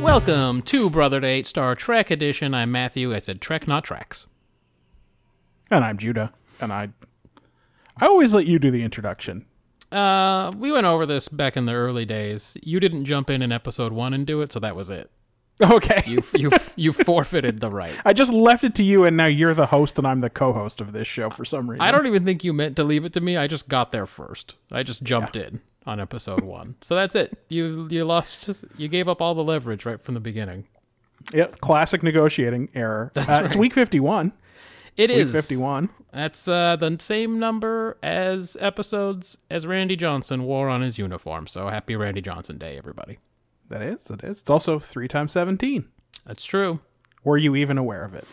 Welcome to Brother to Eight Star Trek Edition. I'm Matthew. I said Trek, not Tracks. And I'm Judah. And I I always let you do the introduction. Uh, we went over this back in the early days. You didn't jump in in episode one and do it, so that was it. Okay. You you you forfeited the right. I just left it to you and now you're the host and I'm the co host of this show for some reason. I don't even think you meant to leave it to me. I just got there first. I just jumped in on episode one. So that's it. You you lost. You gave up all the leverage right from the beginning. Yep, classic negotiating error. That's uh, It's week fifty one. It Week is fifty one. That's uh, the same number as episodes as Randy Johnson wore on his uniform. So happy Randy Johnson Day, everybody. That is, it is. It's also three times seventeen. That's true. Were you even aware of it?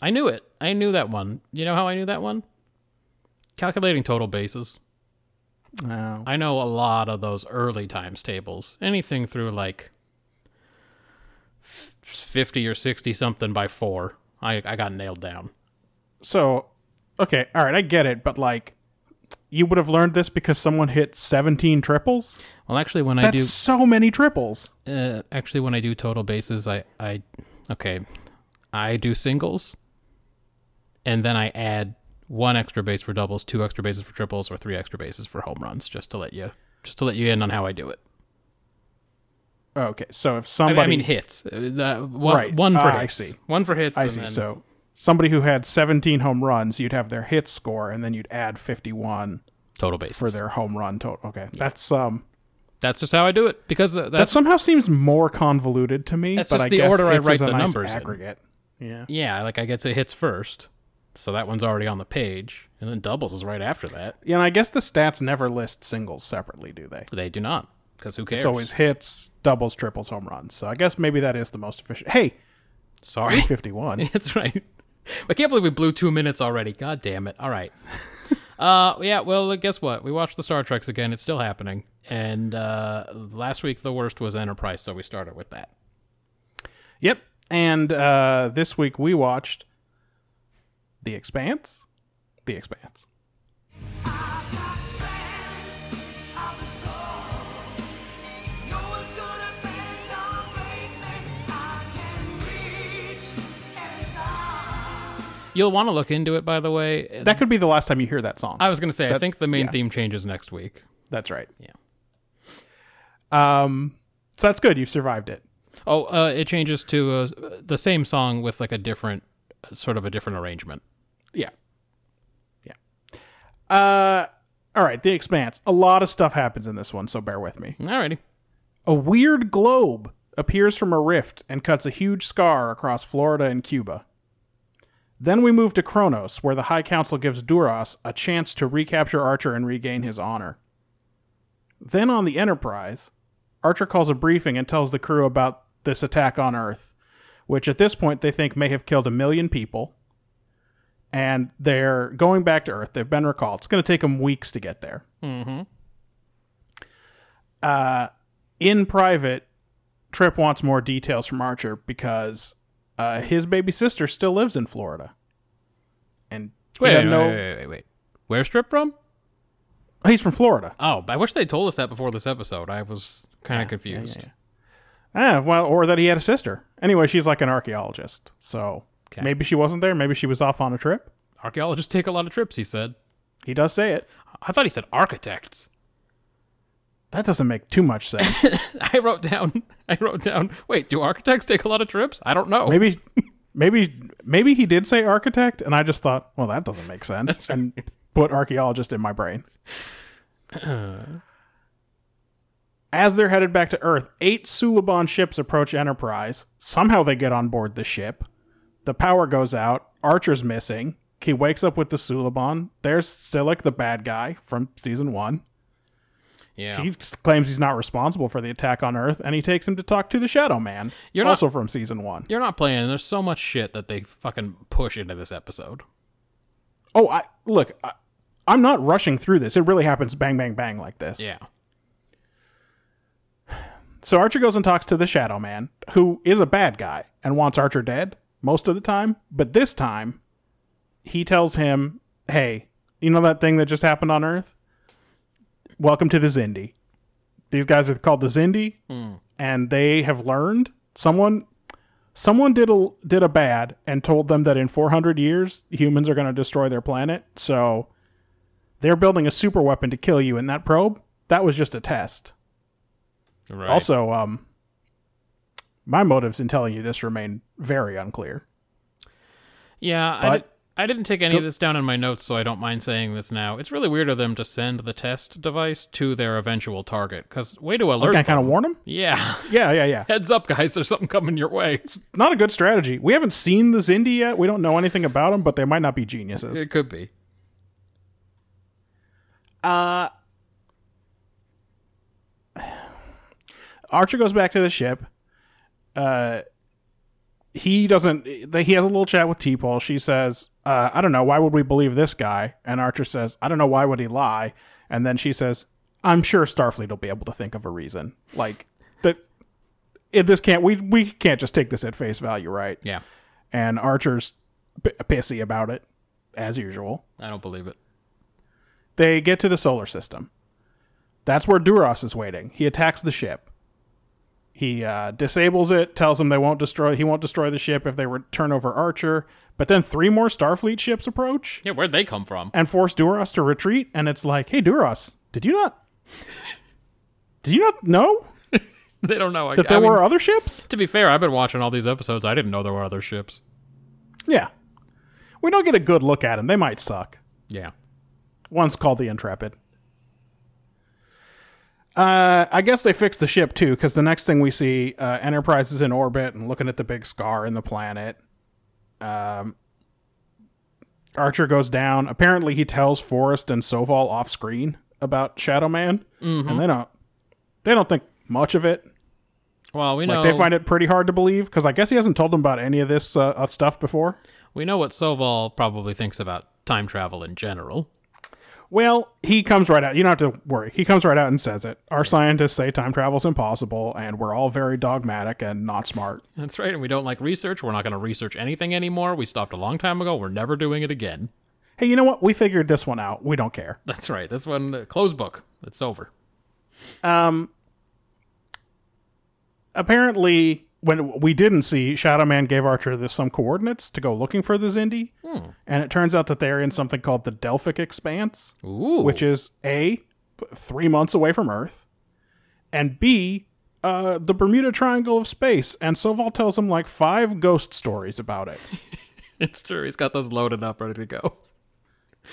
I knew it. I knew that one. You know how I knew that one? Calculating total bases. No. I know a lot of those early times tables. Anything through like f- 50 or 60 something by 4. I I got nailed down. So okay, all right, I get it, but like you would have learned this because someone hit seventeen triples? Well, actually when I That's do so many triples. uh, actually when I do total bases, I I okay, I do singles, and then I add one extra base for doubles, two extra bases for triples, or three extra bases for home runs, just to let you just to let you in on how I do it. Okay, so if I, somebody mean- I mean hits, Uh, the, one, Right. one for Ah, I hits, see. one for hits. I and see. then- So somebody who had 17 home runs, you'd have their hit score, and then you'd add 51 total bases. for their home run total. Okay, that's um, that's just how I do it because th- that that's somehow seems more convoluted to me. That's but just I the guess order I hits is write a the nice numbers in. aggregate. Yeah. yeah, like I get to hits first, so that one's already on the page, and then doubles is right after that. Yeah, and I guess the stats never list singles separately, do they? They do not because who cares? It's always hits, doubles, triples, home runs. So I guess maybe that is the most efficient. Hey, sorry. 51. That's right. I can't believe we blew two minutes already. God damn it. All right. uh, yeah, well, guess what? We watched the Star Treks again. It's still happening. And uh, last week, the worst was Enterprise, so we started with that. yep. And uh, this week we watched The Expanse. The Expanse. You'll want to look into it, by the way. That could be the last time you hear that song. I was going to say, I think the main yeah. theme changes next week. That's right. Yeah. Um, so that's good. You've survived it. Oh, uh, it changes to uh, the same song with like a different, sort of a different arrangement. Yeah. Yeah. Uh, all right. The Expanse. A lot of stuff happens in this one, so bear with me. Alrighty. A weird globe appears from a rift and cuts a huge scar across Florida and Cuba. Then we move to Kronos, where the High Council gives Duras a chance to recapture Archer and regain his honor. Then on the Enterprise, Archer calls a briefing and tells the crew about this attack on Earth, which at this point they think may have killed a million people. And they're going back to Earth. They've been recalled. It's going to take them weeks to get there. Mm-hmm. Uh, in private, Trip wants more details from Archer because uh, his baby sister still lives in Florida. And he Wait, doesn't wait, know- wait, wait, wait, wait. Where's Strip from? he's from Florida. Oh, I wish they told us that before this episode. I was kind of confused. Ah, well, or that he had a sister. Anyway, she's like an archaeologist, so Okay. maybe she wasn't there. Maybe she was off on a trip. Archaeologists take a lot of trips, he said. He does say it. I thought he said architects. That doesn't make too much sense. I wrote down, I wrote down, wait, do architects take a lot of trips? I don't know. maybe, maybe, maybe he did say architect, and I just thought, well, that doesn't make sense, and put archaeologist in my brain. As they're headed back to Earth, eight Suliban ships approach Enterprise. Somehow they get on board the ship. The power goes out. Archer's missing. He wakes up with the Suliban. There's Silic, the bad guy from season one. Yeah. He s- claims he's not responsible for the attack on Earth, and he takes him to talk to the Shadow Man, You're not- also from season one. You're not playing. There's so much shit that they fucking push into this episode. Oh, I look, I, I'm not rushing through this. It really happens bang, bang, bang like this. Yeah. So Archer goes and talks to the Shadow Man, who is a bad guy and wants Archer dead most of the time. But this time, he tells him, "Hey, you know that thing that just happened on Earth? Welcome to the Zindi. These guys are called the Zindi, and they have learned someone." Someone did a did a bad and told them that in 400 years humans are going to destroy their planet. So they're building a super weapon to kill you. And that probe that was just a test. Right. Also, um, my motives in telling you this remain very unclear. yeah. I, but- did, I didn't take any of this down in my notes, so I don't mind saying this now. It's really weird of them to send the test device to their eventual target. Because way to alert. Can I them. kind of warn him? Yeah. Yeah, yeah, yeah. Heads up, guys. There's something coming your way. Not a good strategy. We haven't seen the Zindi yet. We don't know anything about them, but they might not be geniuses. It could be. Archer goes back to the ship. Uh, he doesn't. They, he has a little chat with T-Pole. She says, uh, "I don't know. Why would we believe this guy?" And Archer says, "I don't know. Why would he lie?" And then she says, "I'm sure Starfleet will be able to think of a reason. Like that. It, this can't. We we can't just take this at face value, right?" Yeah. and Archer's p- pissy about it, as usual. I don't believe it. They get to the solar system. That's where Duras is waiting. He attacks the ship. He uh, disables it. Tells them they won't destroy. He won't destroy the ship if they re- turn over Archer. But then three more Starfleet ships approach Yeah. Where'd they come from? and force Duras to retreat. And it's like, hey, Duras, did you not? Did you not know They don't know. I, that I there mean, were other ships? to be fair, I've been watching all these episodes. I didn't know there were other ships. Yeah, we don't get a good look at them. They might suck. Yeah. One's called the Intrepid. Uh, I guess they fixed the ship too, because the next thing we see, uh, Enterprise is in orbit and looking at the big scar in the planet. Um, Archer goes down. Apparently, he tells Forrest and Soval off screen about Shadow Man, and they don't they don't think much of it. Well, we know Like they find it pretty hard to believe, because I guess he hasn't told them about any of this uh, uh, stuff before. we know what Soval probably thinks about time travel in general. Well, he comes right out. You don't have to worry. He comes right out and says it. Our scientists say time travel's impossible, and we're all very dogmatic and not smart. That's right, and we don't like research. We're not going to research anything anymore. We stopped a long time ago. We're never doing it again. Hey, you know what? We figured this one out. We don't care. That's right. This one, uh, closed book. It's over. Um, Apparently, when we didn't see, Shadow Man gave Archer this some coordinates to go looking for the Zindi, and it turns out that they're in something called the Delphic Expanse, Ooh. which is a three months away from Earth, and b uh, the Bermuda Triangle of space. And Soval tells him like five ghost stories about it. it's true. He's got those loaded up, ready to go.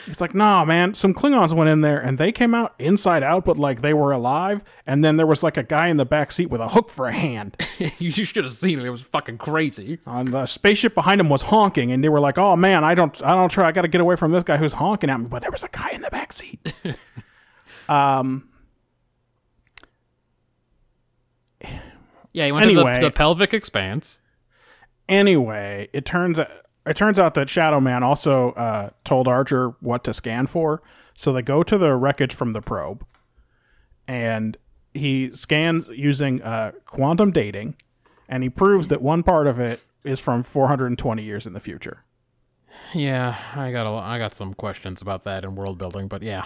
It's like, nah, man, some Klingons went in there and they came out inside out, but like they were alive. And then there was like a guy in the back seat with a hook for a hand. you should have seen it. It was fucking crazy. and the spaceship behind him was honking, and they were like, oh man, I don't, I don't try, I got to get away from this guy who's honking at me. But there was a guy in the back seat. um, Yeah, he went Anyway. to the, the pelvic expanse. anyway, it turns it turns out that Shadow Man also uh, told Archer what to scan for, so they go to the wreckage from the probe, and he scans using uh, quantum dating, and he proves that one part of it is from 420 years in the future. Yeah, I got a, lo- I got some questions about that in world building, but yeah,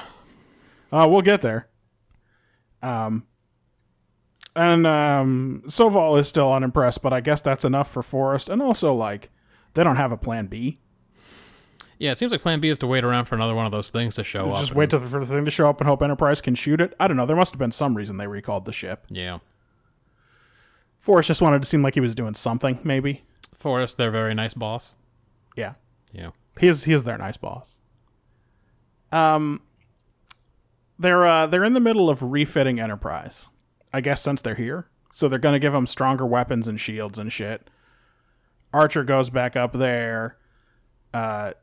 Uh, we'll get there. Um, and um, Soval is still unimpressed, but I guess that's enough for Forrest. And also, like, they don't have a plan B. yeah. It seems like Plan B is to wait around for another one of those things to show up. Just wait till for the thing to show up and hope Enterprise can shoot it. I don't know. There must have been some reason they recalled the ship. yeah, Forrest just wanted to seem like he was doing something, maybe. Forrest, their very nice boss. Yeah. Yeah, He is he is their nice boss. Um they're uh they're in the middle of refitting Enterprise. I guess since they're here. So they're gonna give them stronger weapons and shields and shit. Archer goes back up there. uh,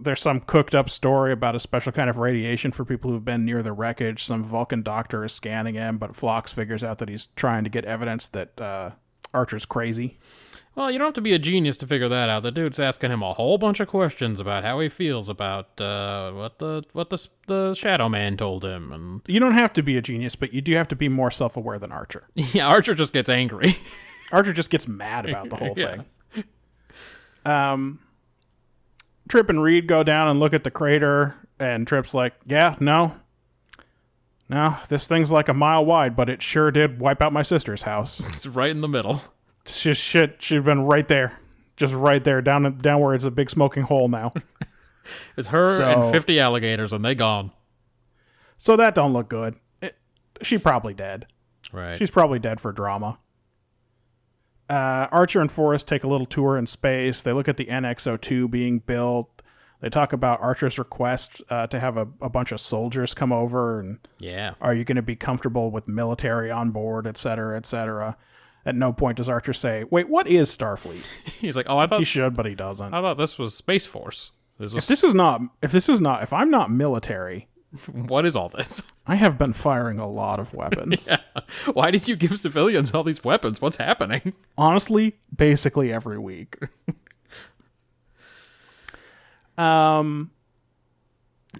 there's some cooked up story about a special kind of radiation for people who've been near the wreckage. Some Vulcan doctor is scanning him, but Phlox figures out that he's trying to get evidence that uh, Archer's crazy. Well, you don't have to be a genius to figure that out. The dude's asking him a whole bunch of questions about how he feels about uh, what the what the the Shadow Man told him, and You don't have to be a genius, but you do have to be more self aware than Archer. yeah, Archer just gets angry. Archer just gets mad about the whole Yeah. thing. Um, Trip and Reed go down and look at the crater, and Trip's like, "Yeah, no, no, this thing's like a mile wide, but it sure did wipe out my sister's house. it's right in the middle. It's just shit. She'd been right there, just right there, down down where it's a big smoking hole now. It's her So- and fifty alligators, and they gone. so that don't look good. It, she probably dead." Right. She's probably dead for drama. Uh, Archer and Forrest take a little tour in space. They look at the NX-02 being built. They talk about Archer's request uh, to have a, a bunch of soldiers come over and yeah. are you going to be comfortable with military on board, et cetera, et cetera. At no point does Archer say, "Wait, what is Starfleet?" He's like, oh, I He thought should, but he doesn't. I thought this was Space Force. This If is, this is not, if this is not, if I'm not military, what is all this? I have been firing a lot of weapons. Why did you give civilians all these weapons? What's happening? honestly basically every week um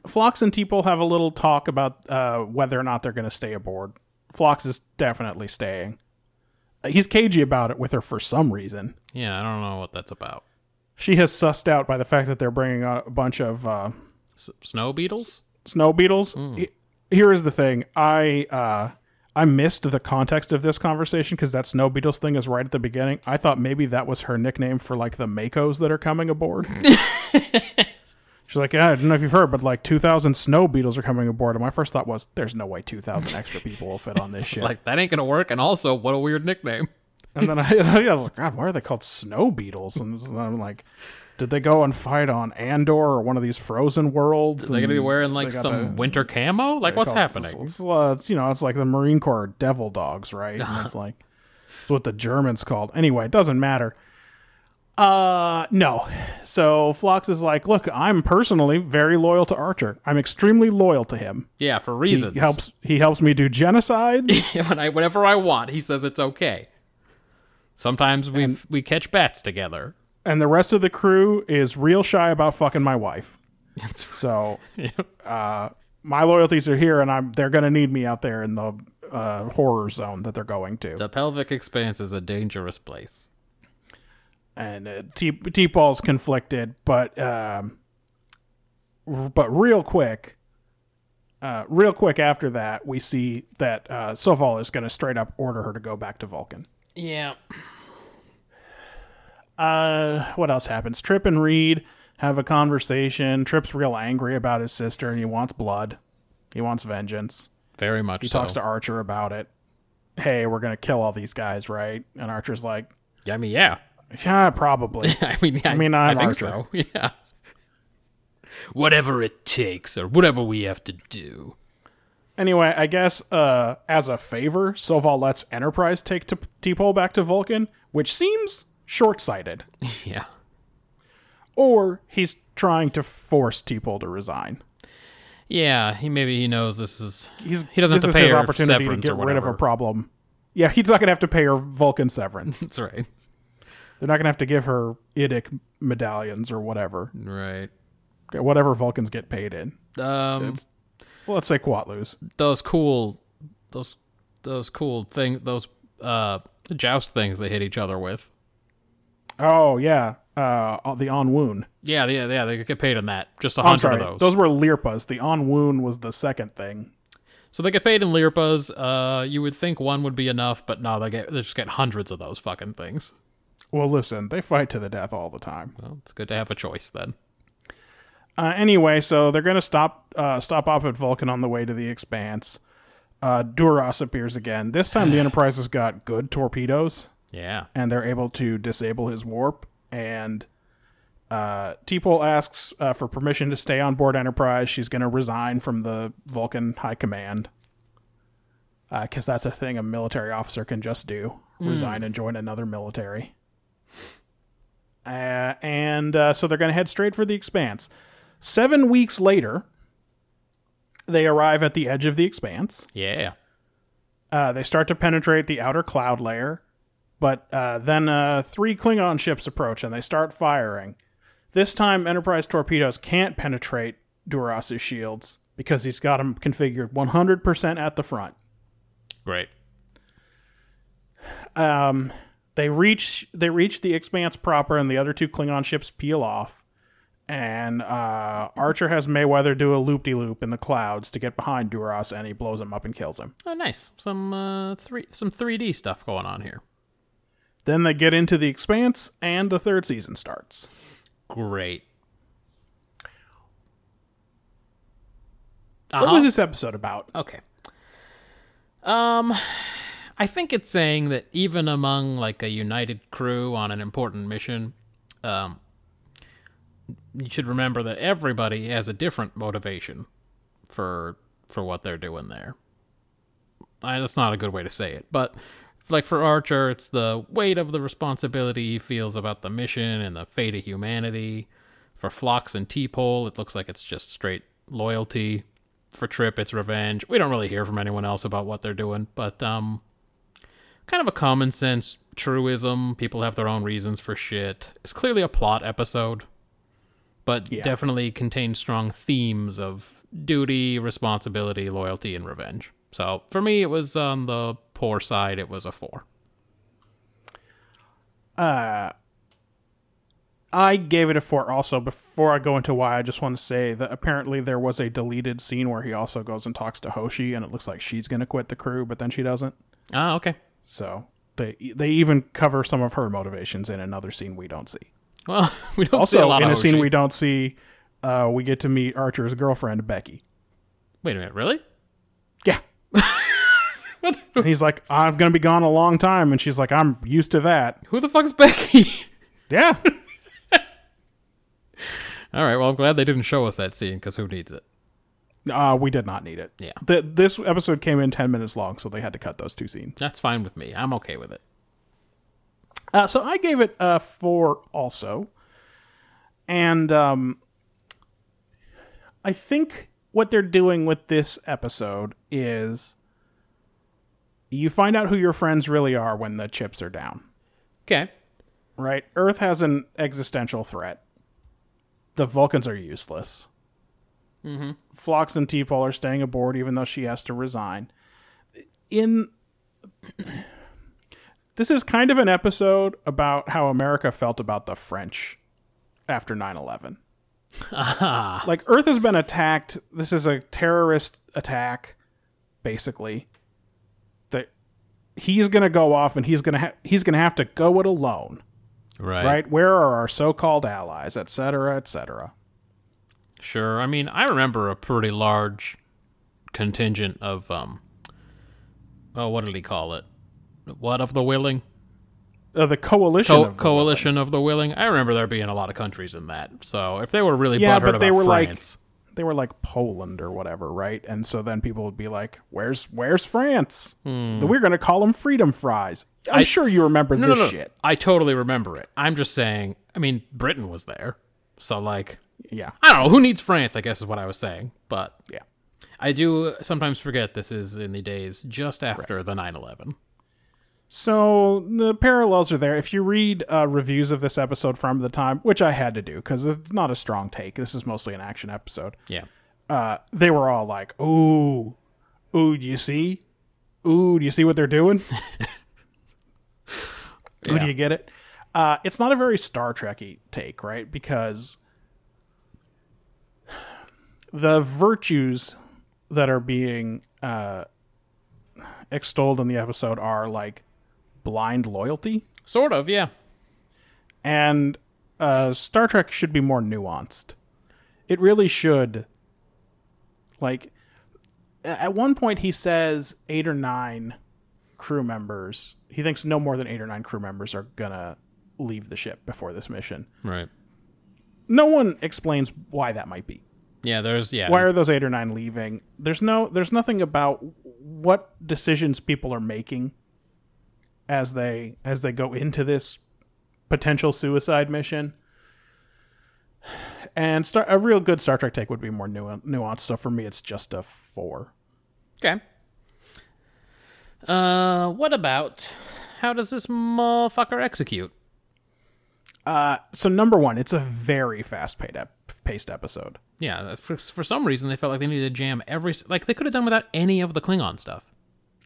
flox and Teeple have a little talk about uh whether or not they're going to stay aboard flox is definitely staying Uh, he's cagey about it with her for some reason Yeah, I don't know what that's about. she has sussed out by the fact that they're bringing out a bunch of uh S- snow beetles? snow beetles He- here is the thing i uh I missed the context of this conversation because that snow beetles thing is right at the beginning. I thought maybe that was her nickname for like the Makos that are coming aboard. She's like, yeah, I don't know if you've heard, but like 2,000 snow beetles are coming aboard. And my first thought was, there's no way 2,000 extra people will fit on this ship. Like that ain't gonna work. And also, what a weird nickname. and then I, I was like, God, why are they called snow beetles? And then I'm like, did they go and fight on Andor or one of these frozen worlds? They're gonna be And- wearing like Mm. they got some the- winter camo. Like what's called- It's, happening? it's, uh, it's, you know, it's like the Marine Corps devil dogs, right? And it's like it's what the Germans called. Anyway, it doesn't matter. Uh, no. So Phlox is like, look, I'm personally very loyal to Archer. I'm extremely loyal to him. Yeah, for He reasons. helps. He helps me do genocide. when I, whenever I want, he says it's okay. Sometimes we we catch bats together. and the rest of the crew is real shy about fucking my wife. so uh, my loyalties are here, and I'm they're gonna need me out there in the uh, horror zone that they're going to. The pelvic expanse is a dangerous place. and uh, T T Paul's conflicted, but um, r- but real quick, uh, real quick after that, we see that uh, Soval is going to straight up order her to go back to Vulcan. Yeah. Uh, what else happens? Trip and Reed have a conversation. Trip's real angry about his sister, and he wants blood. He wants vengeance. Very much He so. talks to Archer about it. Hey, we're gonna kill all these guys, right? And Archer's like, Yeah, I mean, yeah. Yeah, probably. I mean, I, mean, I I'm think Archer. so. Yeah. Whatever it takes, or whatever we have to do. Anyway, I guess uh, as a favor, Soval lets Enterprise take T- T'Pol back to Vulcan, which seems short-sighted. Yeah. Or he's trying to force T'Pol to resign. Yeah. He maybe he knows this is. He's, He doesn't this have to is pay his her opportunity to severance get or rid of a whatever. problem. Yeah, he's not gonna have to pay her Vulcan severance. That's right. They're not gonna have to give her idic medallions or whatever, Right. whatever Vulcans get paid in. Um, Well, let's say Quatlus. those cool, those those cool thing, those uh joust things they hit each other with. Oh yeah, uh, the Onwoon. Yeah, yeah, yeah. They get paid in that. Just a I'm hundred sorry, of those. those were Lirpas. The Onwoon was the second thing. So they get paid in lirpas. Uh, you would think one would be enough, but no, they get they just get hundreds of those fucking things. Well, listen, they fight to the death all the time. Well, it's good to have a choice then. Uh, anyway, so they're gonna stop uh, stop off at Vulcan on the way to the Expanse. Uh, Duras appears again. This time, the Enterprise has got good torpedoes, Yeah. and they're able to disable his warp. And uh, T'Pol asks uh, for permission to stay on board Enterprise. She's gonna resign from the Vulcan High Command because that's a thing a military officer can just do: resign and join another military. Uh, and uh, so they're going to head straight for the expanse. Seven weeks later, they arrive at the edge of the expanse. Yeah. Uh, they start to penetrate the outer cloud layer, but uh, then uh, three Klingon ships approach and they start firing. This time, Enterprise torpedoes can't penetrate Duras's shields because he's got them configured 100% at the front. Great. Um, they reach they reach the expanse proper, and the other two Klingon ships peel off. And uh, Archer has Mayweather do a loop de loop in the clouds to get behind Duras, and he blows him up and kills him. Oh, nice. Some uh, three some 3D stuff going on here. Then they get into the expanse, and the third season starts. Great. What was this episode about? Uh-huh. Okay. Um, I think it's saying that even among like a united crew on an important mission, um, you should remember that everybody has a different motivation for for what they're doing there. I, that's not a good way to say it, but like for Archer, it's the weight of the responsibility he feels about the mission and the fate of humanity. For Phlox and Teepole, it looks like it's just straight loyalty. For Trip, it's revenge. We don't really hear from anyone else about what they're doing, but um, kind of a common sense truism. People have their own reasons for shit. It's clearly a plot episode, but Yeah. definitely contains strong themes of duty, responsibility, loyalty, and revenge. So for me, it was on the poor side. It was a four. I gave it a four. Also, before I go into why, I just want to say that apparently there was a deleted scene where he also goes and talks to Hoshi, and it looks like she's going to quit the crew, but then she doesn't. Ah, okay. So they they even cover some of her motivations in another scene we don't see. Well, we don't see Also, a lot in of a scene Hoshi. we don't see, uh, we get to meet Archer's girlfriend Becky. Wait a minute, really? Yeah. And he's like, I'm going to be gone a long time, and she's like, I'm used to that. Who the fuck's Becky? Yeah. All right. Well, I'm glad they didn't show us that scene because who needs it? Uh, we did not need it. Yeah. Th- this episode came in 10 minutes long, so they had to cut those two scenes. That's fine with me. I'm okay with it. Uh, so I gave it a four also. And um, I think what they're doing with this episode is you find out who your friends really are when the chips are down, Okay. right? Earth has an existential threat. The Vulcans are useless. Mm-hmm. Phlox and T'Pol are staying aboard, even though she has to resign. In this is kind of an episode about how America felt about the French after 9 11. Like, Earth has been attacked. This is a terrorist attack, basically. That he's going to go off and he's going to ha- he's going to have to go it alone, Right. right? Where are our so-called allies, et cetera, et cetera? Sure. I mean, I remember a pretty large contingent of um. Oh, what did he call it? What of the willing? Uh, the coalition. Co- of the- coalition of the willing. I remember there being a lot of countries in that. So if they were really Yeah, butthurt but about they were like- France, they were like Poland or whatever, right? And so then people would be like, "Where's Where's France? We're going to call them freedom fries." I'm sure you remember Hmm. no, no, this no. shit. I totally remember it. I'm just saying. I mean, Britain was there, so like. Yeah, I don't know who needs France. I guess is what I was saying, but yeah. I do sometimes forget this is in the days just after the 9/11. So the parallels are there. If you read uh, reviews of this episode from the time, which I had to do because it's not a strong take. This is mostly an action episode. Yeah. Uh, they were all like, "Ooh, ooh, do you see? Ooh, do you see what they're doing? ooh, Yeah. do you get it?" Uh, it's not a very Star Trekky take, right? Because the virtues that are being uh, extolled in the episode are like blind loyalty, Sort of, yeah. and uh, Star Trek should be more nuanced. It really should. Like, a- at one point, he says eight or nine crew members. He thinks no more than eight or nine crew members are gonna leave the ship before this mission. Right. No one explains why that might be. Yeah, there's yeah. Why are those eight or nine leaving? There's no. There's nothing about what decisions people are making as they as they go into this potential suicide mission. And star- a real good Star Trek take would be more nu- nuanced. So for me, it's just a four. Okay. Uh, what about how does this motherfucker execute? So number one, it's a very fast paid ep- paced episode. Yeah, for, for some reason they felt like they needed to jam every s- like they could have done without any of the Klingon stuff.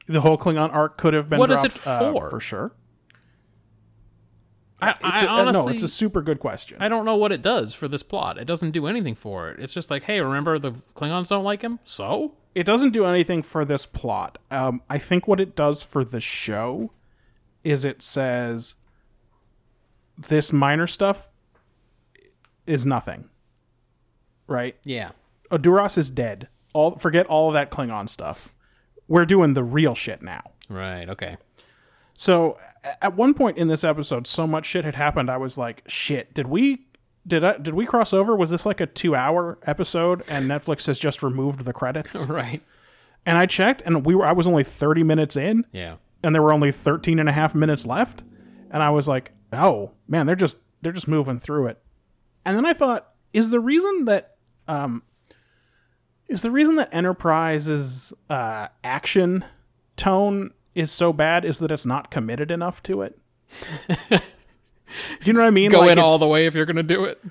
The whole Klingon arc could have been What is dropped it uh, for? for sure. I, It's I a- uh, honestly, no, it's a super good question. I don't know what it does for this plot. It doesn't do anything for it. It's just like, hey, remember the Klingons don't like him, so it doesn't do anything for this plot. Um, I think what it does for the show is it says this minor stuff is nothing, right? yeah, Oduras is dead. All forget all of that Klingon stuff. We're doing the real shit now. right, okay, So a- at one point in this episode, so much shit had happened. I was like, shit, did we? Did I, did we cross over? Was this like a two hour episode and Netflix has just removed the credits? right, And I checked and we were I was only 30 minutes in yeah, and there were only 13 and a half minutes left and i was like oh man they're just they're just moving through it and then i thought is the reason that um is the reason that enterprise's uh action tone is so bad is that it's not committed enough to it do you know what i mean go Like, in all it's- the way if you're gonna do it.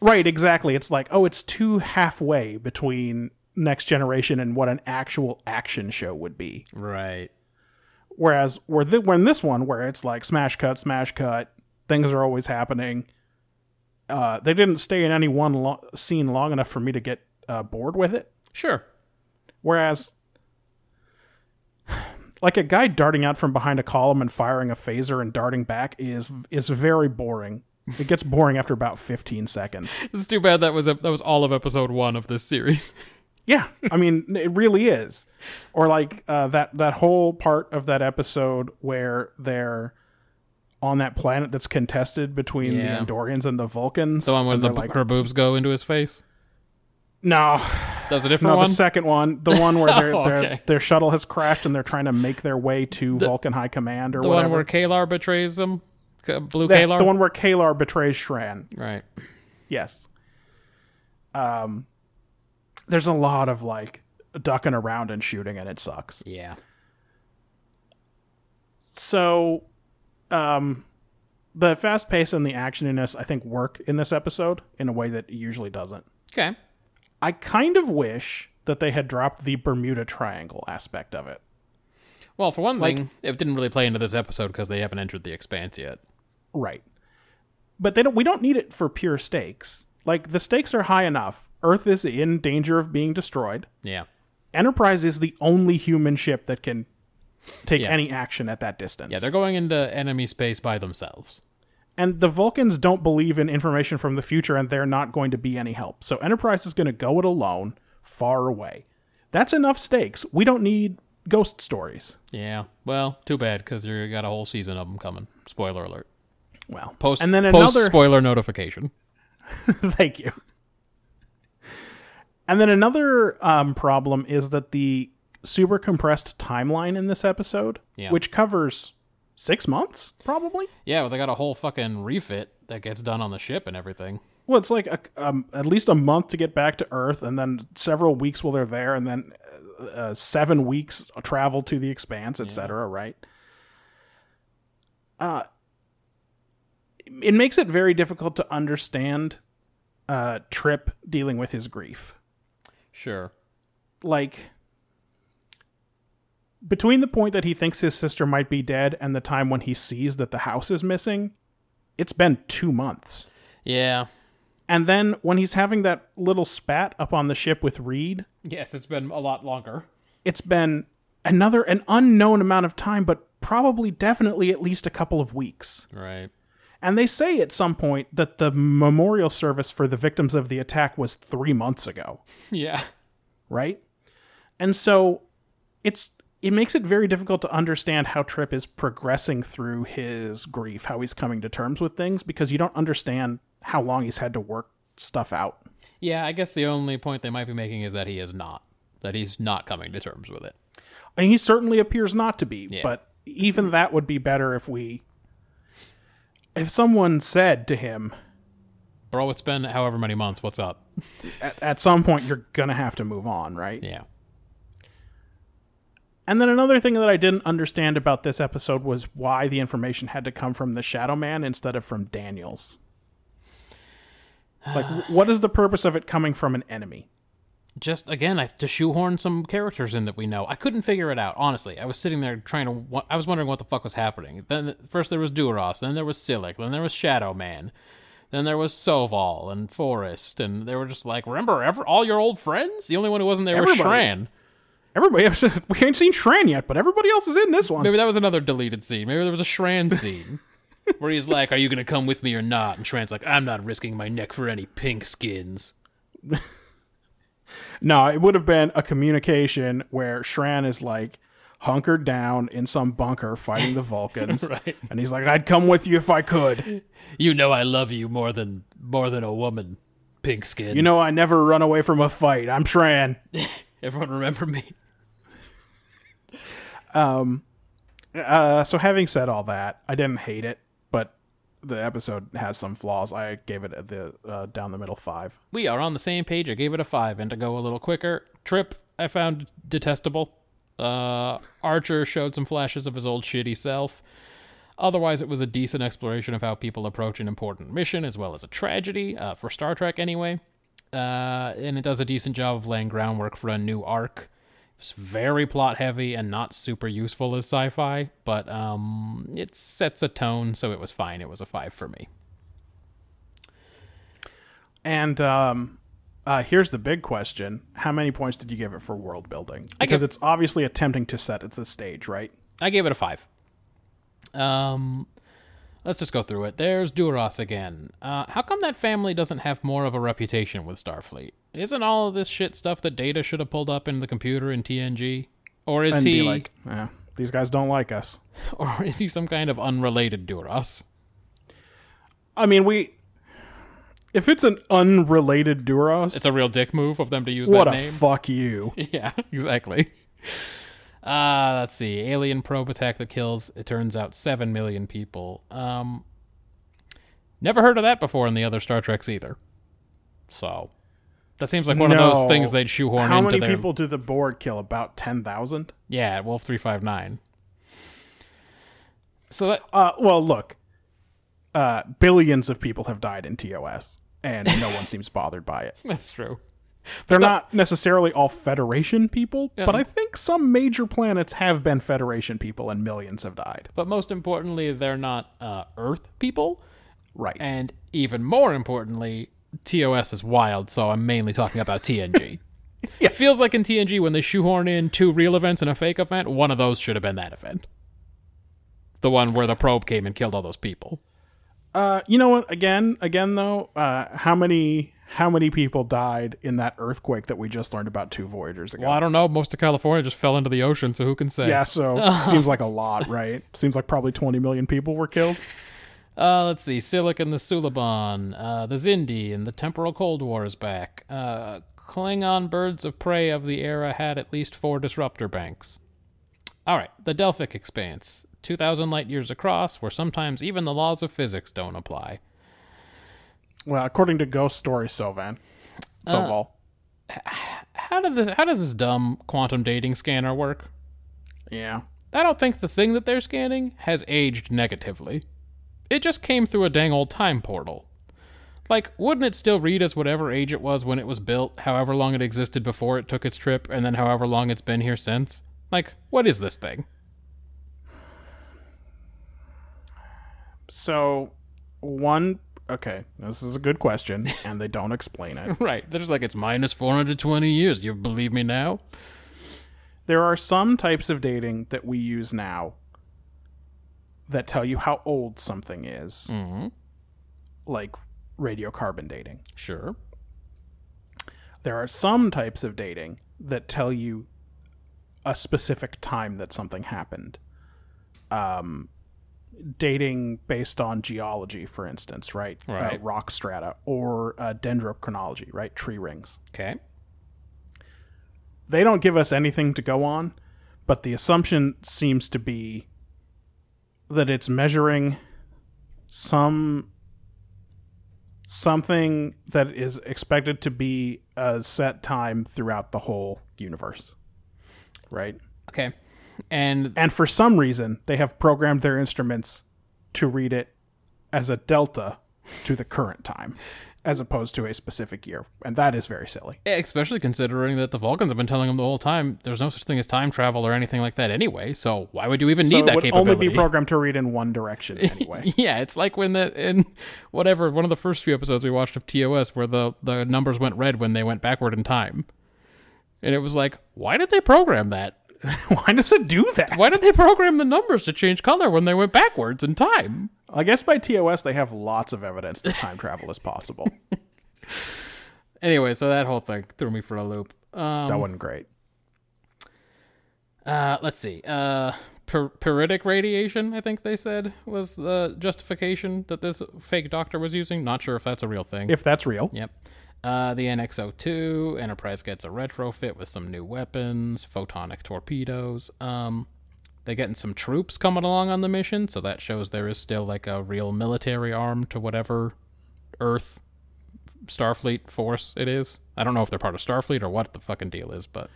right exactly it's like oh it's too halfway between next generation and what an actual action show would be Right. Whereas where th- when this one where it's like smash cut, smash cut, things are always happening. Uh, they didn't stay in any one lo- scene long enough for me to get uh, bored with it. Sure. Whereas, like a guy darting out from behind a column and firing a phaser and darting back is is very boring. It gets boring after about fifteen seconds. It's too bad that was a, that was all of episode one of this series. Yeah, I mean, it really is. Or like uh, that that whole part of that episode where they're on that planet that's contested between Yeah. the Andorians and the Vulcans. The one where and the they're like, her boobs go into his face. no, That was a different no, one. the second one, the one where their Oh, their- okay. their shuttle has crashed and they're trying to make their way to Vulcan High Command or the whatever. one where Kalar betrays him. K- Blue Yeah, Kalar. the one where Kalar betrays Shran. Right. Yes. Um, there's a lot of like ducking around and shooting, and it sucks. Yeah. so um the fast pace and the actioniness i think work in this episode in a way that it usually doesn't Okay. i kind of wish that they had dropped the bermuda triangle aspect of it Well, for one thing, it didn't really play into this episode because they haven't entered the expanse yet. right but they don't we don't need it for pure stakes like the stakes are high enough earth is in danger of being destroyed Yeah. enterprise is the only human ship that can take Yeah. any action at that distance Yeah, they're going into enemy space by themselves. and the Vulcans don't believe in information from the future and they're not going to be any help. So Enterprise is going to go it alone, far away. That's enough stakes. We don't need ghost stories. Yeah. Well, too bad because you got a whole season of them coming. Spoiler alert. Well, Post and then post another spoiler notification. thank you. And then another um, problem is that the super compressed timeline in this episode, Yeah. which covers six months probably. Yeah, well, they got a whole fucking refit that gets done on the ship and everything. Well, it's like a, um, at least a month to get back to Earth, and then several weeks while they're there, and then uh, uh, seven weeks travel to the expanse, etc. Right? Uh, it makes it very difficult to understand uh, Trip dealing with his grief. Sure. Like between the point that he thinks his sister might be dead and the time when he sees that the house is missing, it's been two months. Yeah. And then when he's having that little spat up on the ship with Reed, Yes, it's been a lot longer. it's been another an unknown amount of time, but probably definitely at least a couple of weeks. Right. And they say at some point that the memorial service for the victims of the attack was 3 months ago, Yeah. right? And so it's it makes it very difficult to understand how Trip is progressing through his grief, how he's coming to terms with things because you don't understand how long he's had to work stuff out. Yeah, I guess the only point they might be making is that he is not. That he's not coming to terms with it. And he certainly appears not to be, Yeah. but even that would be better if we if someone said to him, Bro, it's been however many months. What's up? at, at some point, you're going to have to move on, right? Yeah. And then another thing that I didn't understand about this episode was why the information had to come from the Shadow Man instead of from Daniels. Like, wh- what is the purpose of it coming from an enemy? Just again, I have to shoehorn some characters in that we know. I couldn't figure it out, honestly. I was sitting there trying to. wa- I was wondering what the fuck was happening. Then first there was Duros, then there was Silic, then there was Shadow Man, then there was Soval and Forest, and they were just like, remember ever, all your old friends? The only one who wasn't there was Everybody. Shran. Everybody else, we ain't seen Shran yet, but everybody else is in this one. Maybe that was another deleted scene. Maybe there was a Shran scene where he's like, "Are you gonna come with me or not?" And Shran's like, "I'm not risking my neck for any pink skins." No, it would have been a communication where Shran is like hunkered down in some bunker fighting the Vulcans. Right. And he's like, I'd come with you if I could. You know I love you more than more than a woman, pink skin. You know, I never run away from a fight. I'm Shran. everyone remember me. Uh, so, having said all that, I didn't hate it, but the episode has some flaws. I gave it the uh, down the middle five. We are on the same page. I gave it a five, and to go a little quicker, Trip I found detestable. Uh, Archer showed some flashes of his old shitty self. Otherwise, it was a decent exploration of how people approach an important mission, as well as a tragedy uh, for Star Trek, anyway. Uh, and it does a decent job of laying groundwork for a new arc. It's very plot heavy and not super useful as sci-fi, but um, it sets a tone, so it was fine. It was a five for me. And um, uh, here's the big question How many points did you give it for world building? I Because give- it's obviously attempting to set it the stage, right? I gave it a five. Um, let's just go through it. There's Duras again. Uh, how come that family doesn't have more of a reputation with Starfleet? Isn't all of this shit stuff that Data should have pulled up in the computer in TNG? Or is And he be like, yeah, these guys don't like us. or is he some kind of unrelated Duras? I mean, we. If it's an unrelated Duros, It's a real dick move of them to use what that a name. fuck you. yeah, exactly. Uh, let's see. Alien probe attack that kills, it turns out, 7 million people. Um, never heard of that before in the other Star Treks either. So, that seems like one of those No. things they'd shoehorn How into many their. people do the Borg kill? About 10,000? Yeah, Wolf 359. So, that, Uh, well, look. Uh, billions of people have died in TOS, and no one seems bothered by it. that's true. They're not necessarily all Federation people, but Yeah. I think some major planets have been Federation people, and millions have died. But most importantly, they're not uh, Earth people. Right. And even more importantly, TOS is wild, so I'm mainly talking about TNG. It feels like in TNG when they shoehorn in two real events and a fake event, one of those should have been that event. The one where the probe came and killed all those people. Uh, you know what? Again, again though, uh, how many how many people died in that earthquake that we just learned about two Voyagers ago? Well, I don't know. Most of California just fell into the ocean, so who can say? Yeah, so seems like a lot, right? Seems like probably 20 million people were killed. Uh, let's see. Silic and the Suliban, uh, the Zindi, and the Temporal Cold War is back. Uh, Klingon birds of prey of the era had at least four disruptor banks. All right, the Delphic Expanse, 2,000 light years across, where sometimes even the laws of physics don't apply. Well, according to Ghost Story Sylvan. Soval. How did the, how does this dumb quantum dating scanner work? Yeah. I don't think the thing that they're scanning has aged negatively. It just came through a dang old time portal. Like, wouldn't it still read as whatever age it was when it was built, however long it existed before it took its trip, and then however long it's been here since? Like, what is this thing? So one okay, this is a good question and they don't explain it. Right, there's like, it's minus 420 years. You believe me now? There are some types of dating that we use now that tell you how old something is. Mhm. Like radiocarbon dating. Sure. There are some types of dating that tell you a specific time that something happened. Um, dating based on geology, for instance, right? Uh, Right. rock strata or uh, dendrochronology, right? Tree rings. Okay. They don't give us anything to go on, but the assumption seems to be that it's measuring some something that is expected to be a set time throughout the whole universe. Right? Okay. And And for some reason, they have programmed their instruments to read it as a delta to the current time as opposed to a specific year. And that is very silly. especially considering that the Vulcans have been telling them the whole time there's no such thing as time travel or anything like that anyway, so why would you even So need it that would capability? only be programmed to read in one direction anyway. Yeah, it's like when the in whatever one of the first few episodes we watched of TOS where the the numbers went red when they went backward in time, and it was like, why did they program that? Why does it do that? Why did they program the numbers to change color when they went backwards in time? I guess by TOS they have lots of evidence that time travel is possible. Anyway, so that whole thing threw me for a loop. Um, that wasn't great. uh, let's see. Uh, per- periodic radiation, I think they said, was the justification that this fake doctor was using. Not sure if that's a real thing. If that's real. Yep. Uh, the NX-02 Enterprise gets a retrofit with some new weapons, photonic torpedoes. Um, they're getting some troops coming along on the mission, so that shows there is still like a real military arm to whatever Earth Starfleet force it is. I don't know if they're part of Starfleet or what the fucking deal is, but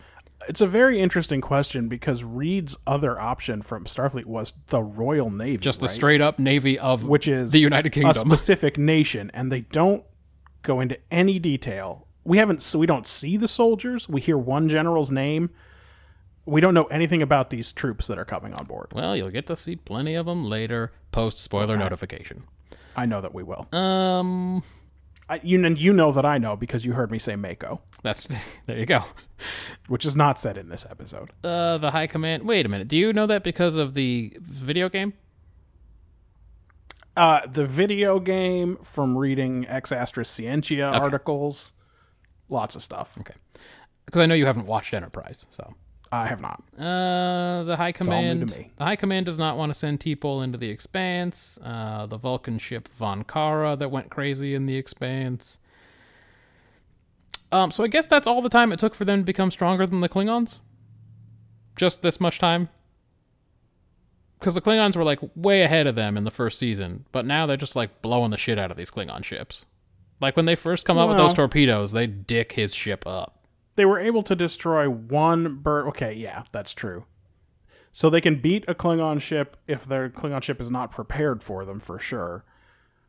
It's a very interesting question because Reed's other option from Starfleet was the Royal Navy. just the right? straight up Navy of which is the United a Kingdom. specific nation, and they don't go into any detail. We haven't so we don't see the soldiers. We hear one general's name. We don't know anything about these troops that are coming on board. Well, you'll get to see plenty of them later post spoiler notification. I know that we will. Um, I, you and you know that I know because you heard me say Mako, that's there you go. which is not said in this episode. uh, the high command. Wait a minute. Do you know that because of the video game? Uh, the video game from reading Ex Astra Scientia articles, lots of stuff. Okay. Because I know you haven't watched Enterprise, so I have not. uh, the high all new command. to me. The high command does not want to send people into the Expanse. Uh, the Vulcan ship Von Kara that went crazy in the Expanse. Um, so I guess that's all the time it took for them to become stronger than the Klingons. Just this much time. Because the Klingons were like way ahead of them in the first season, but now they're just like blowing the shit out of these Klingon ships. Like when they first come up with those Well- torpedoes, they dick his ship up. they were able to destroy one bird. Okay, yeah, that's true. So they can beat a Klingon ship if their Klingon ship is not prepared for them, for sure.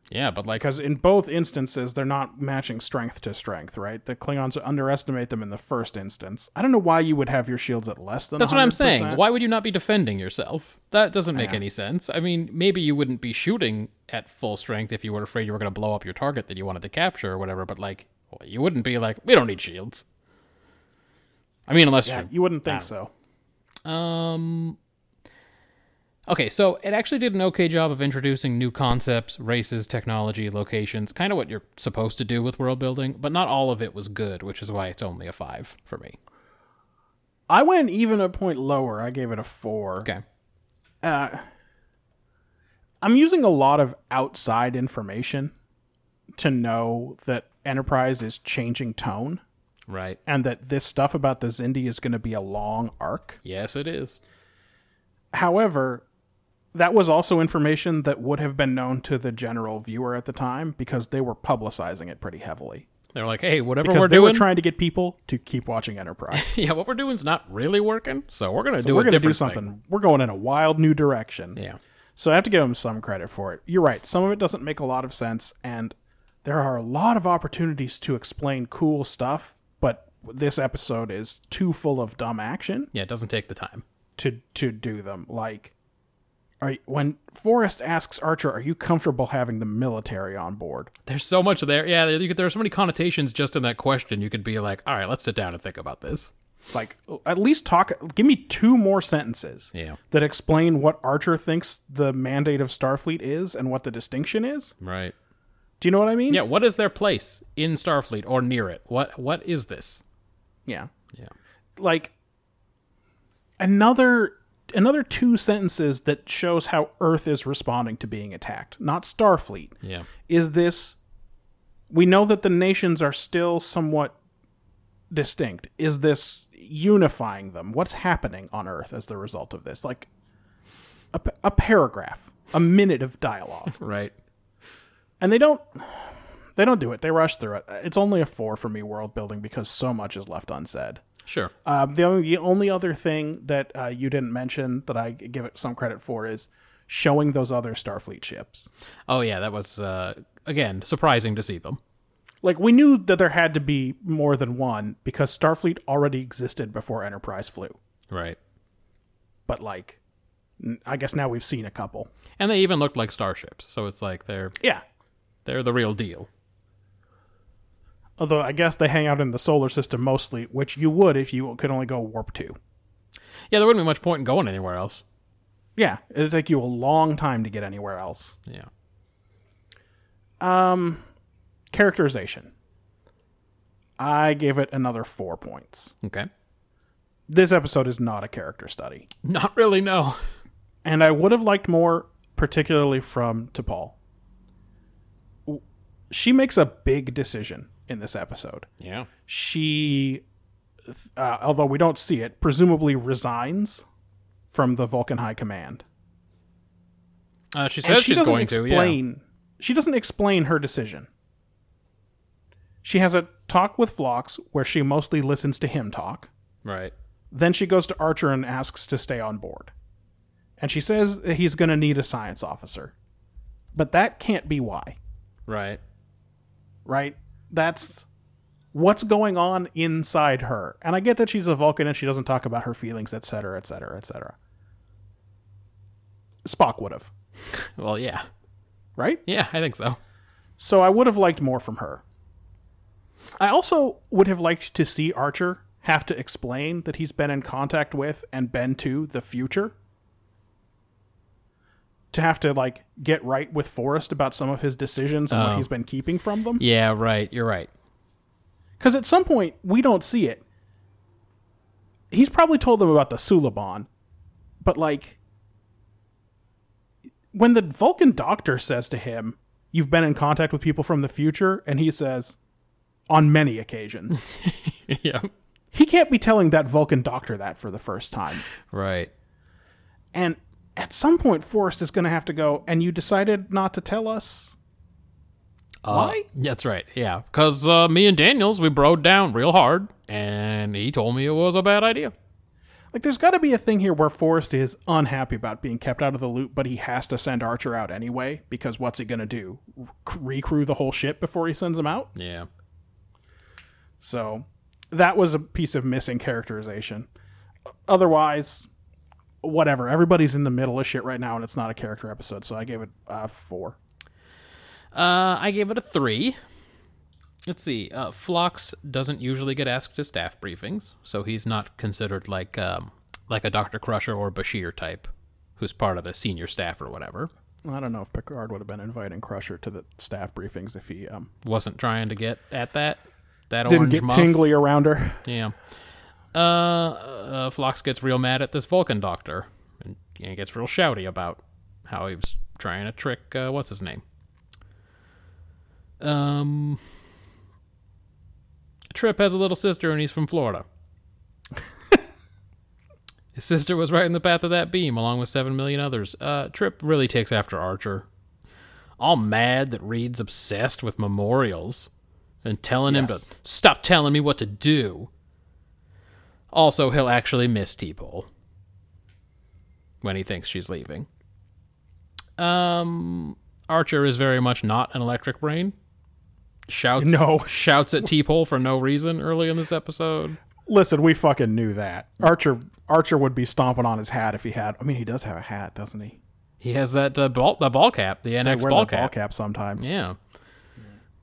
Yeah, but like Because in both instances, they're not matching strength to strength, right? The Klingons underestimate them in the first instance. I don't know why you would have your shields at less than. That's what I'm 100%. saying. Why would you not be defending yourself? That doesn't make any sense. I mean, maybe you wouldn't be shooting at full strength if you were afraid you were going to blow up your target that you wanted to capture or whatever, but like, you wouldn't be like, we don't need shields. I mean, unless Yeah, you you wouldn't think so. um. Okay, so it actually did an okay job of introducing new concepts, races, technology, locations, kind of what you're supposed to do with world building, but not all of it was good, which is why it's only a five for me. I went even a point lower. I gave it a four. Okay. uh, I'm using a lot of outside information to know that Enterprise is changing tone Right. and that this stuff about the Zindi is going to be a long arc. Yes, it is. However, that was also information that would have been known to the general viewer at the time because they were publicizing it pretty heavily. They're like, hey, whatever Because we're they doing, were trying to get people to keep watching Enterprise. yeah, what we're doing's not really working, so we're gonna do we're a going to do different something. We're going in a wild new direction. Thing. Yeah, So I have to give them some credit for it. You're right. Some of it doesn't make a lot of sense, and there are a lot of opportunities to explain cool stuff, but this episode is too full of dumb action yeah, it doesn't take the time. to to do them. Like, are you- when Forrest asks Archer, "Are you comfortable having the military on board?" There's so much there. Yeah, you could, there are so many connotations just in that question. You could be like, all right, let's sit down and think about this. Like, at least talk. Give me two more sentences Yeah, that explain what Archer thinks the mandate of Starfleet is and what the distinction is. right. Do you know what I mean? Yeah, what is their place in Starfleet or near it? What what is this? Yeah. Yeah. like another another two sentences that shows how earth is responding to being attacked not starfleet Yeah, is this we know that the nations are still somewhat distinct is this unifying them what's happening on earth as the result of this like a, p- a paragraph a minute of dialogue right. and they don't they don't do it. They rush through it. It's only a four for me world building because so much is left unsaid. Sure. Um, the only the only other thing that uh, you didn't mention that I give it some credit for is showing those other Starfleet ships. Oh yeah, that was uh, again surprising to see them. Like we knew that there had to be more than one because Starfleet already existed before Enterprise flew. Right. But like, n- I guess now we've seen a couple. And they even looked like starships, so it's like they're Yeah. they're the real deal. Although I guess they hang out in the solar system mostly, which you would if you could only go warp two. Yeah, there wouldn't be much point in going anywhere else. Yeah, it'd take you a long time to get anywhere else. Um, Yeah. Characterization. I gave it another four points. Okay. This episode is not a character study. Not really. No. and I would have liked more, particularly from T'Pol. W- She makes a big decision in this episode. Yeah. She, th- uh, although we don't see it, presumably resigns from the Vulcan High Command. Uh, she And says she's going to. Yeah. explain. She doesn't explain her decision. She has a talk with Phlox where she mostly listens to him talk. Right. Then she goes to Archer and asks to stay on board. And she says that he's going to need a science officer. But that can't be why, Right. right? That's what's going on inside her. And I get that she's a Vulcan and she doesn't talk about her feelings, etc., etc., etc. Spock would have, Well, yeah. right? Yeah, I think so. So I would have liked more from her. I also would have liked to see Archer have to explain that he's been in contact with and been to the future. To have to like get right with Forrest about some of his decisions and what he's been keeping from them. Yeah. Right. You're right. Because at some point we don't see it. He's probably told them about the Suliban, but like when the Vulcan doctor says to him, "You've been in contact with people from the future," and he says, "On many occasions," yeah. he can't be telling that Vulcan doctor that for the first time. Right. And at some point, Forrest is going to have to go. And you decided not to tell us why? That's right. Yeah, because uh, me and Daniels we broed down real hard, and he told me it was a bad idea. Like, there's got to be a thing here where Forrest is unhappy about being kept out of the loop, but he has to send Archer out anyway because what's he gonna do? Rec- Recrew the whole ship before he sends him out? Yeah. So that was a piece of missing characterization. Otherwise, whatever. Everybody's in the middle of shit right now, and it's not a character episode, so I gave it uh, four. Uh, I gave it a three. Let's see. Uh, Phlox doesn't usually get asked to staff briefings, so he's not considered like um, like a Doctor Crusher or Bashir type, who's part of the senior staff or whatever. I don't know if Picard would have been inviting Crusher to the staff briefings if he um, Wasn't trying to get at that. That didn't orange get muff. tingly around her. Yeah. Uh, uh, Phlox gets real mad at this Vulcan doctor and, and gets real shouty about how he was trying to trick, uh, what's his name? Um, Trip has a little sister and he's from Florida. his sister was right in the path of that beam along with seven million others. Uh, Trip really takes after Archer. All mad that Reed's obsessed with memorials and telling him to stop telling me what to do. Also, he'll actually miss T-Pole when he thinks she's leaving. Um, Archer is very much not an electric brain. Shouts No. shouts at T-Pole for no reason early in this episode. Listen, we fucking knew that. Archer Archer would be stomping on his hat if he had. I mean, he does have a hat, doesn't he? He has that uh, ball, the ball cap, the They NX wear ball the cap. ball cap sometimes. Yeah.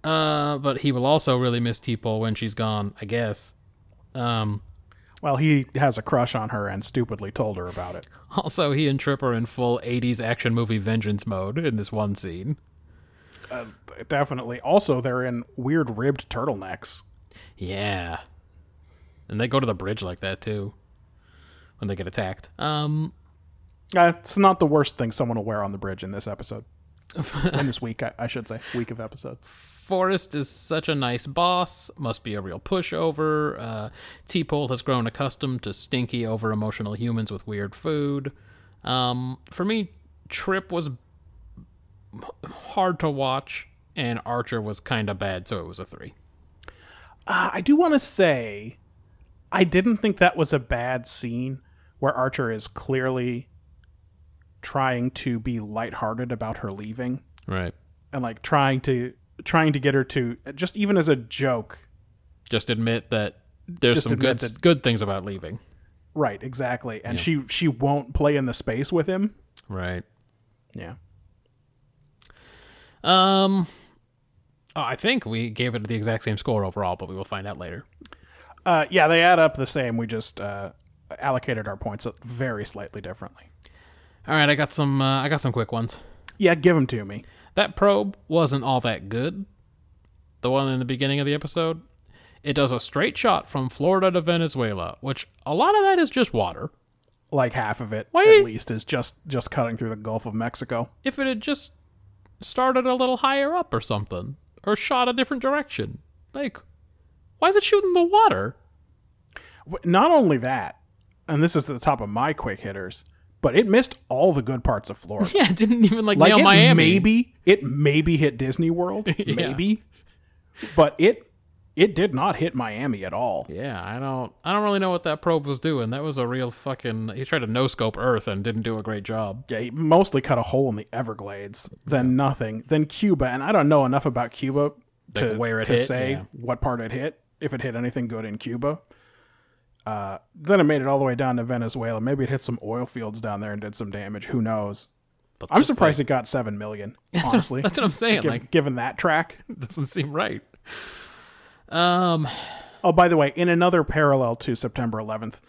Uh, but he will also really miss T-Pole when she's gone, I guess. Um, Well, he has a crush on her and stupidly told her about it. Also, he and Trip are in full 80s action movie vengeance mode in this one scene. Definitely. Also, they're in weird ribbed turtlenecks. Yeah. And they go to the bridge like that, too, when they get attacked. Um, Uh, it's not the worst thing someone will wear on the bridge in this episode. in this week, I, I should say, week of episodes. Forrest is such a nice boss, must be a real pushover. Uh, T Pole has grown accustomed to stinky, over emotional humans with weird food. Um, for me, Trip was hard to watch. and Archer was kind of bad, so it was a three. Uh, I do want to say, I didn't think that was a bad scene where Archer is clearly trying to be lighthearted about her leaving Right. and like trying to trying to get her to just even as a joke. Just admit that there's Just some good admit that- good things about leaving. Right, exactly. And she she won't play in the space with him. Right. Yeah. Um. oh, I think we gave it the exact same score overall, but we will find out later. Uh, yeah, they add up the same. We just uh, allocated our points very slightly differently. All right, I got some. Uh, I got some quick ones. Yeah, give them to me. That probe wasn't all that good. The one in the beginning of the episode, it does a straight shot from Florida to Venezuela, which a lot of that is just water. Like half of it, Wait. at least, is just just cutting through the Gulf of Mexico. If it had just started a little higher up or something, or shot a different direction, like, why is it shooting the water? W- Not only that, and this is at the top of my quick hitters, but it missed all the good parts of Florida. Yeah, it didn't even like, like nail it Miami. maybe it maybe hit Disney World, Yeah. maybe, but it it did not hit Miami at all. Yeah, I don't. I don't really know what that probe was doing. That was a real fucking. He tried to no scope Earth and didn't do a great job. Yeah, he mostly cut a hole in the Everglades, then nothing, then Cuba, and I don't know enough about Cuba to Like where it to hit, say yeah. what part it hit, if it hit anything good in Cuba. Uh, then it made it all the way down to Venezuela. Maybe it hit some oil fields down there and did some damage. Who knows? But I'm just, like, surprised it got seven million. Honestly, that's what I'm saying. giv- Like, given that track. it doesn't seem right. Um. Oh, by the way, in another parallel to September 11th,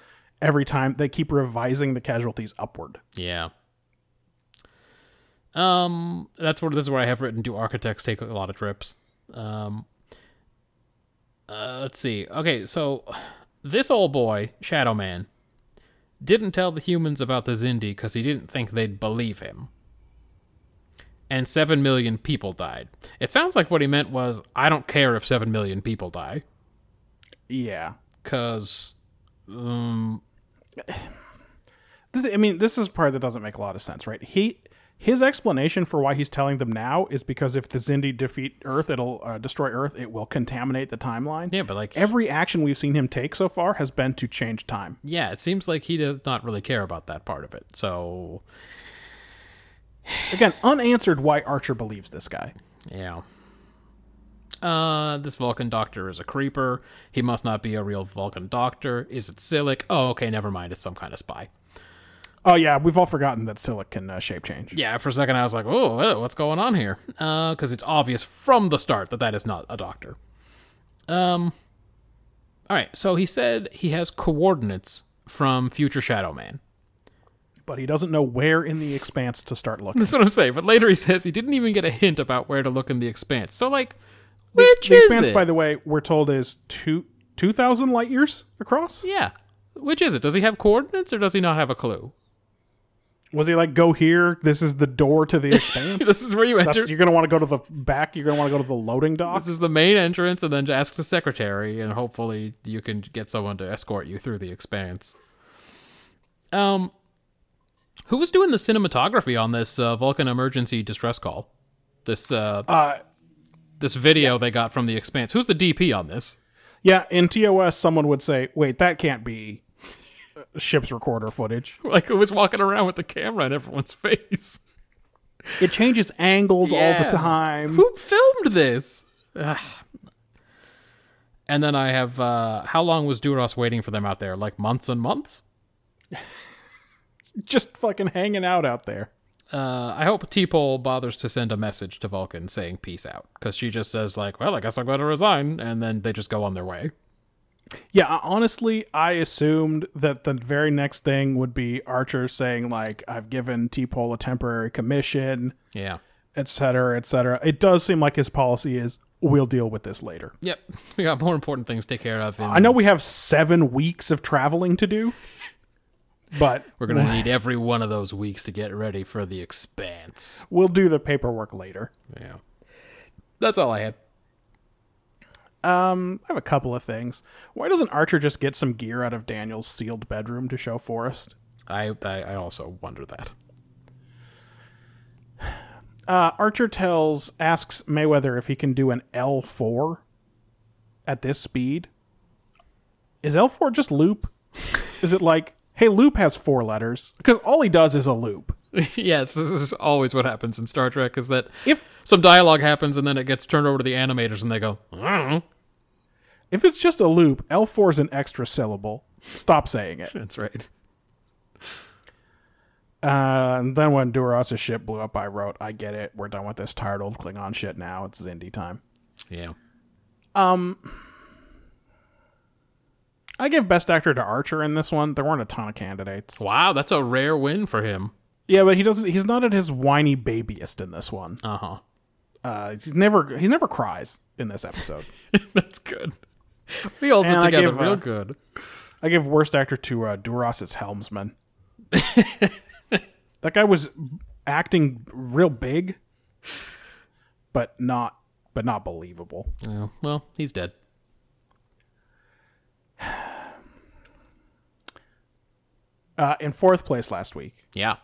every time they keep revising the casualties upward. Yeah. Um, that's where this is where I have written. Do architects take a lot of trips? Um, uh, let's see. Okay, so this old boy, Shadow Man, didn't tell the humans about the Zindi because he didn't think they'd believe him. And seven million people died. It sounds like what he meant was, I don't care if seven million people die, Yeah. because, um, This I mean, this is part that doesn't make a lot of sense, right? He his explanation for why he's telling them now is because if the Zindi defeat Earth, it'll uh, destroy Earth, it will contaminate the timeline. yeah, but like Every action we've seen him take so far has been to change time. yeah, it seems like he does not really care about that part of it. So Again, unanswered why Archer believes this guy. yeah. Uh, this Vulcan doctor is a creeper. He must not be a real Vulcan doctor. Is it Silic? Oh, okay, never mind. It's some kind of spy. Oh yeah, we've all forgotten that Silic can uh, shape change. Yeah, for a second I was like, oh, eh, what's going on here? Because it's obvious from the start that that is not a doctor. Um. All right, so he said he has coordinates from future Shadow Man. But he doesn't know where in the expanse to start looking. That's what I'm saying. But later he says he didn't even get a hint about where to look in the expanse. So like, The which ex- the is expanse, it? by the way, we're told is two two thousand light years across. Yeah. Which is it? Does he have coordinates or does he not have a clue? Was he like, go here? This is the door to the expanse. This is where you That's, enter. you're gonna want to go to the back. You're gonna want to go to the loading dock. This is the main entrance, and then ask the secretary, and hopefully you can get someone to escort you through the expanse. Um, who was doing the cinematography on this uh, Vulcan emergency distress call? This uh, Uh, this video they got from the expanse. Who's the DP on this? yeah, in TOS, someone would say, "Wait, that can't be uh, ship's recorder footage. Like who was walking around with the camera in everyone's face? It changes angles all Yeah. the time." Who filmed this? Ugh. And then I have uh, how long was Duros waiting for them out there? Like months and months. Just fucking hanging out out there. Uh, I hope T-Pole bothers to send a message to Vulcan saying peace out because she just says like, well, I guess I'm going to resign, and then they just go on their way. Yeah, I- honestly, I assumed that the very next thing would be Archer saying like, "I've given T-Pole a temporary commission." Yeah. et cetera, et cetera. It does seem like his policy is we'll deal with this later. Yep. We got more important things to take care of. In, I know we have seven weeks of traveling to do, but we're going to need every one of those weeks to get ready for the expanse. we'll do the paperwork later. Yeah. That's all I had. Um, I have a couple of things. Why doesn't Archer just get some gear out of Daniel's sealed bedroom to show Forrest? I I, I also wonder that. Uh, Archer tells asks Mayweather if he can do an L four at this speed. Is L four just loop? is it like hey loop has four letters because all he does is a loop. yes, this is always what happens in Star Trek is that If some dialogue happens and then it gets turned over to the animators and they go, "Mm-hmm." I don't know. if it's just a loop, L four is an extra syllable. Stop saying it. That's right. Uh, and then when Duras' ship blew up, I wrote, "I get it. We're done with this tired old Klingon shit now. It's Zindi time." Yeah. I give Best Actor to Archer in this one. There weren't a ton of candidates. Wow, that's a rare win for him. Yeah, but he doesn't. He's not at his whiny babyest in this one. Uh huh. Uh, he's never. He never cries in this episode. that's good. We all And sit I together give, uh, real good. I give Worst Actor to uh, Duras' helmsman. that guy was acting real big, but not. But not believable. Yeah. Well, he's dead. Uh, in fourth place last week, Yeah.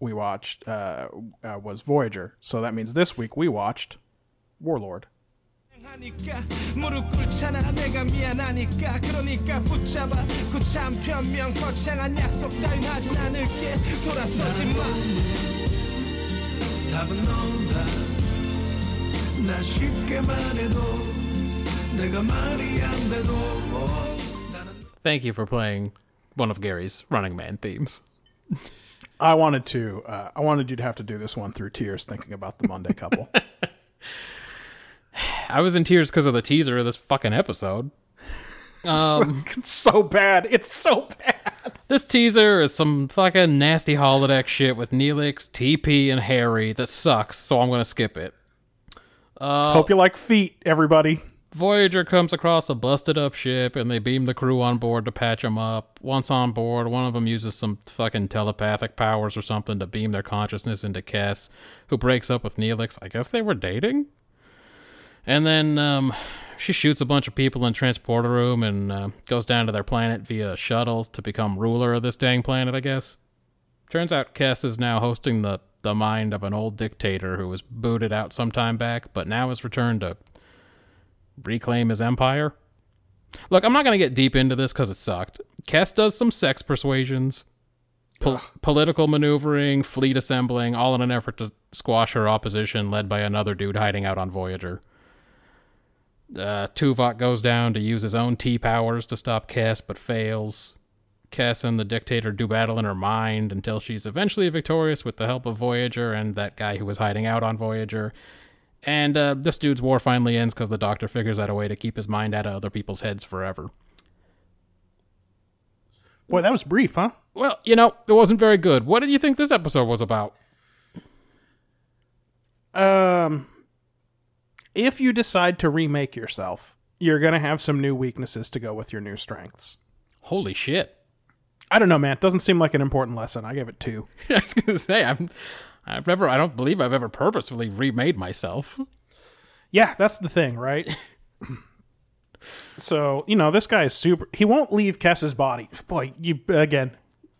we watched uh, uh, was Voyager. So that means this week we watched Warlord. 하니까 무릎 꿇잖아 내가 미안하니까 그러니까 붙잡아 구참 변명 거창한 약속 따윈 하진 않을게 돌아서지 마 답은 온다 나 쉽게 말해도 내가 말이 안 돼도 나는 Thank you for playing one of Gary's Running Man themes. I wanted to. Uh, I wanted you to have to do this one through tears, thinking about the Monday couple. I was in tears because of the teaser of this fucking episode. it's so bad. It's so bad. This teaser is some fucking nasty holodeck shit with Neelix, TP, and Harry that sucks, so I'm gonna skip it. Hope you like feet, everybody. Voyager comes across a busted up ship and they beam the crew on board to patch them up. Once on board, one of them uses some fucking telepathic powers or something to beam their consciousness into Kess, who breaks up with Neelix. I guess they were dating? And then um, she shoots a bunch of people in transporter room and uh, goes down to their planet via a shuttle to become ruler of this dang planet, I guess. Turns out Kess is now hosting the, the mind of an old dictator who was booted out some time back, but now has returned to reclaim his empire. Look, I'm not going to get deep into this because it sucked. Kess does some sex persuasions, pol- political maneuvering, fleet assembling, all in an effort to squash her opposition led by another dude hiding out on Voyager. Uh, Tuvok goes down to use his own T powers to stop Kess, but fails. Kess and the dictator do battle in her mind until she's eventually victorious with the help of Voyager and that guy who was hiding out on Voyager. And uh, this dude's war finally ends because the doctor figures out a way to keep his mind out of other people's heads forever. Boy, that was brief, huh? Well, you know, it wasn't very good. What did you think this episode was about? Um, if you decide to remake yourself, you're gonna have some new weaknesses to go with your new strengths. Holy shit! I don't know, man. It doesn't seem like an important lesson. I gave it two. I was gonna say I'm, I've never, I don't believe I've ever purposefully remade myself. Yeah, that's the thing, right? so, you know, this guy is super. He won't leave Kess's body. Boy, you again,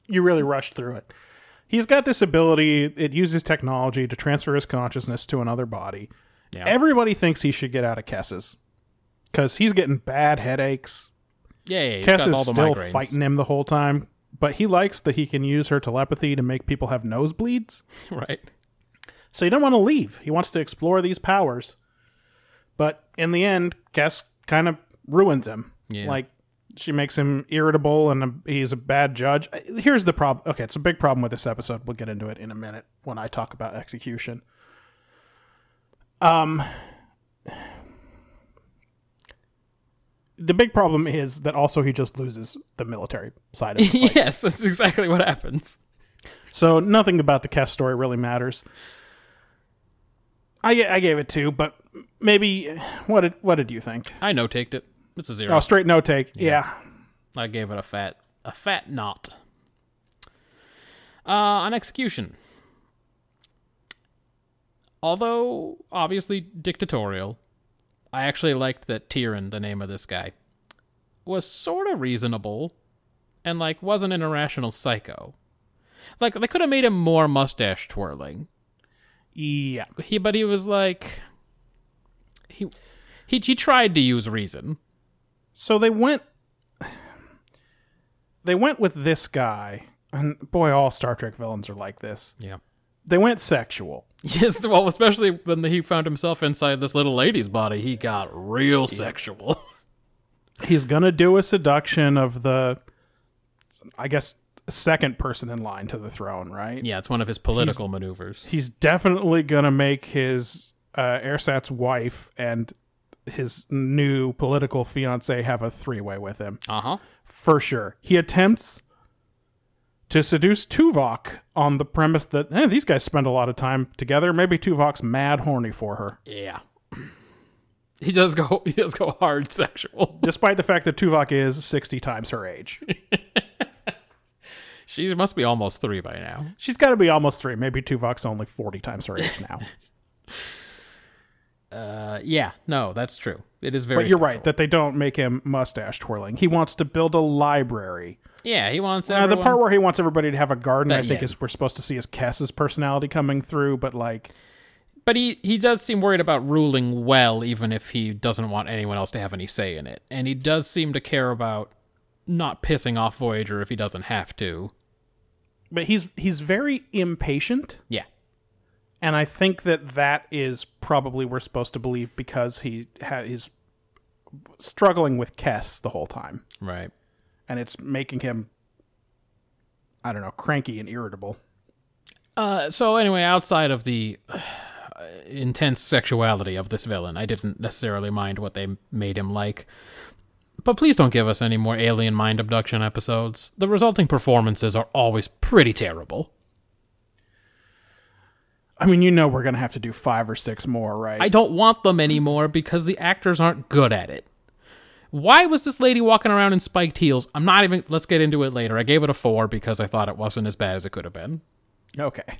you really rushed through it. He's got this ability, it uses technology to transfer his consciousness to another body. Yeah. Everybody thinks he should get out of Kess's because he's getting bad headaches. Yeah, yeah, he's Kess got is all the still migraines. fighting him the whole time, but he likes that he can use her telepathy to make people have nosebleeds. right? So he doesn't want to leave. He wants to explore these powers. But in the end, Guess kind of ruins him. Yeah. Like she makes him irritable and a, he's a bad judge. Uh, Here's the problem. Okay, it's a big problem with this episode. We'll get into it in a minute when I talk about execution. Um the big problem is that also he just loses the military side of it. yes, that's exactly what happens. So nothing about the Kess story really matters. I, I gave it two, but maybe what did what did you think? I no taked it. It's a zero. Oh, straight no take. Yeah. I gave it a fat a fat knot. Uh, on execution. Although obviously dictatorial, I actually liked that Tyrion, the name of this guy, was sort of reasonable and like wasn't an irrational psycho. Like they could have made him more mustache twirling. yeah, Yeah. He, but he was like, he, he, he tried to use reason. So they went they went with this guy. And boy, all Star Trek villains are like this. Yeah. They went sexual. Yes, well, especially when he found himself inside this little lady's body, he got real sexual. He's going to do a seduction of the I guess second person in line to the throne, right? Yeah, it's one of his political maneuvers. He's definitely going to make his uh, Airsat's wife and his new political fiance have a three-way with him. Uh huh. for sure. He attempts to seduce Tuvok on the premise that eh, these guys spend a lot of time together. Maybe Tuvok's mad horny for her, Yeah. He does go. He does go hard sexual. despite the fact that Tuvok is 60 times her age. She must be almost three by now. She's got to be almost three. Maybe Tuvok's only 40 times her age now. Uh, yeah. No, that's true. It is very. But you're sexual. right that they don't make him mustache twirling. He wants to build a library. Yeah, he wants Uh, everyone. the part where he wants everybody to have a garden, That- I think, yeah. is we're supposed to see is Kess's personality coming through. But like, But he he does seem worried about ruling well, even if he doesn't want anyone else to have any say in it. And he does seem to care about not pissing off Voyager if he doesn't have to. but he's he's very impatient. Yeah. and I think that that is probably we're supposed to believe because he ha- is struggling with Kess the whole time, Right. and it's making him, I don't know, cranky and irritable. Uh, so anyway, outside of the uh, intense sexuality of this villain, I didn't necessarily mind what they made him like. But please don't give us any more alien mind abduction episodes. The resulting performances are always pretty terrible. I mean, you know, we're gonna have to do five or six more, right? I don't want them anymore because the actors aren't good at it. Why was this lady walking around in spiked heels? I'm not even. Let's get into it later. I gave it a four because I thought it wasn't as bad as it could have been. okay.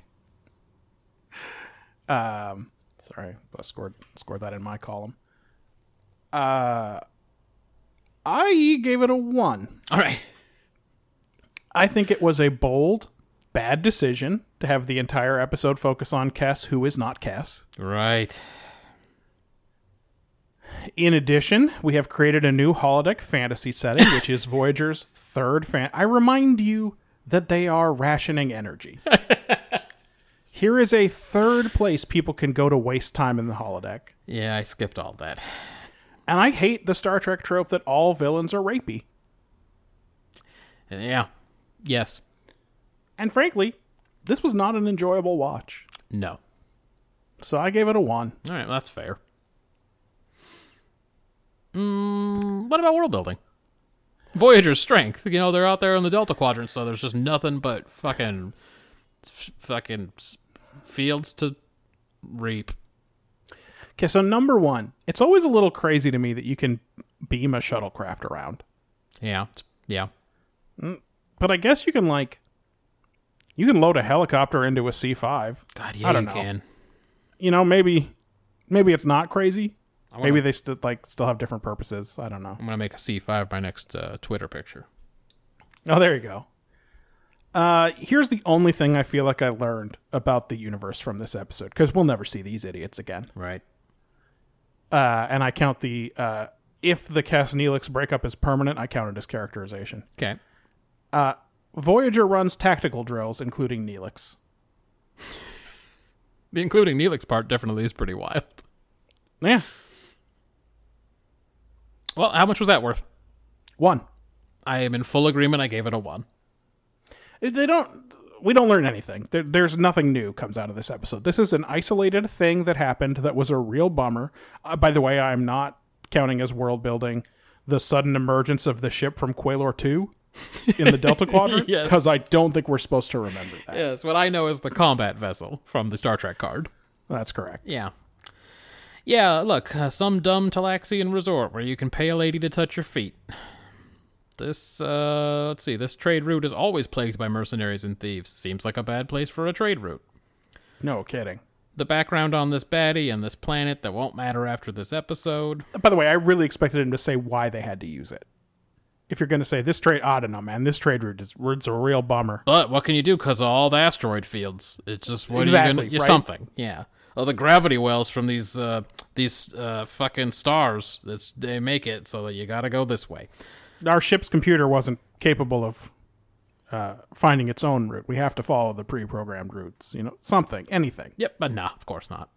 Um, sorry, I scored scored that in my column. Uh, I gave it a one. All right. I think it was a bold, bad decision to have the entire episode focus on Cass, who is not Cass. Right. In addition, we have created a new holodeck fantasy setting, which is Voyager's third fan. I remind you that they are rationing energy. Here is a third place people can go to waste time in the holodeck. Yeah, I skipped all that. And I hate the Star Trek trope that all villains are rapey. Yeah. Yes. And frankly, this was not an enjoyable watch. No. So I gave it a one. All right, that's fair. Mm, what about world building? Voyager's strength. You know, they're out there in the Delta Quadrant, so there's just nothing but fucking, f- fucking s- fields to reap. Okay, so number one, it's always a little crazy to me that you can beam a shuttlecraft around, Yeah, it's- yeah, but I guess you can like, you can load a helicopter into a C five. God, yeah, I don't you know. can. You know, maybe, maybe it's not crazy. wanna- Maybe they still like still have different purposes. I don't know. I'm gonna make a C5 my next uh, Twitter picture. Oh, there you go. Uh, here's the only thing I feel like I learned about the universe from this episode because we'll never see these idiots again. Right. Uh, and I count the uh, if the Cass Neelix breakup is permanent, I count it as characterization. Okay. Voyager runs tactical drills, including Neelix. The including Neelix part definitely is pretty wild. Yeah, Well, how much was that worth? one. I am in full agreement. I gave it a one. They don't. We don't learn anything. There, there's nothing new comes out of this episode. This is an isolated thing that happened that was a real bummer. Uh, by the way, I'm not counting as world building the sudden emergence of the ship from Quailor Two in the Delta Quadrant Yes. because I don't think we're supposed to remember that. Yes, what I know is the combat vessel from the Star Trek card. That's correct. Yeah. Yeah, look, uh, some dumb Talaxian resort where you can pay a lady to touch your feet. This, uh, let's see, this trade route is always plagued by mercenaries and thieves. Seems like a bad place for a trade route. No kidding. The background on this baddie and this planet that won't matter after this episode. By the way, I really expected him to say why they had to use it. if you're going to say this trade, I don't know, man. This trade route is it's a real bummer. But what can you do? Because all the asteroid fields, it's just what Exactly, are you gonna right. something? Yeah. Oh, the gravity wells from these uh, these uh, fucking stars. That's they make it so that you got to go this way. Our ship's computer wasn't capable of uh, finding its own route. We have to follow the pre-programmed routes. You know, something, anything. Yep, but nah, of course not.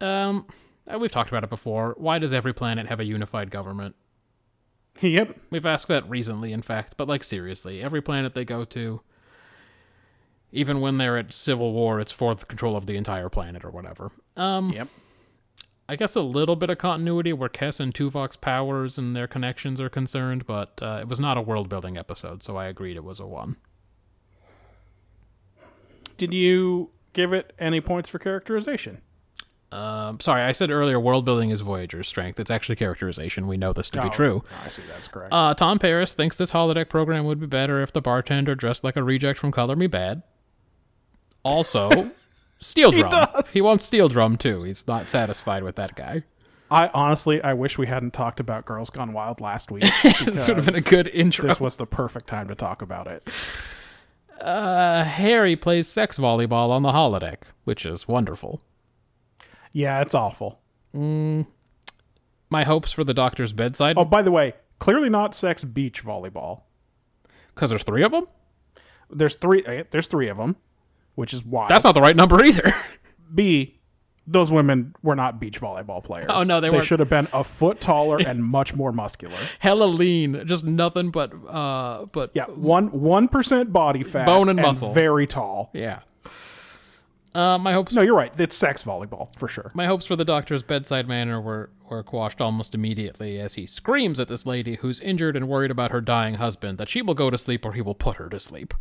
Um, uh, we've talked about it before. Why does every planet have a unified government? yep. We've asked that recently, in fact, but like seriously, every planet they go to, even when they're at civil war, it's for the control of the entire planet or whatever. Um, Yep. I guess a little bit of continuity where Kess and Tuvok's powers and their connections are concerned, but uh, it was not a world building episode, so I agreed it was a one. Did you give it any points for characterization? Um, sorry, I said earlier world building is Voyager's strength. It's actually characterization. We know this to be Oh, true. I see. That's correct. Uh, Tom Paris thinks this holodeck program would be better if the bartender dressed like a reject from Color Me Bad. Also, Steel Drum. He wants Steel Drum too. He's not satisfied with that guy. I honestly, I wish we hadn't talked about Girls Gone Wild last week. This would have been a because good intro. This was the perfect time to talk about it. Uh, Harry plays sex volleyball on the holodeck, which is wonderful. Yeah, it's awful. My hopes for the doctor's bedside, Oh, by the way, clearly not sex beach volleyball. because there's three of them. There's three. eh, There's three of them, which is wild. That's not the right number either. B. Those women were not beach volleyball players. Oh, no, they they weren't. should have been a foot taller and much more muscular. Hella lean, just nothing but uh, but Yeah, one one percent body fat, Bone and muscle. very tall. yeah. Uh, my hopes No, you're right. It's sex volleyball for sure. My hopes for the doctor's bedside manner were, were quashed almost immediately as he screams at this lady who's injured and worried about her dying husband that she will go to sleep or he will put her to sleep.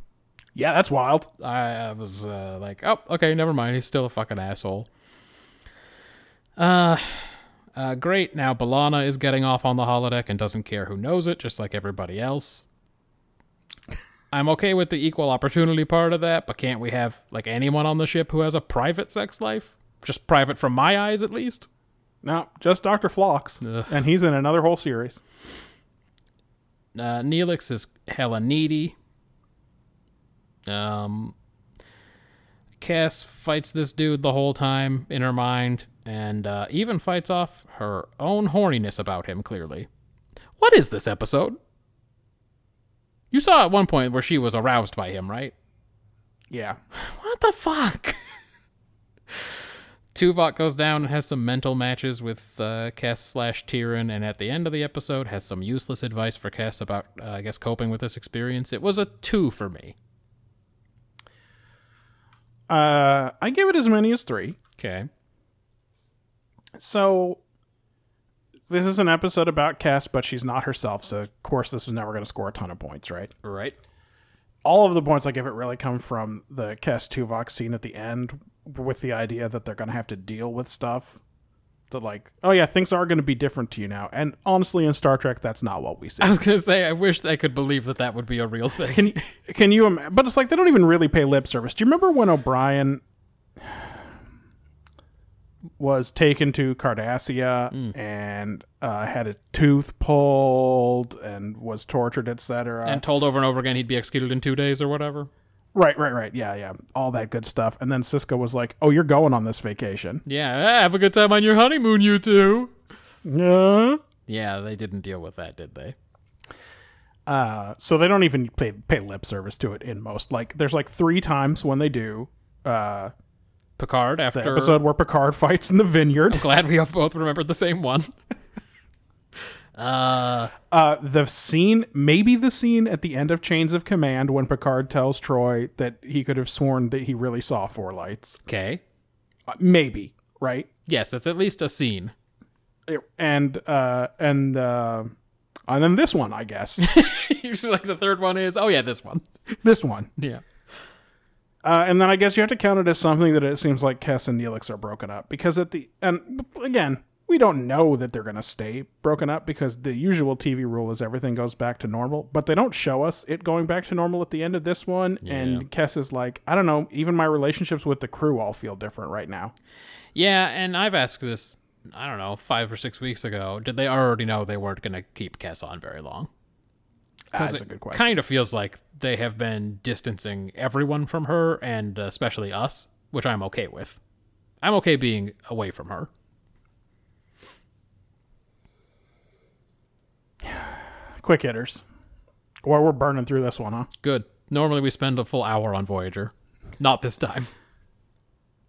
Yeah, that's wild. I was uh, like, oh, okay, never mind. He's still a fucking asshole. Uh, uh, great. Now Balana is getting off on the holodeck and doesn't care who knows it, just like everybody else. I'm okay with the equal opportunity part of that, but can't we have like anyone on the ship who has a private sex life? Just private from my eyes, at least. No, just Doctor Flox, Ugh. and he's in another whole series. Uh, Neelix is hella needy. Um, Cass fights this dude the whole time in her mind, and uh, even fights off her own horniness about him. Clearly, what is this episode? You saw at one point where she was aroused by him, right? Yeah, What the fuck? Tuvok goes down and has some mental matches with uh, Kess slash Tyrion, and at the end of the episode has some useless advice for Kess about, uh, I guess, coping with this experience. It was a two for me. uh, I give it as many as three. Okay. So this is an episode about Cass, but she's not herself. So of course, this was never going to score a ton of points, right? Right. All of the points I give it really come from the Cass Tuvok scene at the end, with the idea that they're going to have to deal with stuff. That like, oh yeah, things are going to be different to you now. And honestly, in Star Trek, that's not what we see. I was gonna say I wish I could believe that that would be a real thing. Can you, can you? ima- But it's like they don't even really pay lip service. Do you remember when O'Brien was taken to Cardassia and uh, had a tooth pulled and was tortured, etc. and told over and over again he'd be executed in two days or whatever. right, right, right. Yeah, yeah. All that good stuff. And then Cisco was like, "Oh, you're going on this vacation." Yeah, ah, have a good time on your honeymoon, you two. Yeah. Yeah, they didn't deal with that, did they? Uh, so they don't even pay, pay lip service to it in most. Like, there's like three times when they do. Uh, Picard the after episode where Picard fights in the vineyard. Glad we both remembered the same one. Uh, uh, the scene, maybe the scene at the end of Chains of Command when Picard tells Troy that he could have sworn that he really saw four lights. okay. Uh, maybe, right? Yes, it's at least a scene. It- and uh, and uh, and then this one, I guess. Usually, like the third one is, oh yeah, this one. this one, Yeah. uh, and then I guess you have to count it as something that it seems like Kess and Neelix are broken up because at the and again. We don't know that they're going to stay broken up because the usual TV rule is everything goes back to normal, but they don't show us it going back to normal at the end of this one. And Kess is like, I don't know, even my relationships with the crew all feel different right now. Yeah, and I've asked this, I don't know, five or six weeks ago. Did they already know they weren't going to keep Kess on very long? That's Because a good it question. Kind of feels like they have been distancing everyone from her and uh, especially us, which I'm okay with. I'm okay being away from her. Quick hitters. Well, we're burning through this one, huh? Good. Normally we spend a full hour on Voyager. Not this time.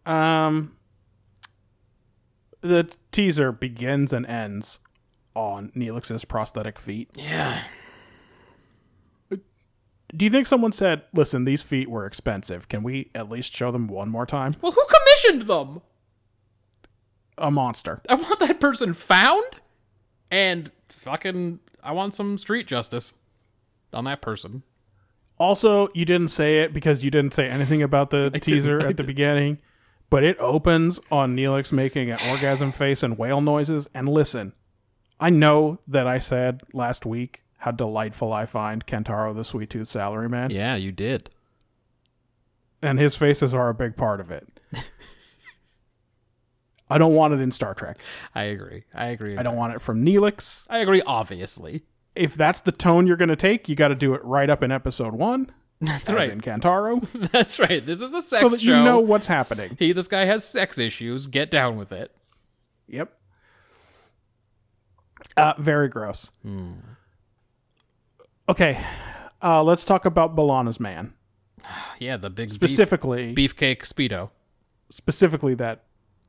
Um, the teaser begins and ends on Neelix's prosthetic feet. Yeah. Do you think someone said, "Listen, these feet were expensive. Can we at least show them one more time?" Well, who commissioned them? A monster. I want that person found and fucking I want some street justice on that person. Also, you didn't say it because you didn't say anything about the teaser I at the beginning, but it opens on Neelix making an orgasm face and whale noises. And listen, I know that I said last week how delightful I find Kentaro the Sweet Tooth Salaryman, Yeah, you did. and his faces are a big part of it. I don't want it in Star Trek. I agree. I agree. I don't want it from Neelix. I agree obviously. If that's the tone you're going to take, you got to do it right up in episode one, That's as right. in Kantaro, That's right. This is a sex so that show. you know what's happening. He, this guy has sex issues. Get down with it. Yep. Uh, very gross. Okay, uh, let's talk about Balana's man Yeah, the big Specific- specifically, beef, beefcake speedo. specifically that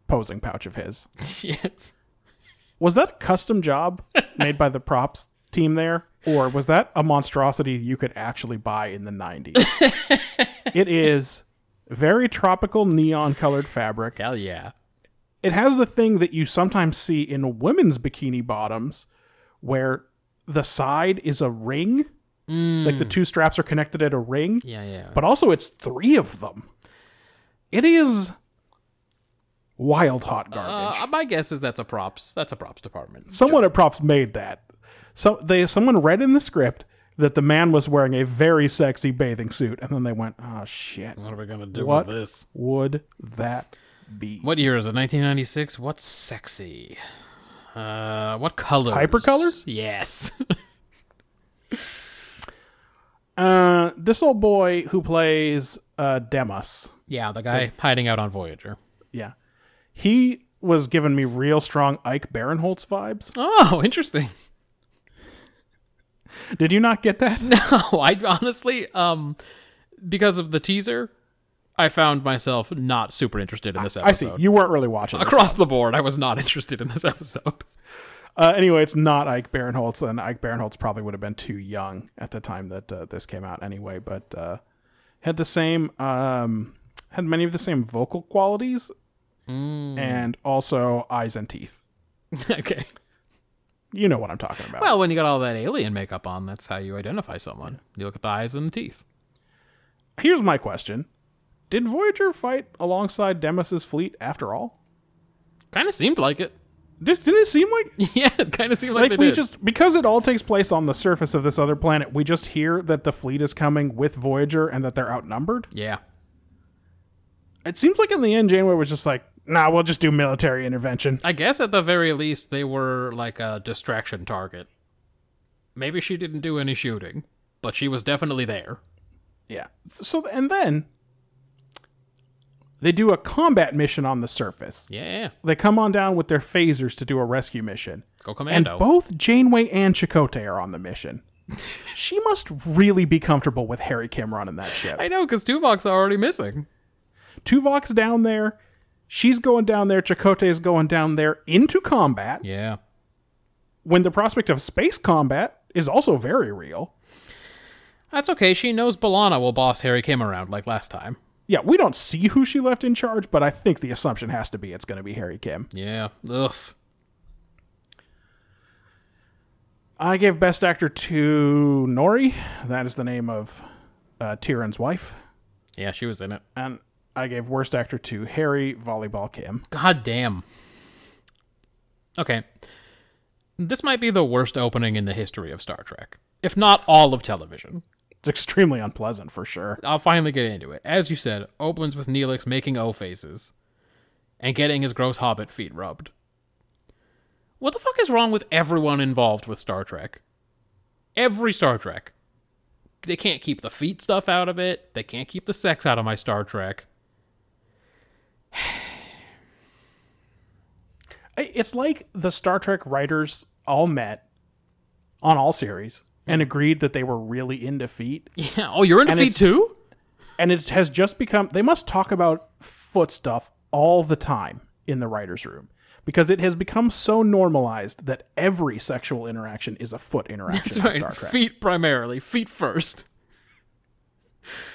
posing pouch of his. yes. Was that a custom job made by the props team there, or was that a monstrosity you could actually buy in the '90s? it is very tropical neon colored fabric. Hell yeah. it has the thing that you sometimes see in women's bikini bottoms where the side is a ring like the two straps are connected at a ring Mm. Yeah, yeah. but also it's three of them it is wild hot garbage uh, my guess is that's a props. That's a props department. someone at props made that so they someone read in the script that the man was wearing a very sexy bathing suit and then they went oh shit What are we gonna do What? with this? would that be What year is it? 1996. What's sexy? Uh, what color? Hypercolor? Yes. uh this old boy who plays uh demas yeah, the guy hiding out on Voyager. Yeah. He was giving me real strong Ike Barinholtz vibes. Oh, interesting. Did you not get that? No, I honestly, um, because of the teaser, I found myself not super interested in this I see. episode. You weren't really watching. this. Across the board, I was not interested in this episode. Uh, anyway, it's not Ike Barinholtz, and Ike Barinholtz probably would have been too young at the time that uh, this came out anyway, but uh, had the same, um, had many of the same vocal qualities Mm. and also eyes and teeth. okay. You know what I'm talking about. Well, when you got all that alien makeup on, that's how you identify someone. You look at the eyes and the teeth. Here's my question Did Voyager fight alongside Demas's fleet after all? Kind of seemed like it. Did, didn't it seem like yeah, it kind of seemed like, like they we did. just because it all takes place on the surface of this other planet we just hear that the fleet is coming with voyager and that they're outnumbered yeah. it seems like in the end janeway was just like nah we'll just do military intervention I guess at the very least, they were like a distraction target. Maybe she didn't do any shooting, but she was definitely there. yeah so and then they do a combat mission on the surface Yeah. they come on down with their phasers to do a rescue mission Go and commando. both janeway and chakotay are on the mission she must really be comfortable with harry kim running that ship I know, because Tuvok's already missing. Tuvok's down there. She's going down there. Chakotay is going down there into combat Yeah. when the prospect of space combat is also very real. That's okay. She knows Balana will boss Harry Kim around like last time. Yeah, we don't see who she left in charge, but I think the assumption has to be it's going to be Harry Kim. Yeah. Ugh. I gave Best Actor to Nori. That is the name of uh, Tyrion's wife. Yeah, she was in it. And I gave Worst Actor to Harry Volleyball Kim. God damn. Okay. This might be the worst opening in the history of Star Trek, if not all of television. It's extremely unpleasant for sure. I'll finally get into it. As you said, opens with Neelix making O faces and getting his gross hobbit feet rubbed. What the fuck is wrong with everyone involved with Star Trek? Every Star Trek. They can't keep the feet stuff out of it. They can't keep the sex out of my Star Trek. I- It's like the Star Trek writers all met on all series and agreed that they were really into feet. Yeah. Oh, you're into And feet it's- too? And it has just become, they must talk about foot stuff all the time in the writer's room because it has become so normalized that every sexual interaction is a foot That's interaction on Star right. Trek. Feet primarily. Feet first.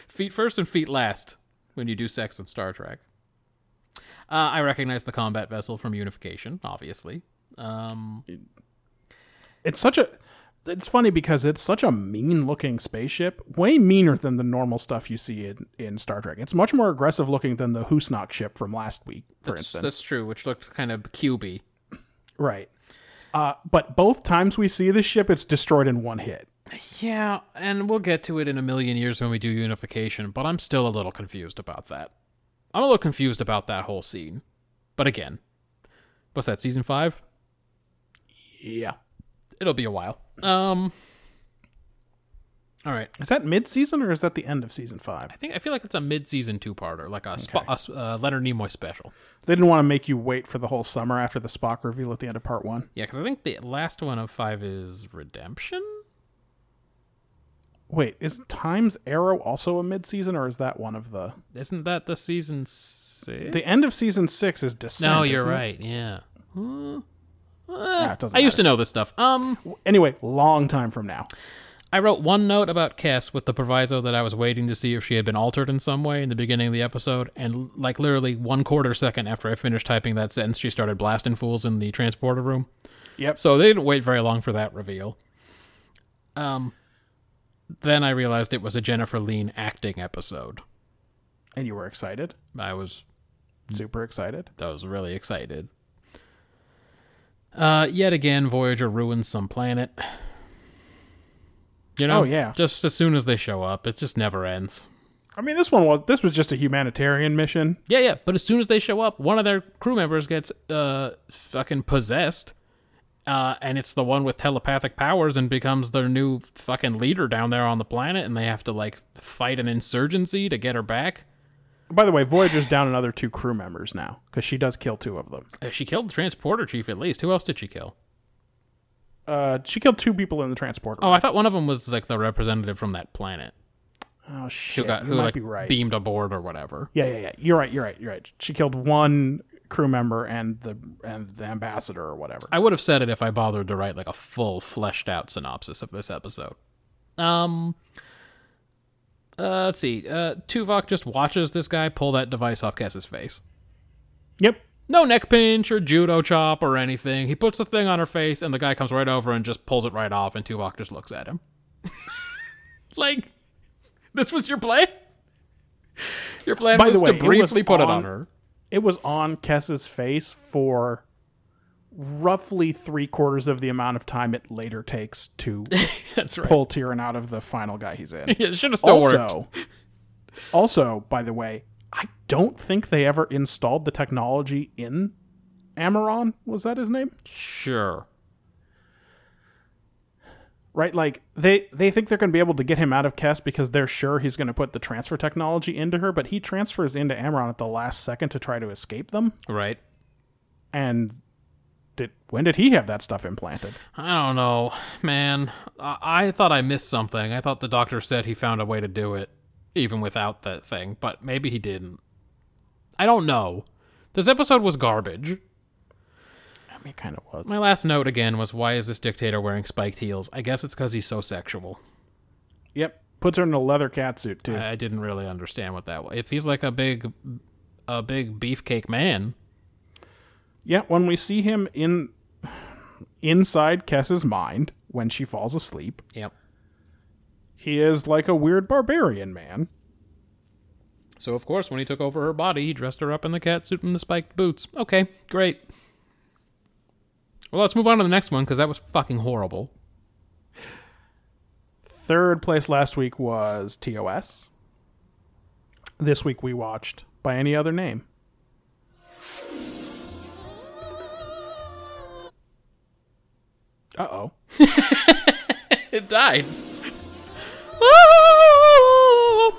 Feet first and feet last when you do sex in Star Trek. Uh, I recognize the combat vessel from Unification, obviously. Um, It's such a, it's funny because it's such a mean looking spaceship, way meaner than the normal stuff you see in, in Star Trek. It's much more aggressive looking than the Husnock ship from last week, for that's, instance. that's true, which looked kind of cubey. Right. Uh, but both times we see this ship, it's destroyed in one hit. Yeah, and we'll get to it in a million years when we do unification, but I'm still a little confused about that. I'm a little confused about that whole scene. But again, what's that, season five? Yeah. It'll be a while. Um All right. Is that mid season or is that the end of season five? I think I feel like it's a mid-season two-parter, like a, sp- a s- uh, Leonard Nimoy special. They didn't want to make you wait for the whole summer after the Spock reveal at the end of part one. Yeah, because I think the last one of five is Redemption. Wait, is Time's Arrow also a mid season or is that one of the. Isn't that the season six? The end of season six is Descent. no, you're isn't it? right. Yeah. Huh. Yeah, it doesn't I used to matter. know this stuff. Um. Anyway, long time from now. I wrote one note about Cass with the proviso that I was waiting to see if she had been altered in some way in the beginning of the episode, and like literally one quarter second after I finished typing that sentence, she started blasting fools in the transporter room. Yep. So they didn't wait very long for that reveal. Um, then I realized it was a Jennifer Lean acting episode. And you were excited? I was Super excited? I was really excited. Uh, yet again, Voyager ruins some planet. You know, Oh, yeah. Just as soon as they show up, it just never ends. I mean, this one was. This was just a humanitarian mission. Yeah, yeah. But as soon as they show up, one of their crew members gets uh fucking possessed, uh, and it's the one with telepathic powers and becomes their new fucking leader down there on the planet, and they have to like fight an insurgency to get her back. By the way, Voyager's down another two crew members now because she does kill two of them. Uh, She killed the transporter chief at least. Who else did she kill? Uh, she killed two people in the transporter. Oh, I thought one of them was like the representative from that planet Oh who shit! got you who might like be right. beamed aboard or whatever. yeah, yeah, yeah. You're right. You're right. You're right. She killed one crew member and the and the ambassador or whatever. I would have said it if I bothered to write like a full fleshed out synopsis of this episode. Um uh, let's see. Uh Tuvok just watches this guy pull that device off Kess's face. yep. No neck pinch or judo chop or anything. He puts the thing on her face and the guy comes right over and just pulls it right off and Tuvok just looks at him. like this was your plan? Your plan By the was way, it was to briefly put it on on- her. It was on Kess's face for roughly three quarters of the amount of time it later takes to That's right. pull Tyrion out of the final guy he's in. Yeah, it should have still worked. also, also, by the way, I don't think they ever installed the technology in Amaron. Was that his name? Sure. right like they they think they're going to be able to get him out of Kess because they're sure he's going to put the transfer technology into her but he transfers into Amron at the last second to try to escape them Right. and did when did he have that stuff implanted I don't know, man. I, I thought I missed something. I thought the doctor said he found a way to do it, even without that thing, but maybe he didn't. I don't know. This episode was garbage. I mean kind of was My last note again was why is this dictator wearing spiked heels? I guess it's because he's so sexual. yep puts her in a leather cat suit too I I didn't really understand what that was. If he's like a big, a big beefcake man, yeah when we see him in inside Kess's mind when she falls asleep yep. he is like a weird barbarian man So of course, when he took over her body, he dressed her up in the cat suit and the spiked boots. Okay, great. Well, let's move on to the next one because that was fucking horrible. Third place last week was TOS. This week we watched by any other name. Uh oh. It died. Oh!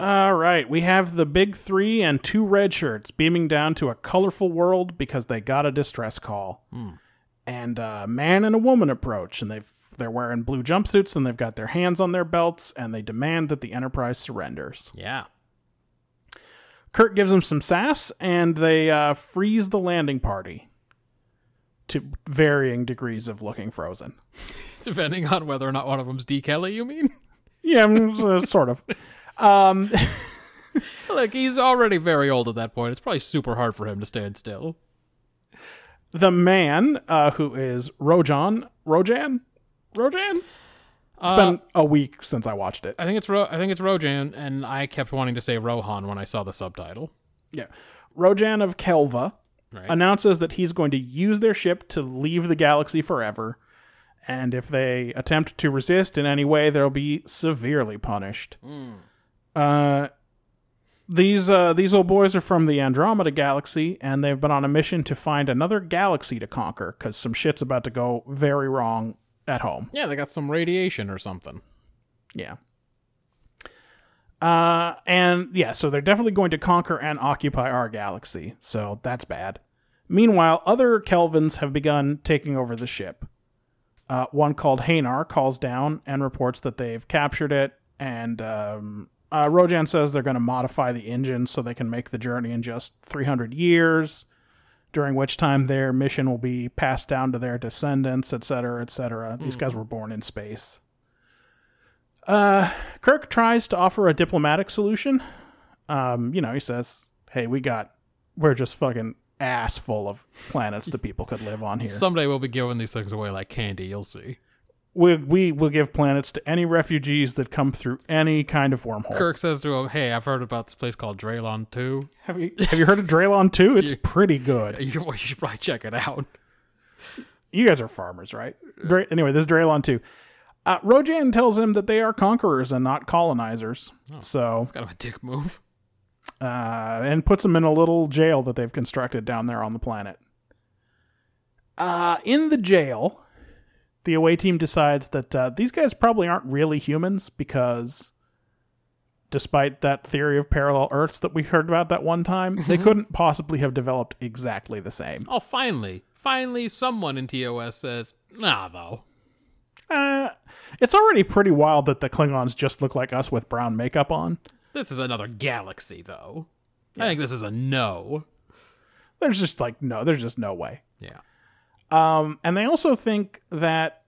All right, we have the big three and two red shirts beaming down to a colorful world because they got a distress call. And a man and a woman approach, and they've they're wearing blue jumpsuits and they've got their hands on their belts, and they demand that the Enterprise surrenders. Yeah. Kirk gives them some sass, and they uh, freeze the landing party to varying degrees of looking frozen. Depending on whether or not one of them's D. Kelly, you mean? Yeah, mm, so- sort of. Look, he's already very old at that point. It's probably super hard for him to stand still. The man uh, who is Rojan, Rojan, Rojan. It's been a week since I watched it. I think it's Ro- I think it's Rojan, and I kept wanting to say Rohan when I saw the subtitle. Yeah. Rojan of Kelva Right. announces that he's going to use their ship to leave the galaxy forever. And if they attempt to resist in any way, they'll be severely punished. Uh, these uh, these old boys are from the Andromeda galaxy, and they've been on a mission to find another galaxy to conquer because some shit's about to go very wrong at home. Yeah, they got some radiation or something. Yeah. Uh, and yeah, so they're definitely going to conquer and occupy our galaxy. So that's bad. Meanwhile, other Kelvins have begun taking over the ship. Uh, one called Hanar calls down and reports that they've captured it. And um, uh, Rojan says they're going to modify the engines so they can make the journey in just 300 years, during which time their mission will be passed down to their descendants, etc., etc. These guys were born in space. Uh, Kirk tries to offer a diplomatic solution. Um, you know, he says, "Hey, we got, we're just fucking ass full of planets that people could live on here. Someday we'll be giving these things away like candy. You'll see. we we will give planets to any refugees that come through any kind of wormhole." Kirk says to him, "Hey, I've heard about this place called Draylon Two. have you have you heard of Draylon Two? It's You- pretty good. You, you should probably check it out." You guys are farmers, right? Dra- anyway, this is Draylon Two. Uh, Rojan tells him that they are conquerors and not colonizers. So Kind of a dick move. uh, and puts them in a little jail that they've constructed down there on the planet. Uh, in the jail, the away team decides that uh, these guys probably aren't really humans because, despite that theory of parallel Earths that we heard about that one time, they couldn't possibly have developed exactly the same. Oh, finally, finally, someone in TOS says, "Nah, though." Uh, it's already pretty wild that the Klingons just look like us with brown makeup on. This is another galaxy, though. I think this is a no. There's just like, no, there's just no way. Yeah. Um, and they also think that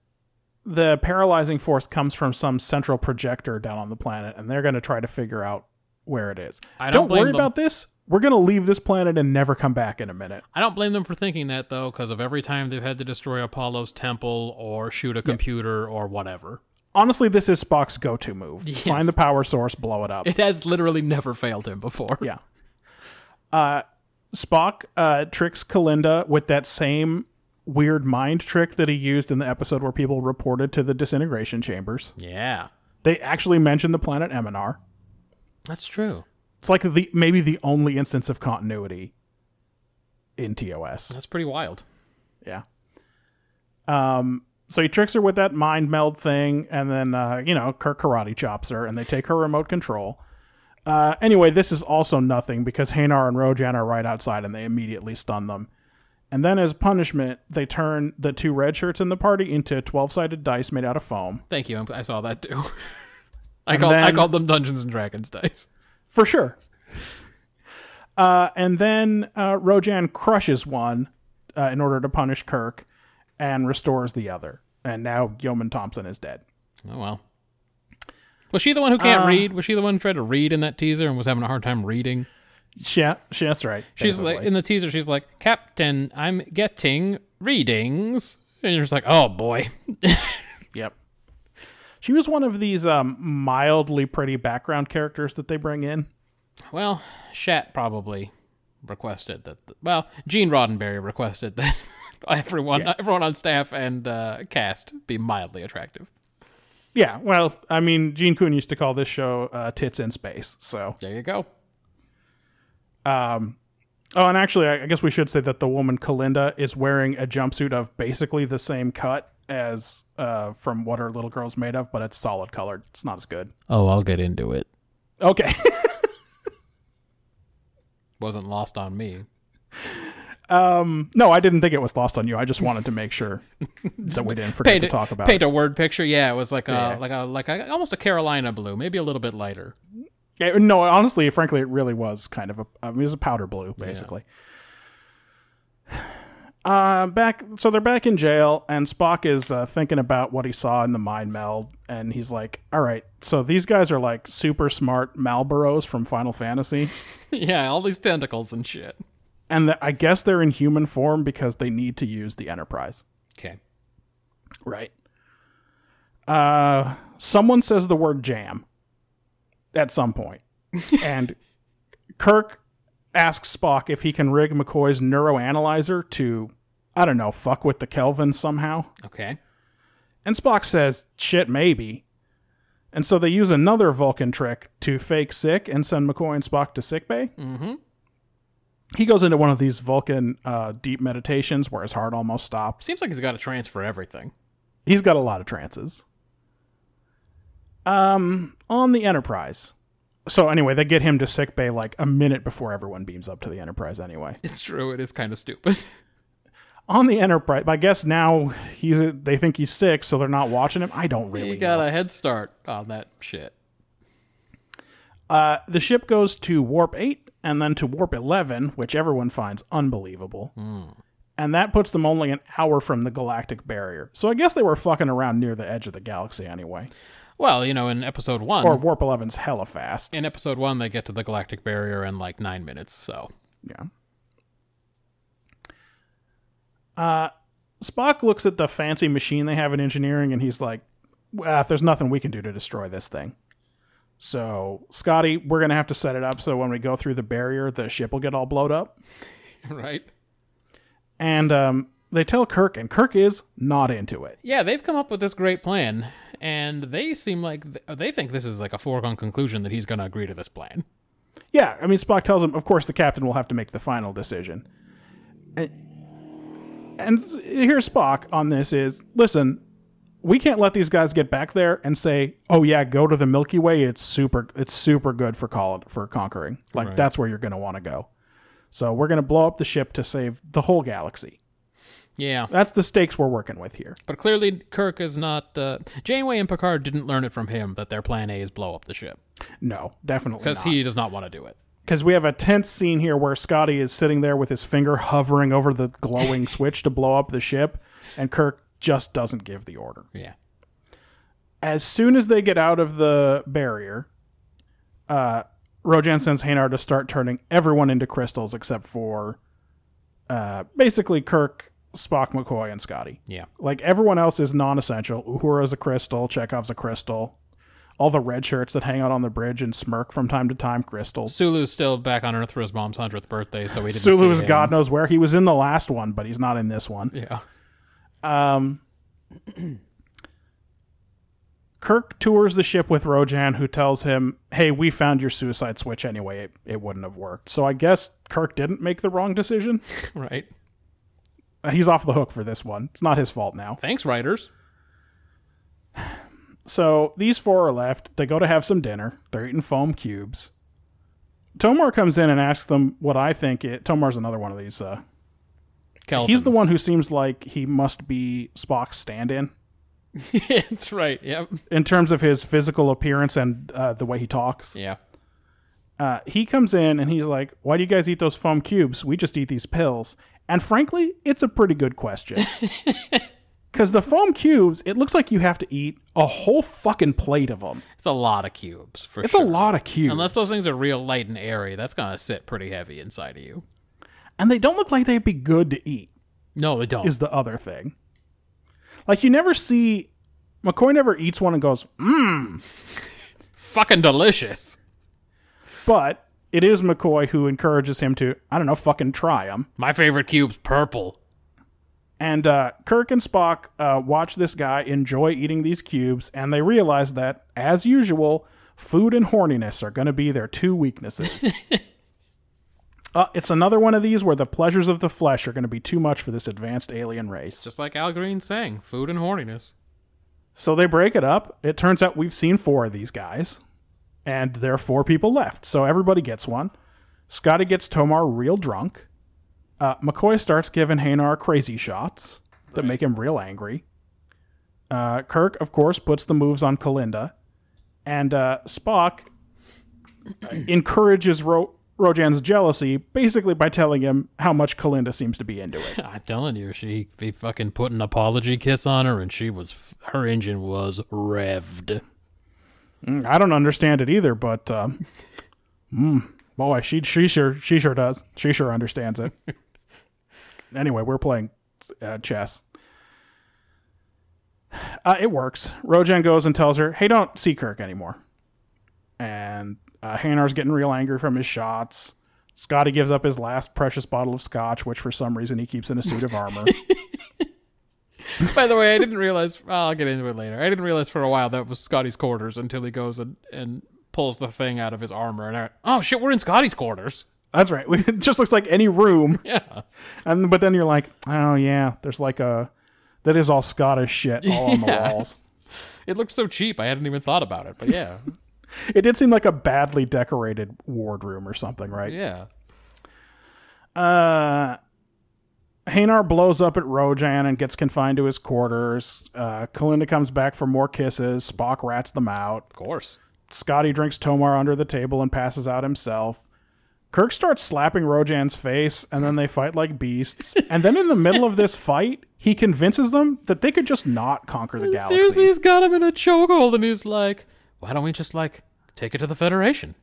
the paralyzing force comes from some central projector down on the planet, and they're going to try to figure out where it is. I don't blame worry them. about this. We're going to leave this planet and never come back in a minute. I don't blame them for thinking that, though, because of every time they've had to destroy Apollo's temple or shoot a computer or whatever. Honestly, this is Spock's go-to move: Yes. find the power source, blow it up. It has literally never failed him before. yeah. Uh, Spock uh, tricks Kalinda with that same weird mind trick that he used in the episode where people reported to the disintegration chambers. Yeah. They actually mentioned the planet Eminar. That's true. It's like the maybe the only instance of continuity in TOS. That's pretty wild. Yeah. Um. So he tricks her with that mind meld thing, and then uh, you know Kirk karate chops her, and they take her remote control. Uh, anyway, this is also nothing because Hanar and Rojan are right outside, and they immediately stun them. And then, as punishment, they turn the two red shirts in the party into twelve-sided dice made out of foam. Thank you. I'm- I saw that too. I called, I then- called them Dungeons and Dragons dice. for sure. Uh, and then uh, Rojan crushes one uh, in order to punish Kirk and restores the other. And now Yeoman Thompson is dead. Oh, well. Was she the one who can't read? Was she the one who tried to read in that teaser and was having a hard time reading? Yeah, she, that's right. She's basically. like in the teaser. She's like, "Captain, I'm getting readings," and you're just like, "Oh boy." yep. She was one of these um, mildly pretty background characters that they bring in. Well, Shat probably requested that. well, Gene Roddenberry requested that everyone, everyone on staff and uh, cast be mildly attractive. Yeah, well, I mean, Gene Kuhn used to call this show uh, "Tits in Space." So, There you go. oh, and actually, I I guess we should say that the woman Kalinda is wearing a jumpsuit of basically the same cut as uh, from what her little girl's made of, but it's solid colored. It's not as good. Oh, I'll get into it. Okay. Wasn't lost on me. no, I didn't think it was lost on you. I just wanted to make sure that we didn't forget Paint to talk about paint it. a word picture. Yeah, it was like a like a like a, almost a Carolina blue, maybe a little bit lighter. Yeah, no, honestly, frankly, it really was kind of a. I mean, it was a powder blue, basically. Uh, back, so they're back in jail, and Spock is uh, thinking about what he saw in the mind meld, and he's like, "All right, so these guys are like super smart Malboros from Final Fantasy, yeah, all these tentacles and shit. and the, I guess they're in human form because they need to use the Enterprise." Okay. Right. Uh, someone says the word jam at some point, and Kirk asks Spock if he can rig McCoy's neuroanalyzer to, I don't know, fuck with the Kelvin somehow. Okay. And Spock says, shit, maybe. And so they use another Vulcan trick to fake sick and send McCoy and Spock to sickbay. Mm-hmm. He goes into one of these Vulcan uh, deep meditations where his heart almost stops Seems like he's got a trance for everything. he's got a lot of trances. Um, on the Enterprise. So anyway, they get him to sick bay like a minute before everyone beams up to the Enterprise. Anyway, It's true. It is kind of stupid. on the Enterprise, I guess now he's they think he's sick, so they're not watching him. I don't really. you got know. a head start on that shit. Uh, the ship goes to warp eight and then to warp eleven, which everyone finds unbelievable. And that puts them only an hour from the galactic barrier. So I guess they were fucking around near the edge of the galaxy anyway. Well, you know, in episode one, Or warp 11's hella fast. in episode one, they get to the galactic barrier in like nine minutes. So Yeah. Uh, Spock looks at the fancy machine they have in engineering and he's like, well, there's nothing we can do to destroy this thing. So, Scotty, we're going to have to set it up so when we go through the barrier, the ship will get all blowed up. right. And um, they tell Kirk, and Kirk is not into it. Yeah, they've come up with this great plan, and they seem like th- they think this is like a foregone conclusion that he's going to agree to this plan. Yeah, I mean, Spock tells him, of course, the captain will have to make the final decision. And, and here's Spock on this is, listen, we can't let these guys get back there and say, oh yeah, go to the Milky Way. It's super, it's super good for call for conquering. Like that's where you're going to want to go. So we're going to blow up the ship to save the whole galaxy. Yeah, That's the stakes we're working with here. but clearly Kirk is not. Uh, Janeway and Picard didn't learn it from him that their plan A is blow up the ship No, definitely because not. he does not want to do it. because we have a tense scene here where Scotty is sitting there with his finger hovering over the glowing switch to blow up the ship, and Kirk just doesn't give the order. Yeah, As soon as they get out of the barrier, uh, Rojan sends Hanar to start turning everyone into crystals except for uh, basically Kirk, Spock, McCoy, and Scotty. yeah. Like everyone else is non essential. Uhura's a crystal, Chekhov's a crystal. All the red shirts that hang out on the bridge and smirk from time to time, crystals. Sulu's still back on Earth for his mom's hundredth birthday, so we didn't. Sulu is see him. God knows where. He was in the last one, but he's not in this one. Um, Yeah. Kirk tours the ship with Rojan, who tells him, Hey, we found your suicide switch anyway. It, it wouldn't have worked. So I guess Kirk didn't make the wrong decision. Right. Uh, He's off the hook for this one. It's not his fault now. Thanks, writers. So these four are left. They go to have some dinner. They're eating foam cubes. Tomar comes in and asks them what I think it. Tomar's another one of these. Uh, he's the Kelvins. one who seems like he must be Spock's stand in That's right. Yep. in terms of his physical appearance and uh, the way he talks. Yeah. uh, he comes in and he's like, "Why do you guys eat those foam cubes? We just eat these pills." And frankly, it's a pretty good question. Because the foam cubes, it looks like you have to eat a whole fucking plate of them. It's a lot of cubes for It's sure. a lot of cubes. Unless those things are real light and airy, that's gonna sit pretty heavy inside of you. and they don't look like they'd be good to eat, No, they don't. is the other thing. Like, you never see. McCoy never eats one and goes, mm, Fucking delicious. but it is McCoy who encourages him to, I don't know, fucking try them. My favorite cube's purple. And uh, Kirk and Spock uh, watch this guy enjoy eating these cubes, and they realize that, as usual, food and horniness are going to be their two weaknesses. uh, it's another one of these where the pleasures of the flesh are going to be too much for this advanced alien race. Just like Al Green sang, food and horniness. So they break it up. It turns out we've seen four of these guys, and there are four people left. So everybody gets one. Scotty gets Tomar real drunk. Uh, McCoy starts giving Hanar crazy shots that make him real angry. Uh, Kirk, of course, puts the moves on Kalinda, and uh, Spock encourages Ro- Rojan's jealousy basically by telling him how much Kalinda seems to be into it. I'm telling you, she he fucking put an apology kiss on her, and she was f- her engine was revved. I don't understand it either, but um, mm, boy, she she sure she sure does. She sure understands it. anyway, we're playing uh, chess. Uh, it works. Rojan goes and tells her, "Hey, don't see Kirk anymore." And uh, Hanar's getting real angry from his shots. Scotty gives up his last precious bottle of scotch, which for some reason he keeps in a suit of armor. By the way, I didn't realize. I'll get into it later. I didn't realize for a while that was Scotty's quarters until he goes and, and pulls the thing out of his armor, and I, oh shit, we're in Scotty's quarters. That's right. It just looks like any room. Yeah, And but then you're like, oh yeah, there's like a that is all Scottish shit all on the walls. it looked so cheap. I hadn't even thought about it, but yeah, It did seem like a badly decorated ward room or something, right? yeah. Uh Hanar blows up at Rojan and gets confined to his quarters. Uh, Kalinda comes back for more kisses. Spock rats them out. Of course. Scotty drinks Tomar under the table and passes out himself. Kirk starts slapping Rojan's face, and then they fight like beasts. And then in the middle of this fight, he convinces them that they could just not conquer the galaxy. Seriously, he's got him in a chokehold, and he's like, "Why don't we just like take it to the Federation?"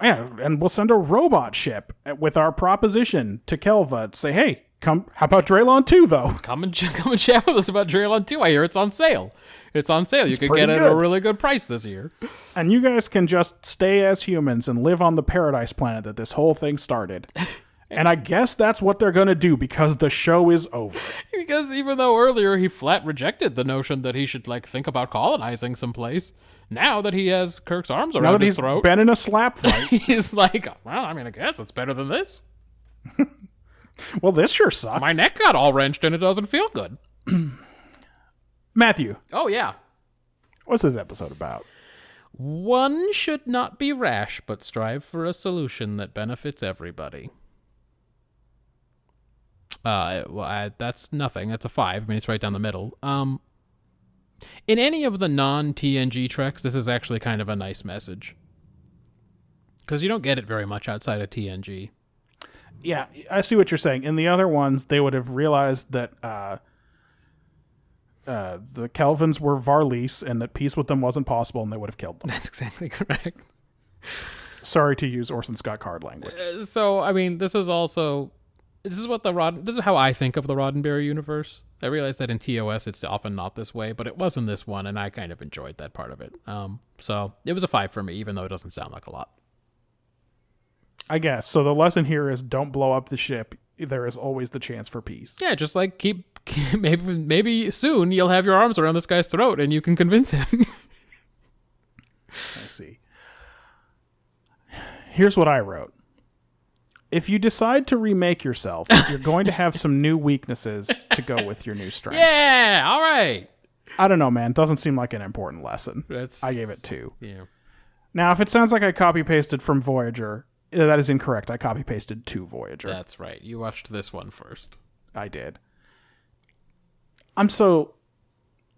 Yeah, and we'll send a robot ship with our proposition to Kelva to say, hey, come. How about Draylon too, though? Come and ch- come and chat with us about Dreylon 2. I hear it's on sale. It's on sale. You can pretty get it at a good. really good price this year. And you guys can just stay as humans and live on the paradise planet that this whole thing started. and I guess that's what they're gonna do because the show is over. Because even though earlier he flat rejected the notion that he should like think about colonizing someplace, now that he has Kirk's arms Now around that his he's throat, been in a slap fight, he's like, "Well, I mean, I guess it's better than this." well, this sure sucks. My neck got all wrenched and it doesn't feel good. Matthew, Oh yeah. what's this episode about? One should not be rash, but strive for a solution that benefits everybody. Uh, well, I, that's nothing. That's a five. I mean, it's right down the middle. Um, in any of the non TNG treks, this is actually kind of a nice message because you don't get it very much outside of TNG. yeah, I see what you're saying. In the other ones, they would have realized that uh, uh, the Calvins were Varlis and that peace with them wasn't possible, and they would have killed them. That's exactly correct. Sorry to use Orson Scott Card language. so I mean, this is also this is what the Rod. This is how I think of the Roddenberry universe. I realize that in TOS it's often not this way, but it was in this one, and I kind of enjoyed that part of it. Um, so it was a five for me, even though it doesn't sound like a lot. I guess. So the lesson here is don't blow up the ship. There is always the chance for peace. Yeah, just like keep maybe maybe soon you'll have your arms around this guy's throat and you can convince him. I see. Here's what I wrote. If you decide to remake yourself, you're going to have some new weaknesses to go with your new strength. yeah, all right. I don't know, man. Doesn't seem like an important lesson. That's I gave it two. yeah. Now, if it sounds like I copy pasted from Voyager, uh, that is incorrect. I copy pasted to Voyager. That's right. You watched this one first. I did. I'm so.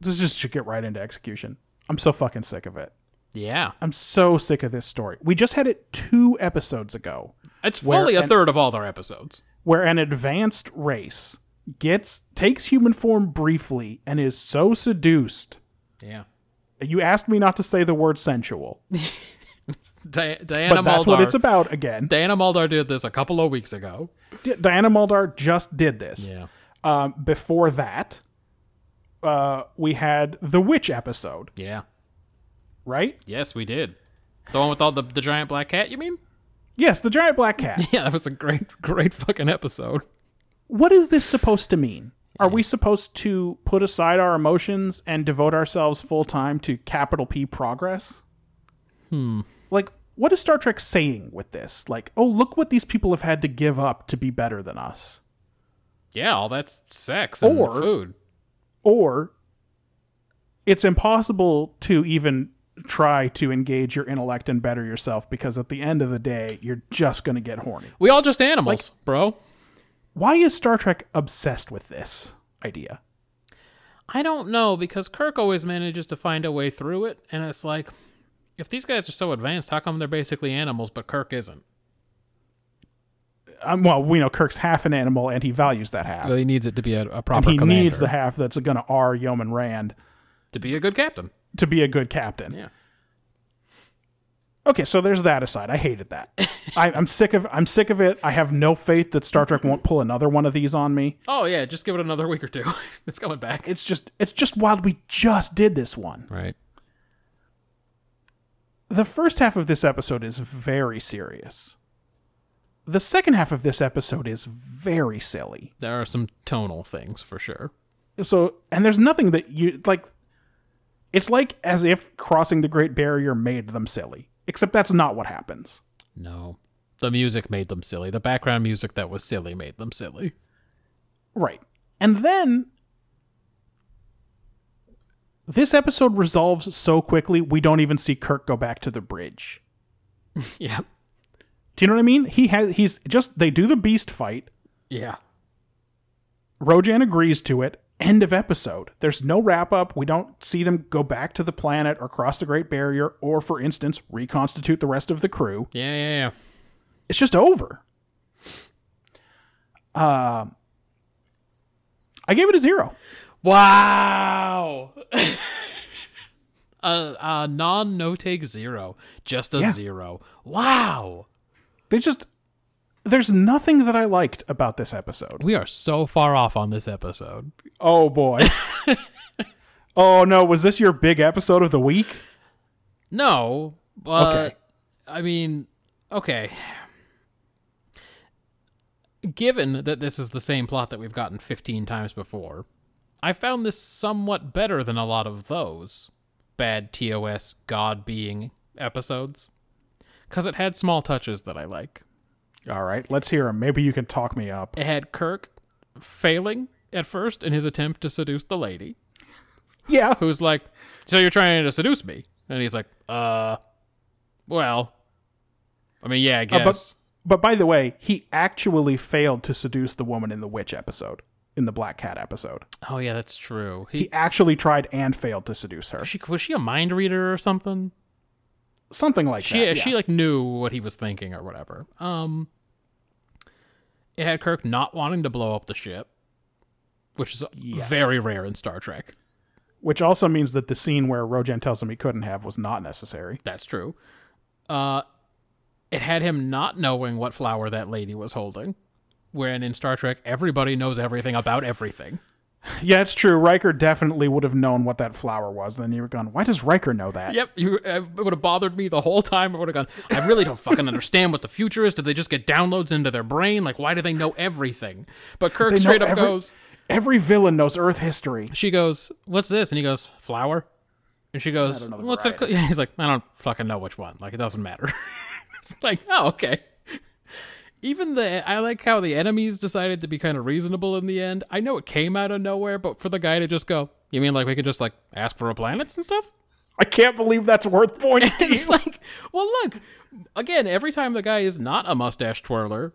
This just should get right into execution. I'm so fucking sick of it. Yeah, I'm so sick of this story. We just had it two episodes ago it's Where- fully a and- third of all their episodes. where an advanced race gets takes human form briefly and is so seduced. Yeah, You asked me not to say the word sensual, Di- but Diana that's what Muldar- it's about again. Diana Muldar did this a couple of weeks ago. Di- Diana Muldar just did this. Yeah. Um, before that, uh, we had the witch episode, Yeah. right? Yes, we did. The one with all the, the giant black cat, you mean? Yes, the giant black cat. Yeah, that was a great, great fucking episode. what is this supposed to mean? Are we supposed to put aside our emotions and devote ourselves full time to capital P progress? Hmm. Like, what is Star Trek saying with this? Like, oh, look what these people have had to give up to be better than us. Yeah, all that's sex and Or- food. Or it's impossible to even try to engage your intellect and better yourself because at the end of the day, you're just going to get horny. We all just animals, bro. Why is Star Trek obsessed with this idea? I don't know because Kirk always manages to find a way through it, and it's like, if these guys are so advanced, how come they're basically animals but Kirk isn't? Um, well, we know Kirk's half an animal and he values that half. Well, he needs it to be a, a and proper he commander needs the half that's going to R Yeoman Rand to be a good captain. to be a good captain. Yeah. Okay, so there's that aside. I hated that. I, I'm sick of I'm sick of it. I have no faith that Star Trek won't pull another one of these on me. Oh yeah, just give it another week or two. it's coming back. It's just it's just wild. We just did this one. Right. The first half of this episode is very serious. The second half of this episode is very silly. There are some tonal things for sure. so and there's nothing that you like it's like as if crossing the great barrier made them silly except that's not what happens No. The music made them silly. The background music that was silly made them silly. right and then this episode resolves so quickly we don't even see kirk go back to the bridge Yeah. do you know what i mean he has he's just they do the beast fight Yeah. rojan agrees to it end of episode there's no wrap up we don't see them go back to the planet or cross the great barrier or for instance reconstitute the rest of the crew Yeah, yeah, yeah. it's just over. Um, I gave it a zero. Wow. a, a non no take zero. Just a Yeah. zero. Wow. They just there's nothing that I liked about this episode. We are so far off on this episode. Oh boy. oh no, was this your big episode of the week? No, but Okay. I mean, okay. Given that this is the same plot that we've gotten 15 times before, I found this somewhat better than a lot of those bad TOS God being episodes because it had small touches that I like. All right, let's hear him. Maybe you can talk me up. It had Kirk failing at first in his attempt to seduce the lady, Yeah, who's like, "So you're trying to seduce me?" And he's like, "Uh, well, I mean, yeah, I Uh, but- guess." but by the way, he actually failed to seduce the woman in the witch episode, in the black cat episode. oh yeah, that's true. He, He actually tried and failed to seduce her. she was she a mind reader or something? Something like She that. yeah. she like knew what he was thinking or whatever. Um, it had Kirk not wanting to blow up the ship, which is very rare in Star Trek. Which also means that the scene where Rojan tells him he couldn't have was not necessary. That's true. Uh, it had him not knowing what flower that lady was holding, when in Star Trek everybody knows everything about everything. Yeah, it's true. Riker definitely would have known what that flower was. Then you were gone, why does Riker know that? Yep, you uh, it would have bothered me the whole time. I would have gone. I really don't fucking understand what the future is. Did they just get downloads into their brain? Like, why do they know everything? But Kirk They know straight up every- goes. Every villain knows Earth history. She goes, "What's this?" And he goes, "Flower." And she goes, know the "What's it?" co-" Yeah, he's like, "I don't fucking know which one. Like, it doesn't matter." it's like, oh, okay. Even the I like how the enemies decided to be kind of reasonable in the end. I know it came out of nowhere, but for the guy to just go, "You mean like we could just like ask for a planets and stuff?" I can't believe that's worth points to it's you. like, well, look, again, every time the guy is not a mustache twirler,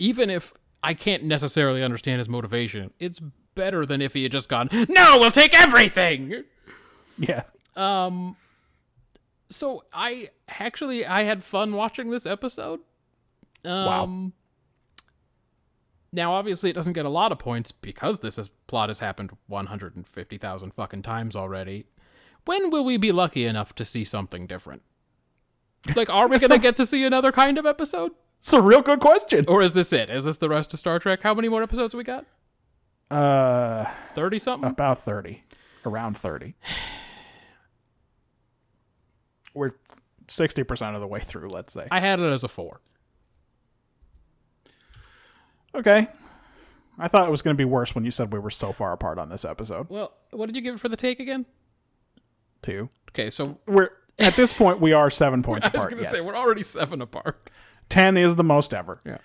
even if I can't necessarily understand his motivation, it's better than if he had just gone, no, we'll take everything. Yeah. So I actually, I had fun watching this episode. Um, Now, obviously, it doesn't get a lot of points because this is, plot has happened 150,000 fucking times already. When will we be lucky enough to see something different? Like, are we going to get to see another kind of episode? It's a real good question. Or is this it? Is this the rest of Star Trek? How many more episodes we got? Uh, 30 something? about 30. Around 30. We're 60% of the way through, let's say. I had it as a four. Okay. I thought it was going to be worse when you said we were so far apart on this episode. Well, what did you give it for the take again? Two. Okay, so We're at this point we are seven points I was apart. going to yes. say we're already seven apart. Ten is the most ever. Yeah.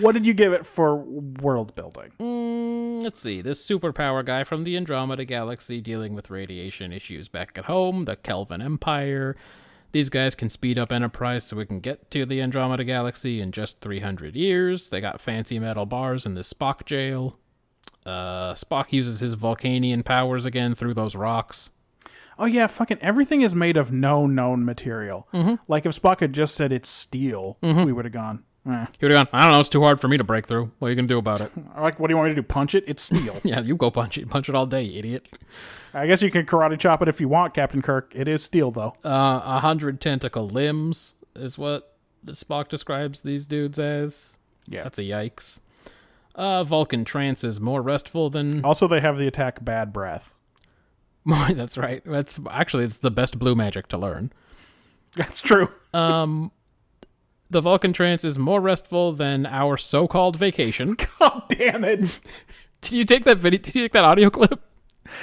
What did you give it for world building? Mm. Hmm, Let's see. This superpower guy from the Andromeda Galaxy dealing with radiation issues back at home, the Kelvin Empire. These guys can speed up Enterprise so we can get to the Andromeda Galaxy in just 300 years. They got fancy metal bars in the Spock jail. Uh, Spock uses his Vulcanian powers again through those rocks. Oh yeah, fucking everything is made of no known material. Mm-hmm. Like if Spock had just said it's steel, we would have gone. eh. He would have gone, I don't know, it's too hard for me to break through. What are you going to do about it? Like, what do you want me to do? Punch it? It's steel. yeah, you go punch it, punch it all day, you idiot. I guess you can karate chop it if you want, Captain Kirk. It is steel though. Uh, a hundred tentacle limbs is what Spock describes these dudes as. Yeah. That's a yikes. Uh, Vulcan trance is more restful than. Also, they have the attack bad breath. More, that's right. That's actually it's the best blue magic to learn. That's true. The Vulcan trance is more restful than our so-called vacation. God damn it! Did you take that video? Did you take that audio clip?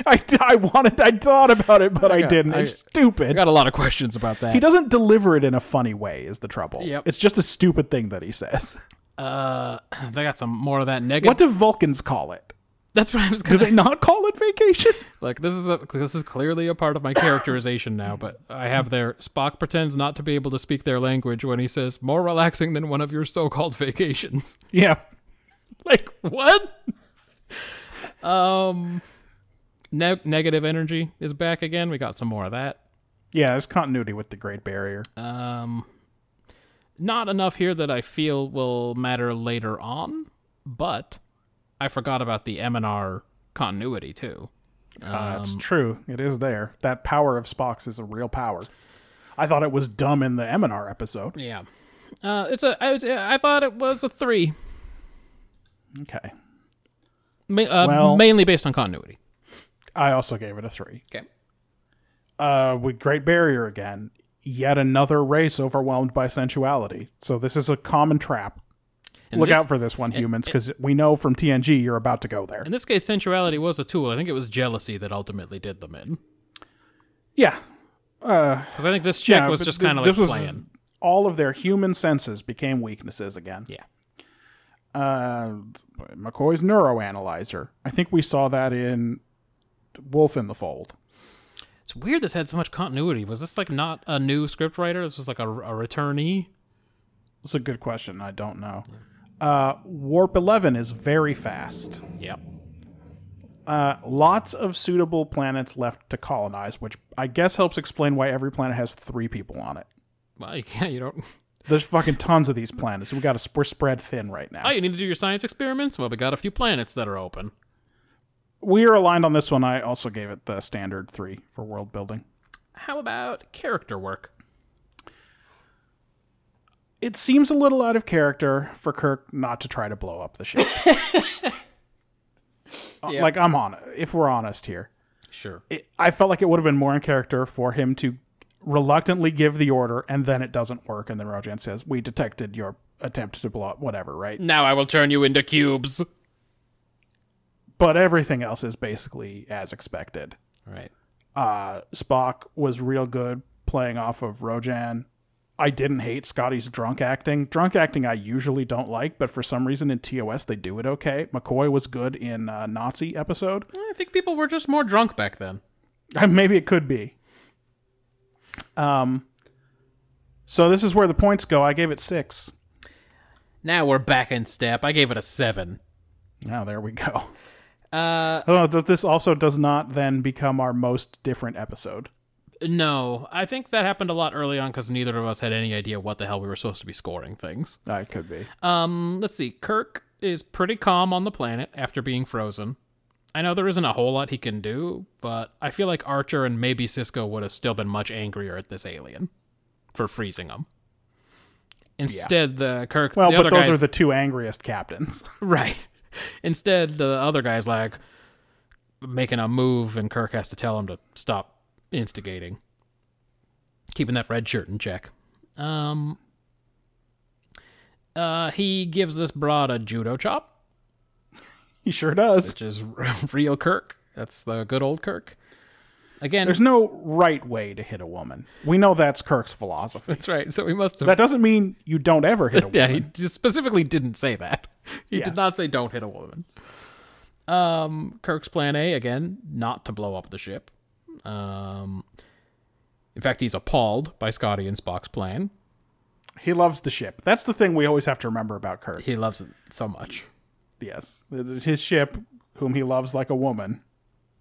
I, I wanted, I thought about it, but I, got- didn't. I- It's I stupid. got a lot of questions about that. he doesn't deliver it in a funny way. Is the trouble? Yep. It's just a stupid thing that he says. Uh, they got some more of that negative. What do Vulcans call it? That's what I was Do gonna. they not call it vacation? Like this is a this is clearly a part of my characterization now, but I have their Spock pretends not to be able to speak their language when he says more relaxing than one of your so-called vacations. Yeah. Like what? Um, ne- negative energy is back again. We got some more of that. Yeah, there's continuity with the Great Barrier. Um, not enough here that I feel will matter later on, but I forgot about the M and R continuity too. Uh, Um, it's true. It is there. That power of Spock's is a real power. I thought it was dumb in the Eminar episode. Yeah. Uh, it's a. I, was, I thought it was a three, Okay. ma- uh, Well- mainly based on continuity. I also gave it a three. Okay. Uh, with Great Barrier again, yet another race overwhelmed by sensuality. So this is a common trap. Look this- out for this one, humans, because we know from TNG you're about to go there. In this case, sensuality was a tool. I think it was jealousy that ultimately did them in. Yeah. Because I think this chick Yeah, was but just th- kind of like this was- playing. All of their human senses became weaknesses again. Yeah. uh, McCoy's neuroanalyzer. I think we saw that in Wolf in the Fold. It's weird this had so much continuity. Was this like not a new scriptwriter? This was like a, a returnee. It's a good question. I don't know. Uh, Warp 11 is very fast. Yep. Uh, lots of suitable planets left to colonize, which I guess helps explain why every planet has three people on it. Well, you can't. You don't. There's fucking tons of these planets. We got to we're spread thin right now. Oh, you need to do your science experiments. Well, we got a few planets that are open. we are aligned on this one. I also gave it the standard three for world building. How about character work? It seems a little out of character for Kirk not to try to blow up the ship. Uh, Yeah. Like I'm on if we're honest here. Sure. It, I felt like it would have been more in character for him to reluctantly give the order and then it doesn't work and then Rojan says, "We detected your attempt to blow up whatever, right?" Now I will turn you into cubes. But everything else is basically as expected. Right. Uh, Spock was real good playing off of Rojan. I didn't hate Scotty's drunk acting. Drunk acting I usually don't like, but for some reason in TOS they do it okay. McCoy was good in uh, Nazi episode. I think people were just more drunk back then. Uh, Maybe it could be. Um, so this is where the points go. I gave it six. Now we're back in step. I gave it a seven. Now there we go. Uh, Oh, th- this also does not then become our most different episode. no, I think that happened a lot early on because neither of us had any idea what the hell we were supposed to be scoring things. Uh, it could be. Um, let's see. Kirk is pretty calm on the planet after being frozen. I know there isn't a whole lot he can do, but I feel like Archer and maybe Cisco would have still been much angrier at this alien for freezing him. Instead, the Kirk. Well, the but other those guys, are the two angriest captains. Right. Instead, the other guy's like making a move, and Kirk has to tell him to stop instigating, keeping that red shirt in check. Um, uh, he gives this broad a judo chop. He sure does. which is real Kirk. That's the good old Kirk. Again, There's no right way to hit a woman. We know that's Kirk's philosophy. that's right. So we must have. That doesn't mean you don't ever hit a woman. yeah, he just specifically didn't say that. He Yeah. did not say don't hit a woman. Um, Kirk's plan A again, not to blow up the ship. Um, in fact, he's appalled by Scotty and Spock's plan. He loves the ship. That's the thing we always have to remember about Kirk. He loves it so much. Yes. His ship, whom he loves like a woman,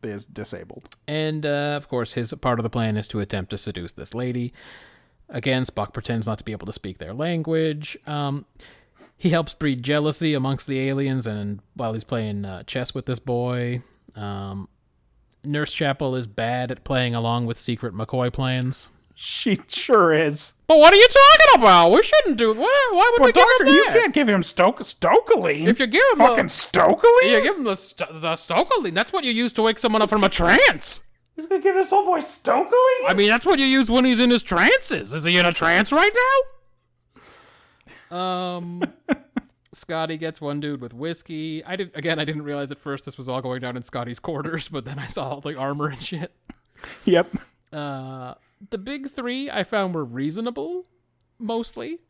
is disabled. And uh, of course, his part of the plan is to attempt to seduce this lady. Again, Spock pretends not to be able to speak their language. Um, he helps breed jealousy amongst the aliens, and while he's playing uh, chess with this boy, um, Nurse Chapel is bad at playing along with secret McCoy plans. She sure is. But what are you talking about? We shouldn't do. Why, why would we But give Doctor, him you that? can't give him Stoke Stokely. If you give him fucking a- Stokely, You give him the, st- the Stokely. That's what you use to wake someone up from a trance. he's gonna give this old boy Stokely. I mean, that's what you use when he's in his trances. Is he in a trance right now? Um, Scotty gets one dude with whiskey. I did again. I didn't realize at first this was all going down in Scotty's quarters, but then I saw all the armor and shit. yep. Uh, the big three I found were reasonable, mostly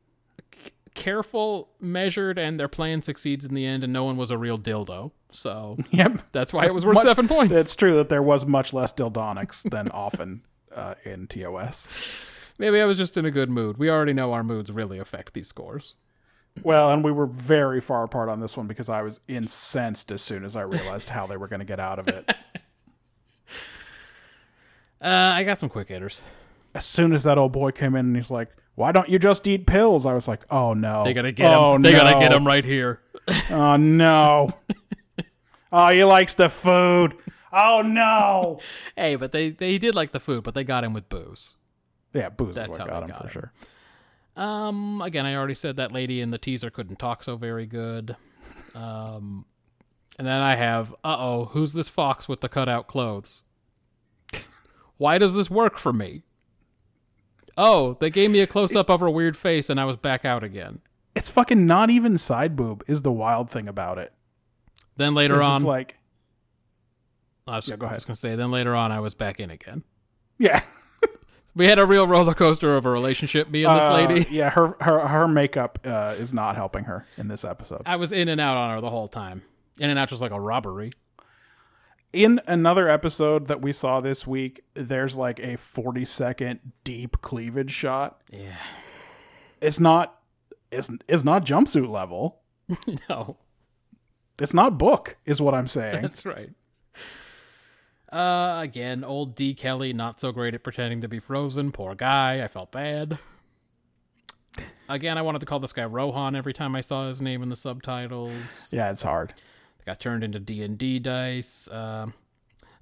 C- careful, measured, and their plan succeeds in the end. And no one was a real dildo, so Yep. that's why it was worth Mu- seven points. It's true that there was much less dildonics than often uh, in TOS. Maybe I was just in a good mood. We already know our moods really affect these scores. Well, and we were very far apart on this one because I was incensed as soon as I realized how they were going to get out of it. Uh, I got some quick hitters. As soon as that old boy came in and he's like, "Why don't you just eat pills?" I was like, "Oh no, They gotta get oh, him. They gotta get no. him right here. Oh no. oh, he likes the food. Oh no. Hey, but they they did like the food, but they got him with booze. Yeah, booze That's is how what got they him got for him. sure. Um, again, I already said that lady in the teaser couldn't talk so very good. Um, and then I have, uh oh, who's this fox with the cutout clothes? Why does this work for me? Oh, they gave me a close up of her weird face, and I was back out again. It's fucking not even side boob is the wild thing about it. Then later 'Cause on, It's like, I was, Yeah, go I ahead. was gonna say. Then later on, I was back in again. yeah. We had a real roller coaster of a relationship, me and this Uh, lady. yeah, her her her makeup uh, is not helping her in this episode. I was in and out on her the whole time. In and out just like a robbery. In another episode that we saw this week, there's like a 40 second deep cleavage shot. Yeah. It's not it's, it's not jumpsuit level. No, It's not book is what I'm saying. that's right. Uh, again, old D. Kelly, not so great at pretending to be frozen. Poor guy. I felt bad. Again, I wanted to call this guy Rohan every time I saw his name in the subtitles. yeah, it's hard. Got turned into D and D dice. Um,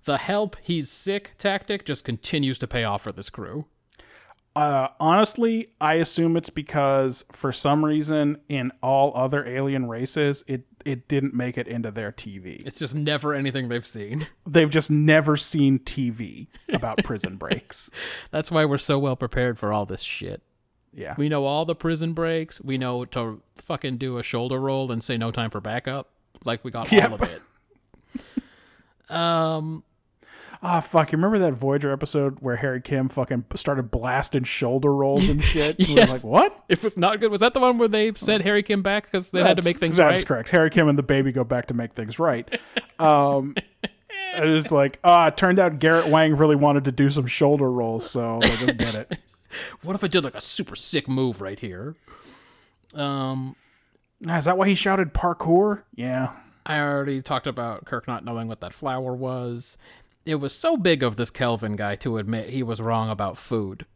the help he's sick tactic just continues to pay off for this crew. Uh, honestly, I assume it's because for some reason in all other alien races, it it didn't make it into their TV. It's just never anything they've seen. They've just never seen TV about prison breaks. That's why we're so well prepared for all this shit. Yeah. We know all the prison breaks. We know to fucking do a shoulder roll and say no time for backup. Like we got all Yep. of it. Um, Ah, fuck. You remember that Voyager episode where Harry Kim fucking started blasting shoulder rolls and shit? We were Yes. like, what? it was not good. Was that the one where they said Harry came back because they had to That's- make things that right? is correct. Harry Kim and the baby go back to make things right. Um, and it's like, ah, it turned out Garrett Wang really wanted to do some shoulder rolls, so they just did it. What if I did like a super sick move right here? Um, Ah, Is that why he shouted parkour? Yeah. I already talked about Kirk not knowing what that flower was. It was so big of this Kelvin guy to admit he was wrong about food.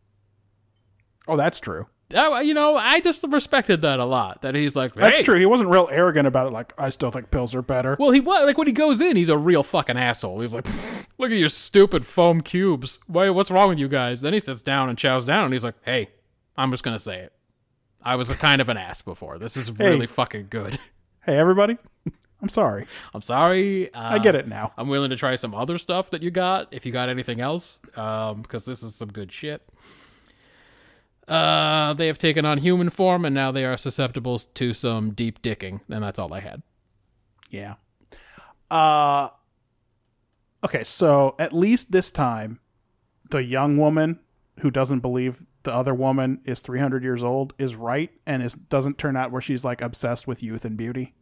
Oh, that's true. Oh, you know, I just respected that a lot. That he's like, That's "Hey, true. He wasn't real arrogant about it. Like, I still think pills are better. Well, he was like when he goes in, he's a real fucking asshole. He's like, "Look at your stupid foam cubes. Why? What's wrong with you guys?" Then he sits down and chows down, and he's like, "Hey, I'm just gonna say it. I was a kind of an ass before. This is really fucking good. hey, everybody. I'm sorry. I'm sorry. Uh, I get it now. I'm willing to try some other stuff that you got if you got anything else, because this is some good shit. Uh, they have taken on human form, and now they are susceptible to some deep dicking, and that's all I had. Yeah. Uh, Okay, so at least this time, the young woman who doesn't believe the other woman is 300 years old is right and is doesn't turn out where she's like obsessed with youth and beauty.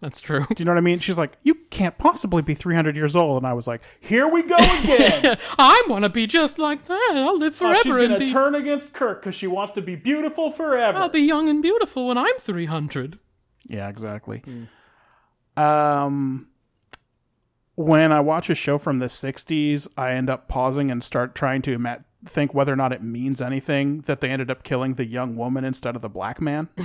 That's true. Do you know what I mean? She's like, "You can't possibly be 300 years old." And I was like, "Here we go again." I want to be just like that. I'll live Oh, she's forever going and to be. turn against Kirk cuz she wants to be beautiful forever. I'll be young and beautiful when I'm 300. Yeah, exactly. Um, when I watch a show from the '60s, I end up pausing and start trying to ima- think whether or not it means anything that they ended up killing the young woman instead of the black man. Do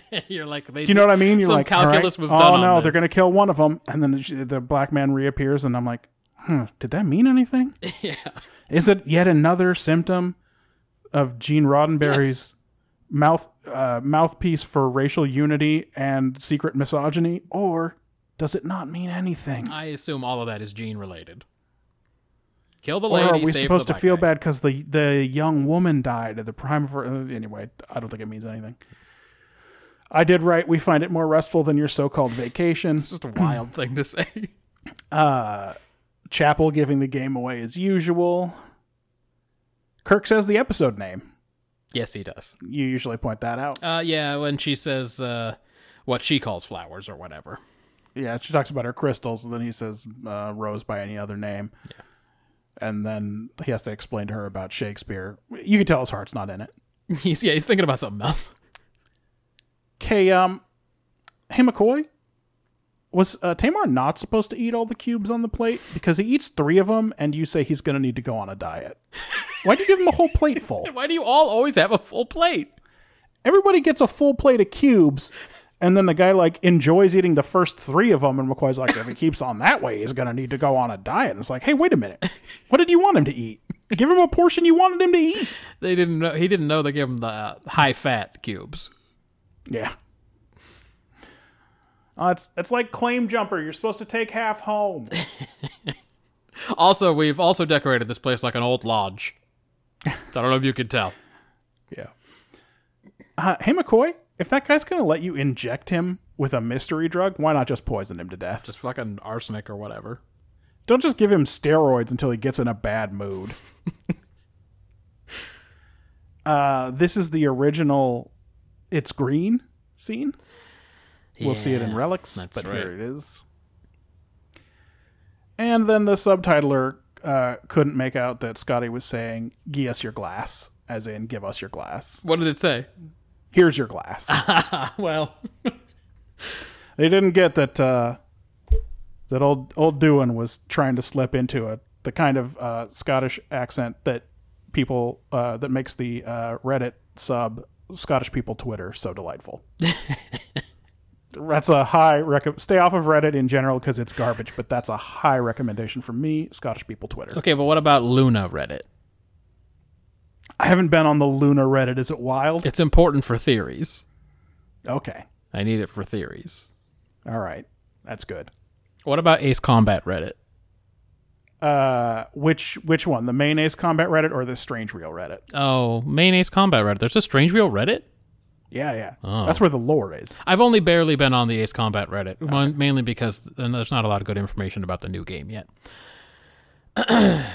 You're like, they you know what I mean? You're Some like, all right, calculus was done. Oh no, on they're this. gonna kill one of them, and then she- the black man reappears, and I'm like, hmm, did that mean anything? yeah. Is it yet another symptom of Gene Roddenberry's? mouth uh, mouthpiece for racial unity and secret misogyny, or does it not mean anything? I assume all of that is gene related. Kill the Or lady. are we save supposed to the black feel guy. bad because the the young woman died at the prime of her? uh, Anyway, I don't think it means anything. I did right. We find it more restful than your so-called vacation. Just a wild thing to say. Chapel giving the game away as usual. Kirk says the episode name. yes, he does. You usually point that out. Uh, yeah, when she says uh, what she calls flowers or whatever. Yeah, she talks about her crystals, and then he says uh, Rose by any other name. And then he has to explain to her about Shakespeare. You can tell his heart's not in it. He's yeah, he's thinking about something else. Okay, um, hey McCoy, was uh, Tamar not supposed to eat all the cubes on the plate because he eats three of them, and you say he's going to need to go on a diet? Why'd you give him a whole plate full? Why do you all always have a full plate? Everybody gets a full plate of cubes, and then the guy like enjoys eating the first three of them, and McCoy's like, if he keeps on that way, he's gonna need to go on a diet. And it's like, hey, wait a minute, what did you want him to eat? Give him a portion you wanted him to eat. They didn't know. He didn't know they gave him the uh, high fat cubes. Yeah. Uh, it's it's like claim jumper. You're supposed to take half home. Also, we've also decorated this place like an old lodge. I don't know if you could tell. Yeah. Uh, hey McCoy, if that guy's gonna let you inject him with a mystery drug, why not just poison him to death? Just fucking arsenic or whatever. Don't just give him steroids until he gets in a bad mood. uh, this is the original It's Green scene. We'll see it in Yeah, Relics, that's but right. here it is. And then the subtitler uh, couldn't make out that Scotty was saying, Give us your glass, as in, give us your glass. What did it say? Here's your glass. Well, they didn't get that uh, that old old Doohan was trying to slip into a the kind of uh, Scottish accent that people uh, that makes the uh, Reddit sub Scottish people Twitter so delightful. that's a high rec- stay off of Reddit in general because it's garbage, but that's a high recommendation from me, Scottish people Twitter. okay, but what about Luna Reddit? I haven't been on the Luna Reddit. Is it wild? It's important for theories. Okay, I need it for theories. all right, that's good. What about Ace Combat Reddit? Uh, which which one? The main Ace Combat Reddit or the Strange Real Reddit? Oh, main Ace Combat Reddit. There's a strange real Reddit. Yeah, yeah. Oh. That's where the lore is. I've only barely been on the Ace Combat Reddit, mon- mainly because uh, there's not a lot of good information about the new game yet.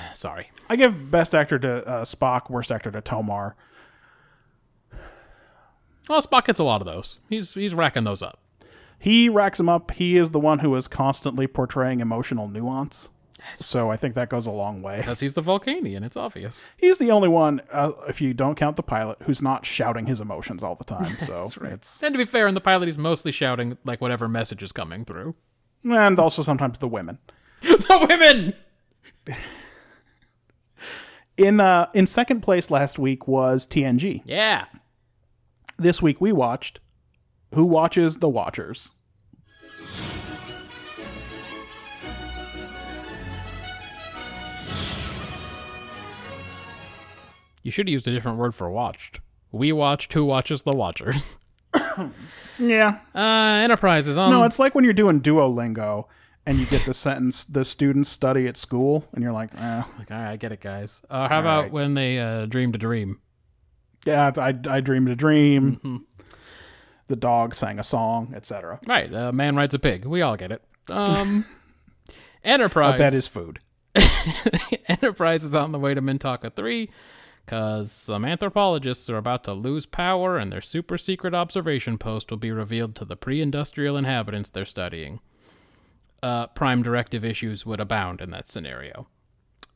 Sorry. I give best actor to uh, Spock, worst actor to Tomar. Well, Spock gets a lot of those. He's he's racking those up. He racks him up. He is the one who is constantly portraying emotional nuance. So I think that goes a long way. Because he's the Vulcanian, it's obvious. He's the only one, uh, if you don't count the pilot, who's not shouting his emotions all the time. So it's And to be fair, in the pilot, he's mostly shouting like whatever message is coming through. and also sometimes the women. the women. In uh, in second place last week was TNG. Yeah. This week we watched Who Watches the Watchers. You should have used a different word for watched. We watched Who Watches the Watchers. Yeah, Uh, Enterprise is on. No, it's like when you're doing Duolingo and you get the sentence the students study at school and you're like, eh, Like, all right, I get it, guys. Uh, how about right. when they uh, dreamed a dream? yeah, I, I dreamed a Mm-hmm. dream. The dog sang a song, etc. uh, Right, a man rides a pig. We all get it. Um, Enterprise. But Oh, that is food. Enterprise is on the way to Mintaka 3 because some anthropologists are about to lose power and their super secret observation post will be revealed to the pre industrial inhabitants they're studying. Uh, prime directive issues would abound in that scenario.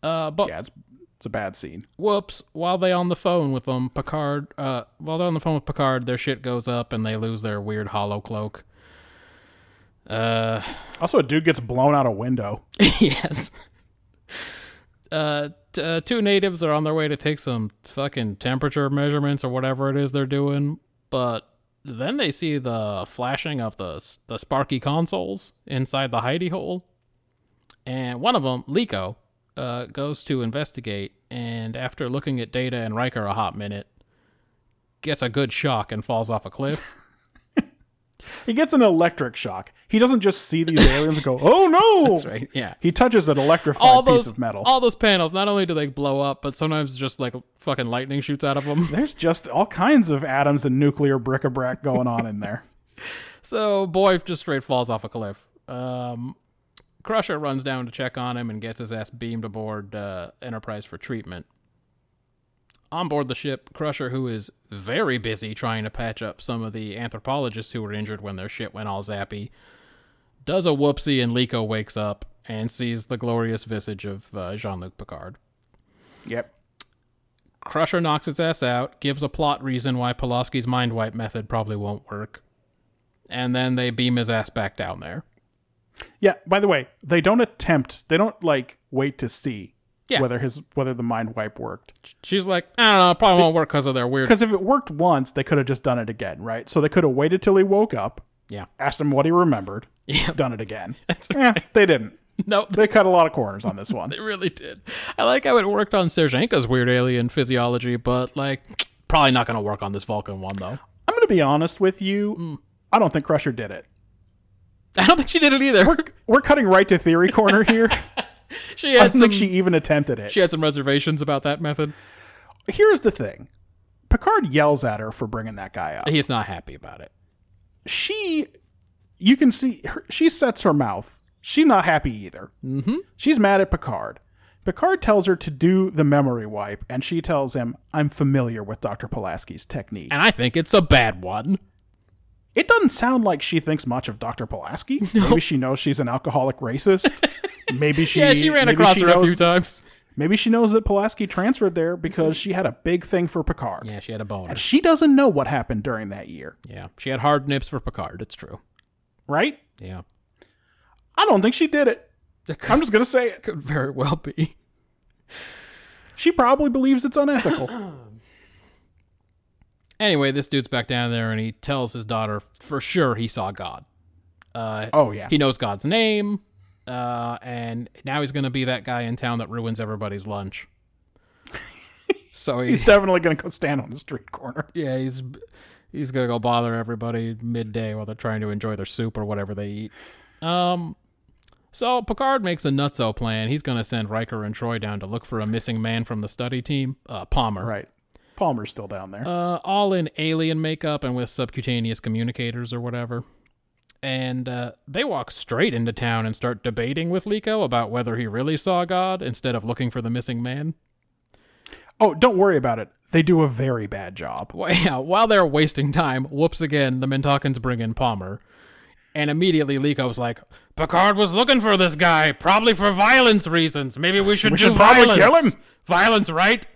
Uh, but Yeah, it's it's a bad scene. whoops, while they on the phone with them, Picard, uh, while they're on the phone with Picard, their shit goes up and they lose their weird hollow cloak. Also, a dude gets blown out a window. yes. Uh, t- uh, two natives are on their way to take some fucking temperature measurements or whatever it is they're doing, but then they see the flashing of the s- the sparky consoles inside the hidey hole, and one of them, Liko, uh, goes to investigate, and after looking at Data and Riker a hot minute, gets a good shock and falls off a cliff. He gets an electric shock. He doesn't just see these aliens and go, "Oh no!" That's right, yeah. He touches an electrified all piece those of metal. all those panels, not only do they blow up, but sometimes just like fucking lightning shoots out of them. There's just all kinds of atoms and nuclear bric-a-brac going on in there. So boy just straight falls off a cliff. Um, Crusher runs down to check on him and gets his ass beamed aboard uh, Enterprise for treatment. On board the ship, Crusher, who is very busy trying to patch up some of the anthropologists who were injured when their shit went all zappy, does a whoopsie and Liko wakes up and sees the glorious visage of uh, Jean Luc Picard. Yep. Crusher knocks his ass out, gives a plot reason why Pulaski's mind wipe method probably won't work, and then they beam his ass back down there. Yeah. By the way, they don't attempt. They don't like wait to see Yeah. whether his whether the mind wipe worked. She's like, I don't know, it probably won't work because of their weird. Because if it worked once, they could have just done it again, right? So they could have waited till he woke up, Yeah, asked him what he remembered, done it again. Yeah, they didn't. no, They cut a lot of corners on this one. they really did. I like how it worked on Serjanka's weird alien physiology, but like, probably not going to work on this Vulcan one though. I'm going to be honest with you. Mm. I don't think Crusher did it. I don't think she did it either. We're cutting right to theory corner here. She I don't had some. think she She, even attempted it. had some reservations about that method. Here's the thing Picard yells at her for bringing that guy up. He's not happy about it. She, you can see, her, she sets her mouth. She's not happy either. Mm-hmm. She's mad at Picard. Picard tells her to do the memory wipe, and she tells him, I'm familiar with Dr. Pulaski's technique. And I think it's a bad one. It doesn't sound like she thinks much of Dr. Pulaski. Maybe she knows she's an alcoholic racist. Maybe she Yeah, she ran maybe across she her a knows- few times. Maybe she knows that Pulaski transferred there because she had a big thing for Picard. Yeah, she had a boner. And she doesn't know what happened during that year, Yeah, she had hard nips for Picard. It's true. right? Yeah, I don't think she did it. I'm just going to say it. could very well be. She probably believes it's unethical. Anyway, this dude's back down there, and he tells his daughter for sure he saw God. Uh, Oh, yeah. He knows God's name, uh, and now he's gonna be that guy in town that ruins everybody's lunch. so he, He's definitely going to go stand on the street corner. yeah, he's he's gonna go bother everybody midday while they're trying to enjoy their soup or whatever they eat. Um, so Picard makes a nutso plan. He's gonna send Riker and Troy down to look for a missing man from the study team, uh, Palmer. Right. Palmer's still down there. uh, all in alien makeup and with subcutaneous communicators or whatever. And uh, they walk straight into town and start debating with Liko about whether he really saw God instead of looking for the missing man. oh, don't worry about it. They do a very bad job. Wh- yeah, while they're wasting time, whoops again, the Mintakins bring in Palmer. And immediately Liko's like, Picard was looking for this guy, probably for violence reasons. Maybe we should We do should probably kill violence. him." Violence, right?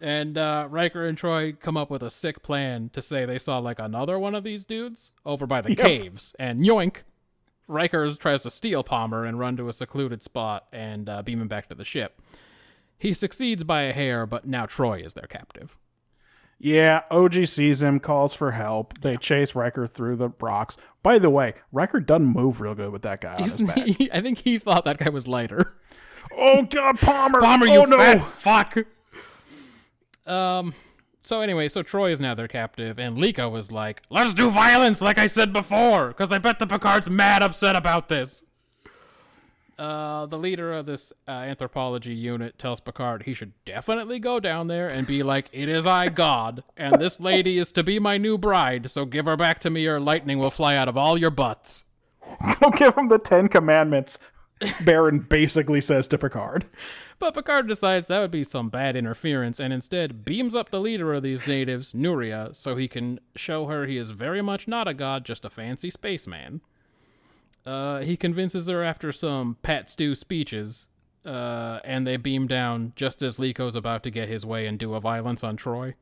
And uh, Riker and Troy come up with a sick plan to say they saw like another one of these dudes over by the caves. And yoink, Riker tries to steal Palmer and run to a secluded spot and uh, beam him back to the ship. He succeeds by a hair, but now Troy is their captive. Yeah, OG sees him, calls for help. They chase Riker through the rocks. By the way, Riker doesn't move real good with that guy on his back. He- I think he thought that guy was lighter. Oh God, Palmer! Bomber, oh, you no. fat fuck. Um. So anyway, so Troy is now their captive, and Lika was like, "Let's do violence, like I said before, because I bet the Picard's mad upset about this." Uh, the leader of this uh, anthropology unit tells Picard he should definitely go down there and be like, "It is I, God, and this lady is to be my new bride. So give her back to me, or lightning will fly out of all your butts." Go give him the Ten Commandments, Baron basically says to Picard. But Picard decides that would be some bad interference and instead beams up the leader of these natives, Nuria, so he can show her he is very much not a god, just a fancy spaceman. Uh, he convinces her after some Pat Stew speeches, uh, and they beam down just as Liko's about to get his way and do a violence on Troy.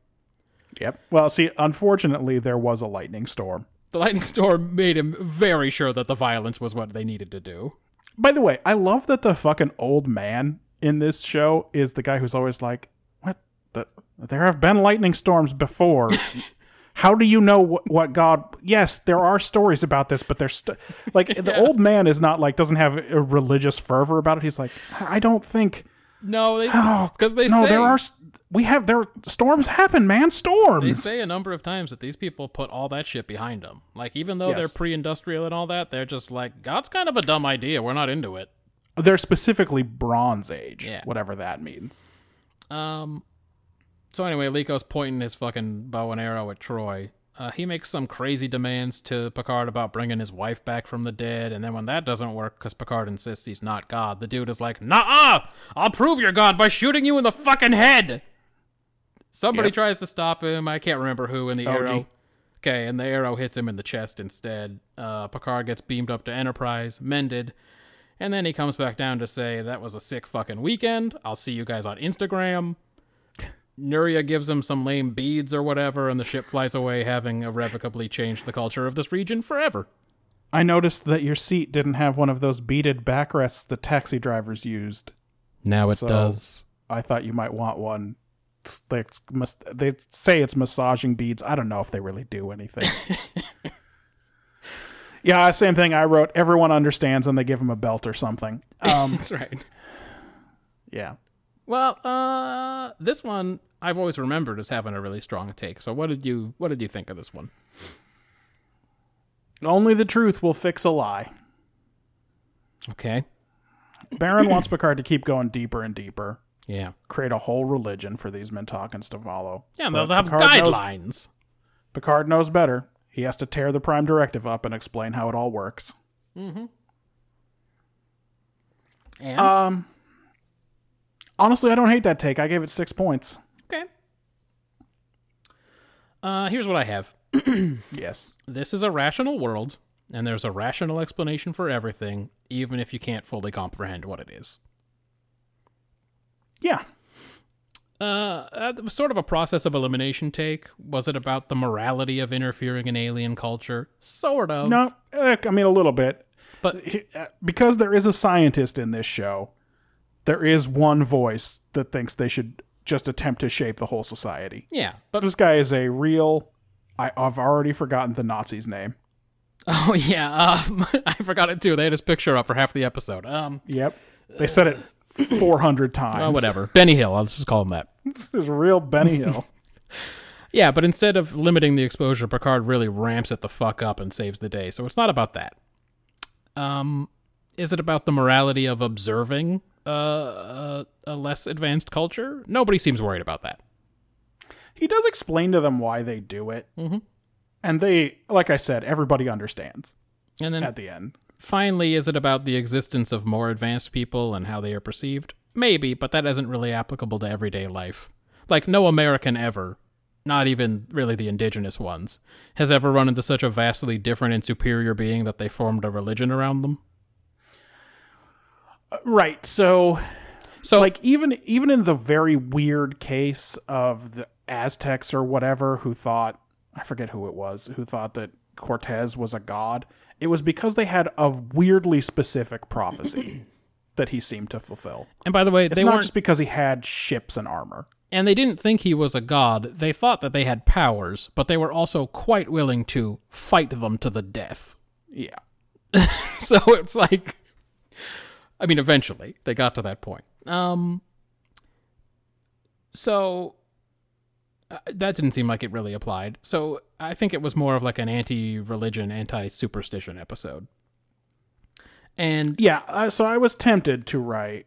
Yep. Well, see, unfortunately, there was a lightning storm. The lightning storm made him very sure that the violence was what they needed to do. By the way, I love that the fucking old man in this show is the guy who's always like, "What? The, there have been lightning storms before. How do you know wh- what God? Yes, there are stories about this, but there's st- like the old man is not like doesn't have a religious fervor about it. He's like, I I don't think. No, they Oh, because they no, say there are st- we have there storms happen, man. they Storms. say a number of times that these people put all that shit behind them. Like even though they're Yes. pre-industrial and all that, they're just like God's kind of a dumb idea. We're not into it. They're specifically Bronze Age, Yeah. whatever that means. Um. So anyway, Liko's pointing his fucking bow and arrow at Troy. Uh, he makes some crazy demands to Picard about bringing his wife back from the dead, and then when that doesn't work, because Picard insists he's not God, the dude is like, "Nah, I'll prove you're God by shooting you in the fucking head." Somebody Yep. tries to stop him. I can't remember who. And the Oh, arrow, gee. okay, and the arrow hits him in the chest instead. Uh, Picard gets beamed up to Enterprise, mended, and then he comes back down to say, That was a sick fucking weekend. I'll see you guys on Instagram. Nuria gives him some lame beads or whatever, and the ship flies away, having irrevocably changed the culture of this region forever. I noticed that your seat didn't have one of those beaded backrests the taxi drivers used. Now it So- does. I thought you might want one. It's- They, mas- they say it's massaging beads. I don't know if they really do anything. yeah, same thing. I wrote. Everyone understands, and they give him a belt or something. Um, That's right. yeah. Well, uh, this one I've always remembered as having a really strong take. So, what did you what did you think of this one? Only the truth will fix a lie. Okay. Baron wants Picard to keep going deeper and deeper, Yeah. create a whole religion for these Mintakans to follow. Yeah, But they'll have Picard knows- guidelines. Picard knows better. He has to tear the Prime Directive up and explain how it all works. And Um, honestly, I don't hate that take. I gave it six points. okay. Uh, here's what I have. Yes. This is a rational world, and there's a rational explanation for everything, even if you can't fully comprehend what it is. Yeah. Uh, uh, it was sort of a process of elimination take. Was it about the morality of interfering in alien culture? Sort of. No, eh, I mean a little bit, But He- uh, because there is a scientist in this show, there is one voice that thinks they should just attempt to shape the whole society. yeah, but This guy is a real. I, I've already forgotten the Nazi's name. oh yeah, um, I forgot it too. They had his picture up for half the episode. Um, Yep, they said it four hundred times. Uh, well, whatever. Benny Hill. I'll just call him that. This is real Benny Hill. Yeah, but instead of limiting the exposure, Picard really ramps it the fuck up and saves the day. So it's not about that. Um, is it about the morality of observing uh, a, a less advanced culture? Nobody seems worried about that. he does explain to them why they do it, Mm-hmm. and they, like I said, everybody understands And then at the end. finally, is it about the existence of more advanced people and how they are perceived? Maybe, but that isn't really applicable to everyday life. Like, no American ever, not even really the indigenous ones, has ever run into such a vastly different and superior being that they formed a religion around them. Right. So So, like even even in the very weird case of the Aztecs or whatever who thought I forget who it was who thought that Cortez was a god, it was because they had a weirdly specific prophecy that he seemed to fulfill. And by the way, It's they not weren't, just because he had ships and armor. and they didn't think he was a god. They thought that they had powers, but they were also quite willing to fight them to the death. Yeah. So it's like, I mean, eventually they got to that point. Um, so uh, that didn't seem like it really applied. So I think it was more of like an anti-religion, anti-superstition episode. And Yeah, uh, so I was tempted to write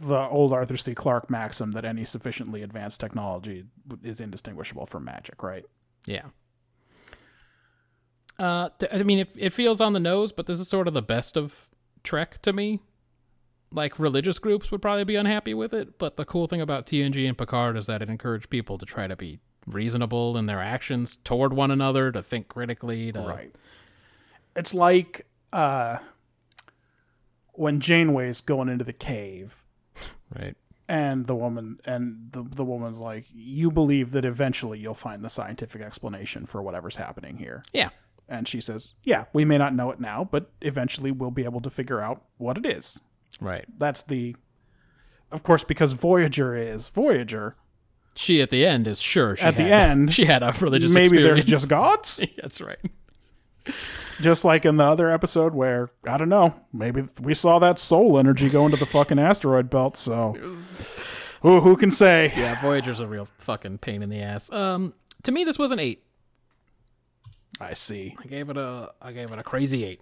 the old Arthur C. Clarke maxim that any sufficiently advanced technology is indistinguishable from magic, right? yeah, Uh, t- I mean, it, it feels on the nose, but this is sort of the best of Trek to me. Like religious groups would probably be unhappy with it, but the cool thing about TNG and Picard is that it encouraged people to try to be reasonable in their actions toward one another, to think critically. To, Right. It's like uh, when Janeway's going into the cave, Right. and the woman and the, the woman's like, "You believe that eventually you'll find the scientific explanation for whatever's happening here." Yeah. And she says, "Yeah, we may not know it now, but eventually we'll be able to figure out what it is." Right. That's the, of course, because Voyager is Voyager. She at the end is sure. She At the had- end, she had a religious Maybe experience. there's just gods, That's right. just like in the other episode where I don't know. Maybe we saw that soul energy go into the fucking asteroid belt. So, who who can say? Yeah, Voyager's a real fucking pain in the ass. Um, to me, this was an eight. I see. I gave it a I gave it a crazy eight.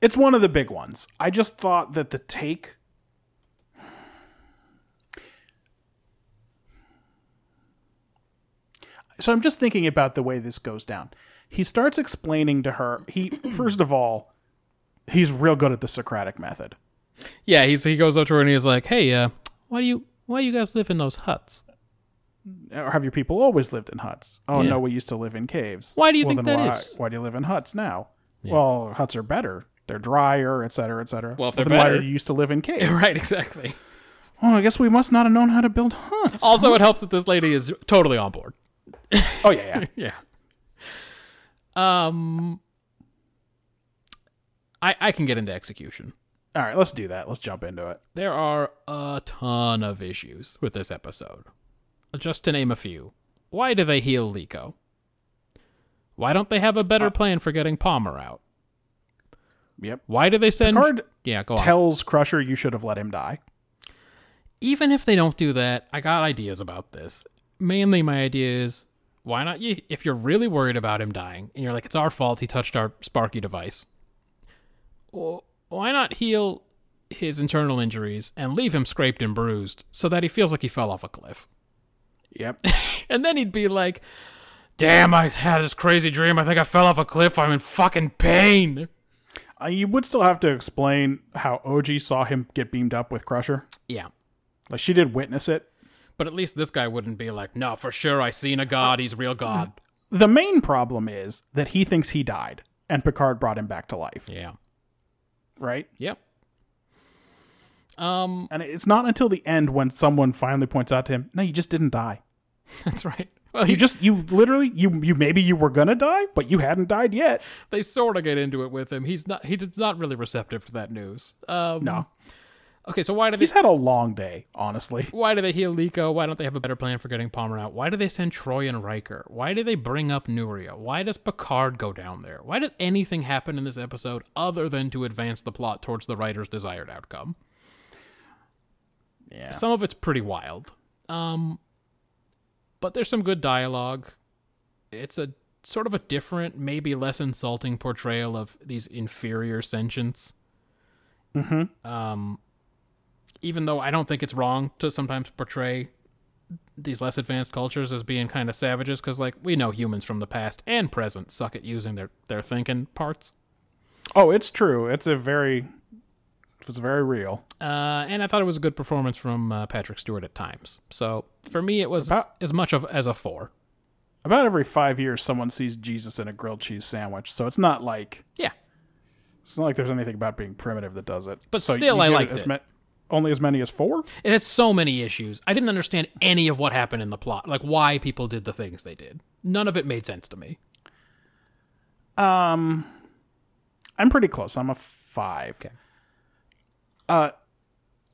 It's one of the big ones. I just thought that the take. So I'm just thinking about the way this goes down. He starts explaining to her. He first of all, he's real good at the Socratic method. Yeah, he's he goes up to her and he's like, "Hey, uh, why do you why you guys live in those huts? Or have your people always lived in huts? Oh Yeah. no, we used to live in caves. Why do you well, think then that why, is? Why do you live in huts now? Well, huts are better. They're drier, et cetera, et cetera. Well, if they're then why better- did you used to live in caves? exactly. Well, I guess we must not have known how to build huts. Also, it helps that this lady is totally on board. Oh yeah, yeah. Yeah. Um, I I can get into execution. All right, let's do that. Let's jump into it. There are a ton of issues with this episode. Just to name a few. Why do they heal Liko? Why don't they have a better plan for getting Palmer out? Yep. Why do they send Picard Yeah, go on. Tells Crusher you should have let him die. Even if they don't do that, I got ideas about this. Mainly my idea is why not you if you're really worried about him dying and you're like it's our fault he touched our Sparky device. Well, why not heal his internal injuries and leave him scraped and bruised so that he feels like he fell off a cliff? Yep. And then he'd be like, Damn, I had this crazy dream. I think I fell off a cliff. I'm in fucking pain. uh, you would still have to explain how OG saw him get beamed up with Crusher. Yeah. Like she did witness it. But at least this guy wouldn't be like, No, for sure, I seen a god. He's real god. The main problem is that he thinks he died and Picard brought him back to life, Yeah. right? Yep. Um, And it's not until the end when someone finally points out to him, "No, you just didn't die. that's right. Well, You just you literally you you maybe you were going to die, but you hadn't died yet." they sort of get into it with him. He's not. He is not really receptive to that news. Um, No. Okay, so why do they? He's had a long day, honestly. Why do they heal Liko? Why don't they have a better plan for getting Palmer out? Why do they send Troy and Riker? Why do they bring up Nuria? Why does Picard go down there? Why does anything happen in this episode other than to advance the plot towards the writer's desired outcome? Yeah. Some of it's pretty wild. Um, but there's some good dialogue. It's a sort of a different, maybe less insulting portrayal of these inferior sentients. Um, even though I don't think it's wrong to sometimes portray these less advanced cultures as being kind of savages, because like we know humans from the past and present suck at using their their thinking parts. Oh, it's true. It's a very it's very real. Uh, and I thought it was a good performance from uh, Patrick Stewart at times. So for me, it was About- as much of as a four. About every 5 years someone sees Jesus in a grilled cheese sandwich, so it's not like Yeah, it's not like there's anything about being primitive that does it. But So still, you I give liked as it. ma- only as many as 4? it had so many issues. I didn't understand any of what happened in the plot, like why people did the things they did. None of it made sense to me. Um I'm pretty close. I'm a 5. Okay. Uh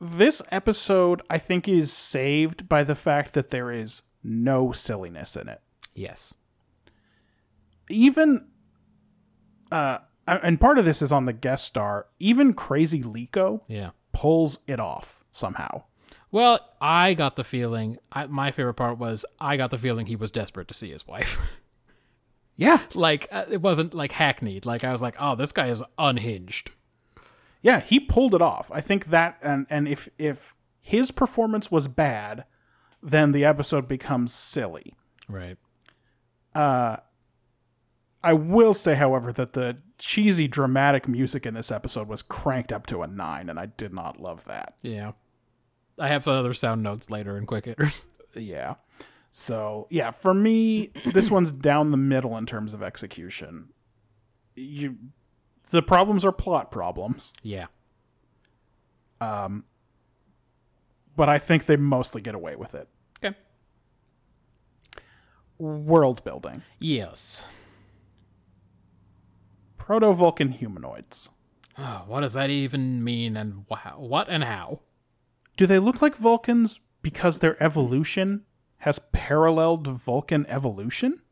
this episode I think is saved by the fact that there is no silliness in it. Yes. even uh and part of this is on the guest star even crazy lico Yeah. pulls it off somehow Well, I got the feeling. I, my favorite part was I got the feeling he was desperate to see his wife. yeah like uh, it wasn't like hackneyed. Like I was like, oh, this guy is unhinged. yeah he pulled it off i think that and and if if his performance was bad then the episode becomes silly Right. I will say, however, that the cheesy dramatic music in this episode was cranked up to a nine, and I did not love that. Yeah. I have other sound notes later in quick hitters. Yeah. So, yeah, for me, this one's down the middle in terms of execution. You the problems are plot problems, Yeah. but I think they mostly get away with it. Okay. World building. Yes. Proto Vulcan humanoids. Oh, what does that even mean and wha- what and how? Do they look like Vulcans because their evolution has paralleled Vulcan evolution?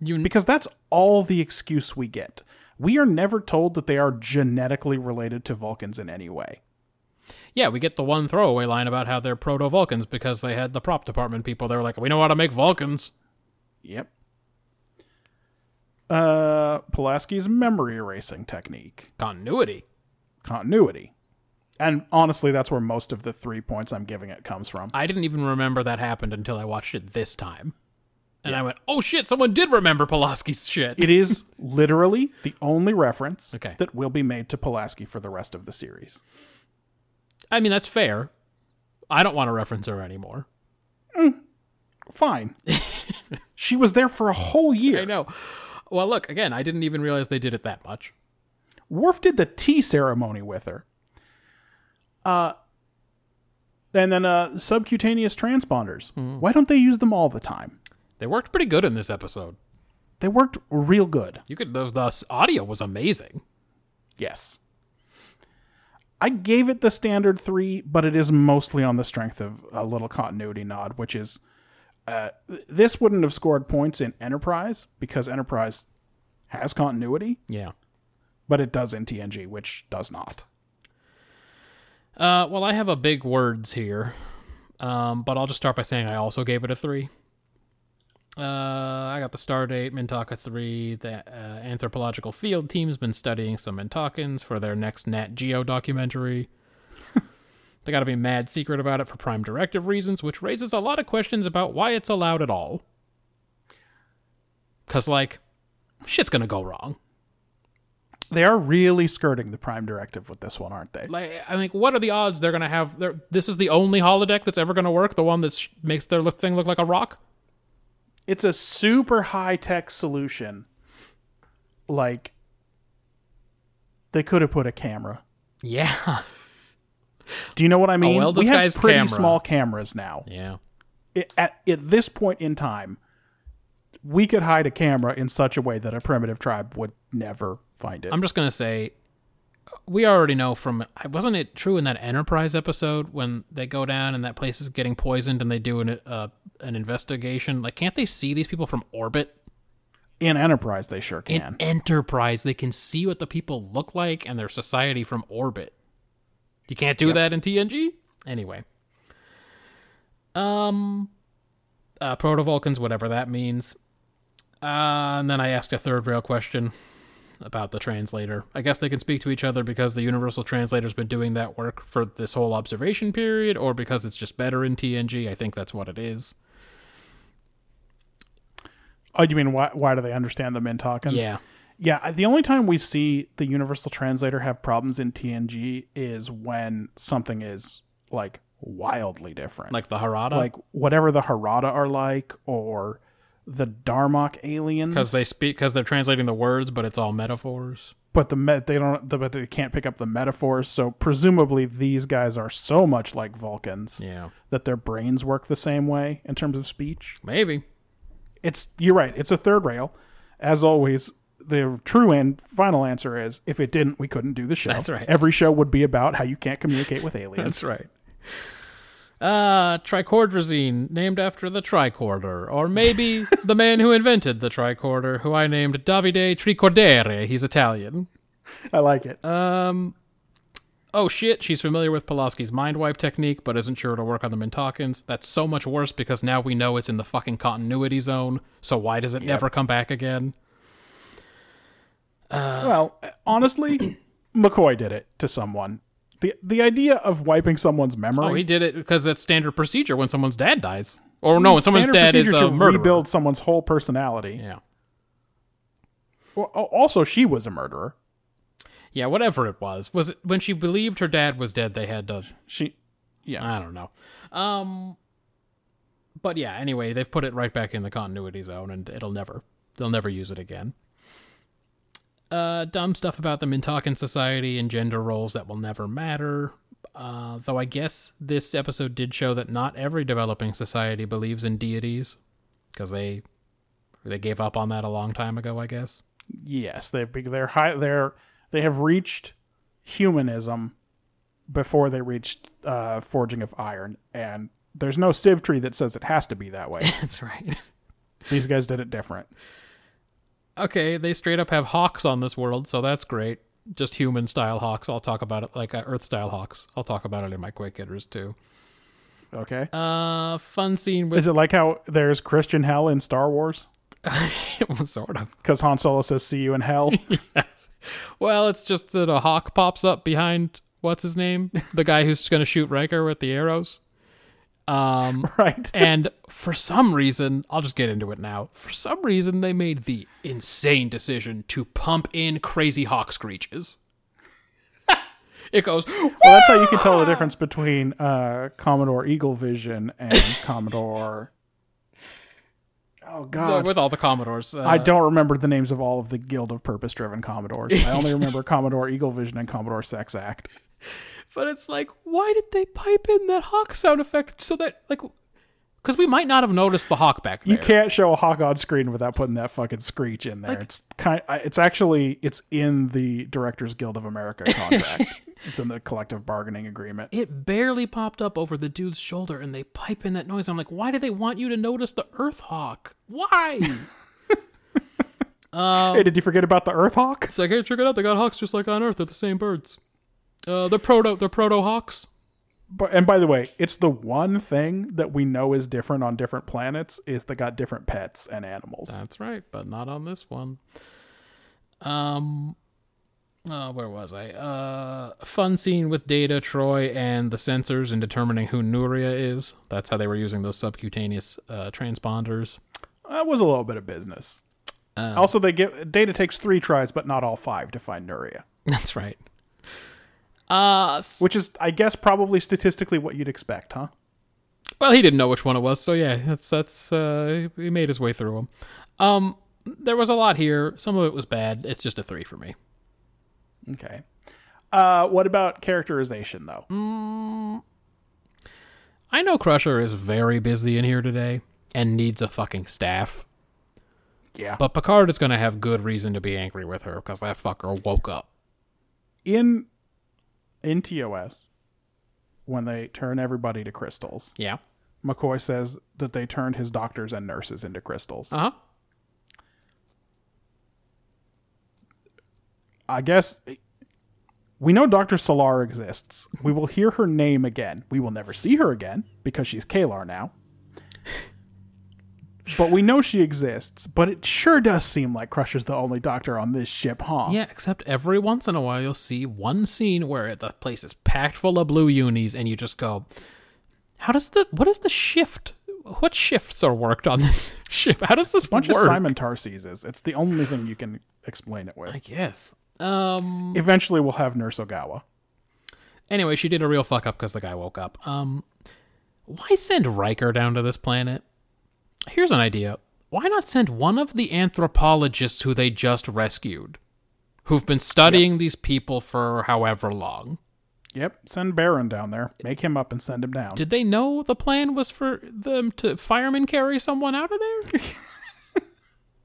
You Because that's all the excuse we get. We are never told that they are genetically related to Vulcans in any way. Yeah, we get the one throwaway line about how they're proto Vulcans because they had the prop department people. They were like, we know how to make Vulcans. Yep. Uh, Pulaski's memory erasing technique, Continuity. continuity. And honestly, that's where most of the three points I'm giving it comes from. I didn't even remember that happened until I watched it this time. And I went, oh shit, someone did remember Pulaski's shit. It is literally the only reference Okay. that will be made to Pulaski for the rest of the series. I mean, that's fair. I don't want to reference her anymore. Fine. she was there for a whole year. I know. Well, look, again, I didn't even realize they did it that much. Worf did the tea ceremony with her. Uh, and then uh, subcutaneous transponders. Hmm. Why don't they use them all the time? They worked pretty good in this episode. They worked real good. You could, the, the audio was amazing. Yes. I gave it the standard three, but it is mostly on the strength of a little continuity nod, which is uh, th- this wouldn't have scored points in Enterprise because Enterprise has continuity, Yeah. but it does in TNG, which does not. Uh, well, I have a big words here, um, but I'll just start by saying I also gave it a three. Uh, I got the Stardate Mintaka three. The uh, anthropological field team's been studying some Mintakans for their next Nat Geo documentary. they got to be mad secret about it for prime directive reasons, which raises a lot of questions about why it's allowed at all. Cause like, shit's gonna go wrong. They are really skirting the Prime Directive with this one, aren't they? like I think what are the odds they're gonna have? They're, this is the only holodeck that's ever gonna work. The one that sh- makes their look, thing look like a rock. It's a super high tech solution. Like, they could have put a camera. Yeah, Do you know what I mean? well-disguised we have pretty camera. small cameras now. yeah. it- at at this point in time, we could hide a camera in such a way that a primitive tribe would never find it. I'm just gonna say, we already know from wasn't it true in that Enterprise episode when they go down and that place is getting poisoned and they do an uh, an investigation? Like, can't they see these people from orbit? in Enterprise, they sure can. In Enterprise, they can see what the people look like and their society from orbit. You can't do that in TNG. Anyway. Um uh Proto Vulcans, whatever that means. Uh, and then I asked a third rail question about the translator. I guess they can speak to each other because the universal translator's been doing that work for this whole observation period, or because it's just better in TNG. I think that's what it is. oh, you mean why? Why do they understand the Mintakans? Yeah. yeah. I- The only time we see the Universal Translator have problems in TNG is when something is like wildly different, Like the Harada. like whatever the Harada are like, or the Darmok aliens, because they speak because they're translating the words, but it's all metaphors. but the met they don't the, but they can't pick up the metaphors so presumably these guys are so much like vulcans Yeah, that their brains work the same way in terms of speech maybe. it's you're right it's a third rail as always the true and final answer is if it didn't we couldn't do the show That's right. every show would be about how you can't communicate with aliens right. Uh, tricordrazine, named after the tricorder, or maybe the man who invented the tricorder, who I named Davide Tricordere. He's Italian. i like it Uh, Oh shit, she's familiar with Pulaski's mind wipe technique, but isn't sure it'll work on the Mintakins. That's so much worse because now we know it's in the fucking continuity zone. So why does it never come back again? well honestly mccoy did it to someone the the idea of wiping someone's memory Oh, he did it because it's standard procedure when someone's dad dies. Or no, when someone's Standard dead is procedure a to murderer. rebuild someone's whole personality. Yeah. Well, al- also, she was a murderer. Yeah, whatever it was. Was it when she believed her dad was dead, they had to She, yes, I don't know. Um but yeah, anyway, they've put it right back in the continuity zone and it'll never they'll never use it again. Uh dumb stuff about the Mintakan society and gender roles that will never matter. Uh, though I guess this episode did show that not every developing society believes in deities, because they they gave up on that a long time ago. I guess. yes. They've be- they're high. They're they have reached humanism before they reached uh, forging of iron. And there's no civ tree that says it has to be that way. That's right. These guys did it different. okay, they straight up have hawks on this world, so that's great. Just human style hawks. I'll talk about it like uh, Earth style hawks. I'll talk about it in my quick hitters too. Okay. Uh, fun scene with Is it like how there's Christian hell in Star Wars? sort of. Because Han Solo says, "See you in hell." Well, it's just that a hawk pops up behind what's his name, the guy who's going to shoot Riker with the arrows. right. And for some reason, I'll just get into it now. For some reason, they made the insane decision to pump in crazy hawk screeches. it goes. Well, that's how you can tell the difference between uh, Commodore Eagle Vision and Commodore. Oh God, With all the Commodores. Uh, I don't remember the names of all of the Guild of Purpose-Driven Commodores. I only remember Commodore Eagle Vision and Commodore Sex Act. But it's like, why did they pipe in that hawk sound effect so that like, because we might not have noticed the hawk back there. You can't show a hawk on screen without putting that fucking screech in there. it's kind. I- It's actually it's in the Directors Guild of America contract. it's in the collective bargaining agreement. It barely popped up over the dude's shoulder, and they pipe in that noise. I'm like, why do they want you to notice the Earth Hawk? Why? Oh. hey, did you forget about the Earth Hawk? it's like, hey, check it out. They got hawks just like on Earth. They're the same birds. Uh, they're proto. They're proto hawks. But and by the way, it's the one thing that we know is different on different planets is they got different pets and animals. That's right, but not on this one. Um, uh, where was I? Uh, fun scene with Data, Troy, and the sensors in determining who Nuria is. That's how they were using those subcutaneous uh, transponders. that was a little bit of business. Uh. also, they get data takes three tries, but not all five to find Nuria, That's right. Uh, s- which is, I guess, probably statistically what you'd expect, huh? well, he didn't know which one it was, so yeah, that's that's uh, he made his way through them. Um, there was a lot here. Some of it was bad. It's just a three for me. Okay. Uh, what about characterization, though? I know Crusher is very busy in here today and needs a fucking staff. Yeah. But Picard is going to have good reason to be angry with her because that fucker woke up. In in TOS, when they turn everybody to crystals, Yeah. McCoy says that they turned his doctors and nurses into crystals. Uh huh. I guess we know Dr. Solar exists. We will hear her name again. We will never see her again because she's Kalar now. But we know she exists, but it sure does seem like Crusher's the only doctor on this ship, huh? Yeah, except every once in a while you'll see one scene where the place is packed full of blue unis and you just go, how does the, what is the shift? What shifts are worked on this ship? How does this Bunch work? of Simon Tarses is. It's the only thing you can explain it with. I guess. Um, Eventually, we'll have Nurse Ogawa. anyway, she did a real fuck up because the guy woke up. Um, why send Riker down to this planet? Here's an idea. Why not send one of the anthropologists who they just rescued, who've been studying these people for however long? Yep, send Baron down there. Make him up and send him down. Did they know the plan was for them to firemen carry someone out of there?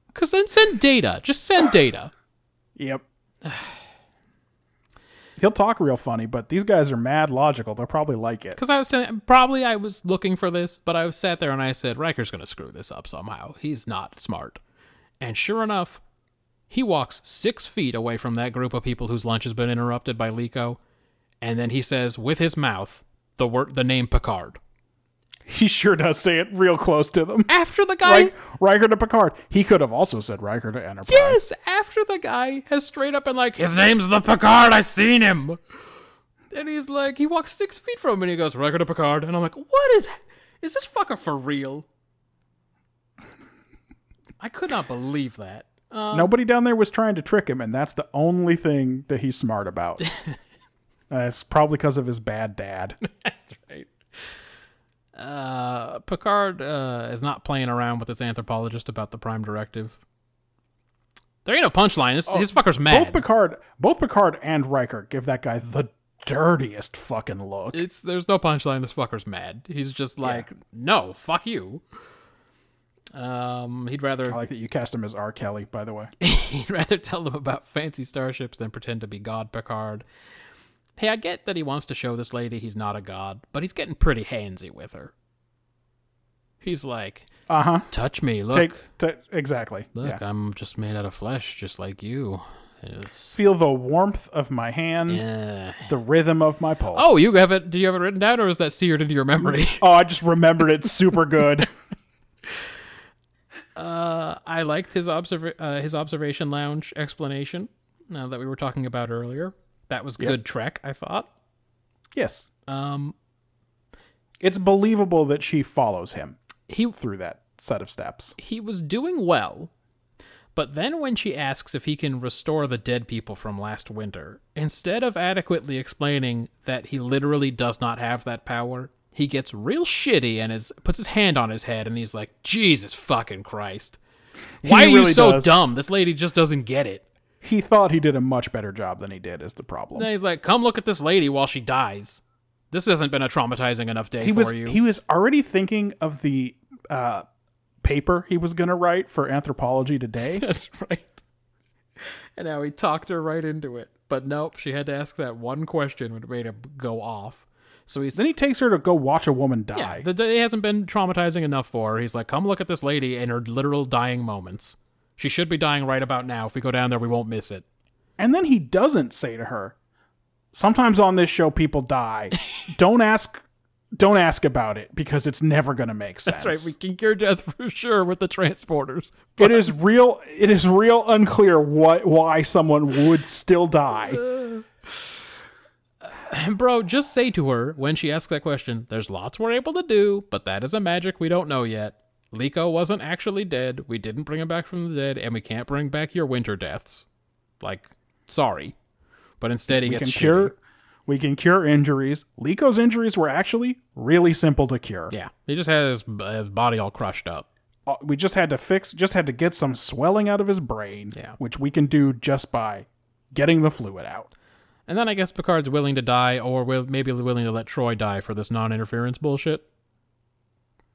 Because then send data. Just send data. Yep. He'll talk real funny, but these guys are mad logical. They'll probably like it. Because I was telling, probably I was looking for this, but I sat there and I said, Riker's going to screw this up somehow. He's not smart. And sure enough, he walks six feet away from that group of people whose lunch has been interrupted by Liko, and then he says with his mouth the word, the name Picard. He sure does say it real close to them. After the guy, Rik- Riker to Picard. He could have also said Riker to Enterprise. yes, after the guy has straight up and like, his name's the Picard. I seen him. And he's like, he walks six feet from him and he goes, Riker to Picard. And I'm like, what is? Is this fucker for real? I could not believe that. Nobody down there was trying to trick him, and that's the only thing that he's smart about. Uh, it's probably because of his bad dad. That's right. Uh, Picard uh, is not playing around with this anthropologist about the Prime Directive. There ain't no punchline. This, his fucker's mad. Both Picard, both Picard and Riker give that guy the dirtiest fucking look. it's there's no punchline. This fucker's mad. He's just like, no, fuck you. Um, he'd rather I like that you cast him as R. Kelly, by the way. He'd rather tell them about fancy starships than pretend to be God Picard. Hey, I get that he wants to show this lady he's not a god, but he's getting pretty handsy with her. He's like, Uh huh. touch me, look, Take, ta- exactly. look, yeah. I'm just made out of flesh, just like you. It's- Feel the warmth of my hand, yeah. the rhythm of my pulse. Oh, you have it? Do you have it written down, or is that seared into your memory? Oh, I just remembered it super good. Uh, I liked his observ- uh, his observation lounge explanation uh, that we were talking about earlier. That was good trek, I thought. yes. Um, It's believable that she follows him he through that set of steps. he was doing well. But then when she asks if he can restore the dead people from last winter, instead of adequately explaining that he literally does not have that power, he gets real shitty and is puts his hand on his head and he's like, "Jesus fucking Christ. Why are you really so does. dumb? This lady just doesn't get it." He thought he did a much better job than he did, is the problem. And he's like, "Come look at this lady while she dies. This hasn't been a traumatizing enough day he for was you." he was already thinking of the uh, paper he was going to write for anthropology today. That's right. And how he talked her right into it. But nope, she had to ask that one question when it made him go off. So he's then he takes her to go watch a woman die. yeah, the day hasn't been traumatizing enough for her. He's like, come look at this lady in her literal dying moments. She should be dying right about now. If we go down there, we won't miss it. And then he doesn't say to her, "Sometimes on this show people die. don't ask don't ask about it because it's never going to make sense." That's right. We can cure death for sure with the transporters. it is real it is real unclear what why someone would still die. And bro, just say to her when she asks that question, there's lots we're able to do, but that is a magic we don't know yet. Liko wasn't actually dead. We didn't bring him back from the dead, and we can't bring back your winter deaths. Like, sorry. But instead, he We gets can shitty. cure we can cure injuries. Liko's injuries were actually really simple to cure. Yeah, he just had his, his body all crushed up. Uh, We just had to fix just had to get some swelling out of his brain, Yeah. which we can do just by getting the fluid out. And then I guess Picard's willing to die, or will, maybe willing to let Troy die for this non interference bullshit.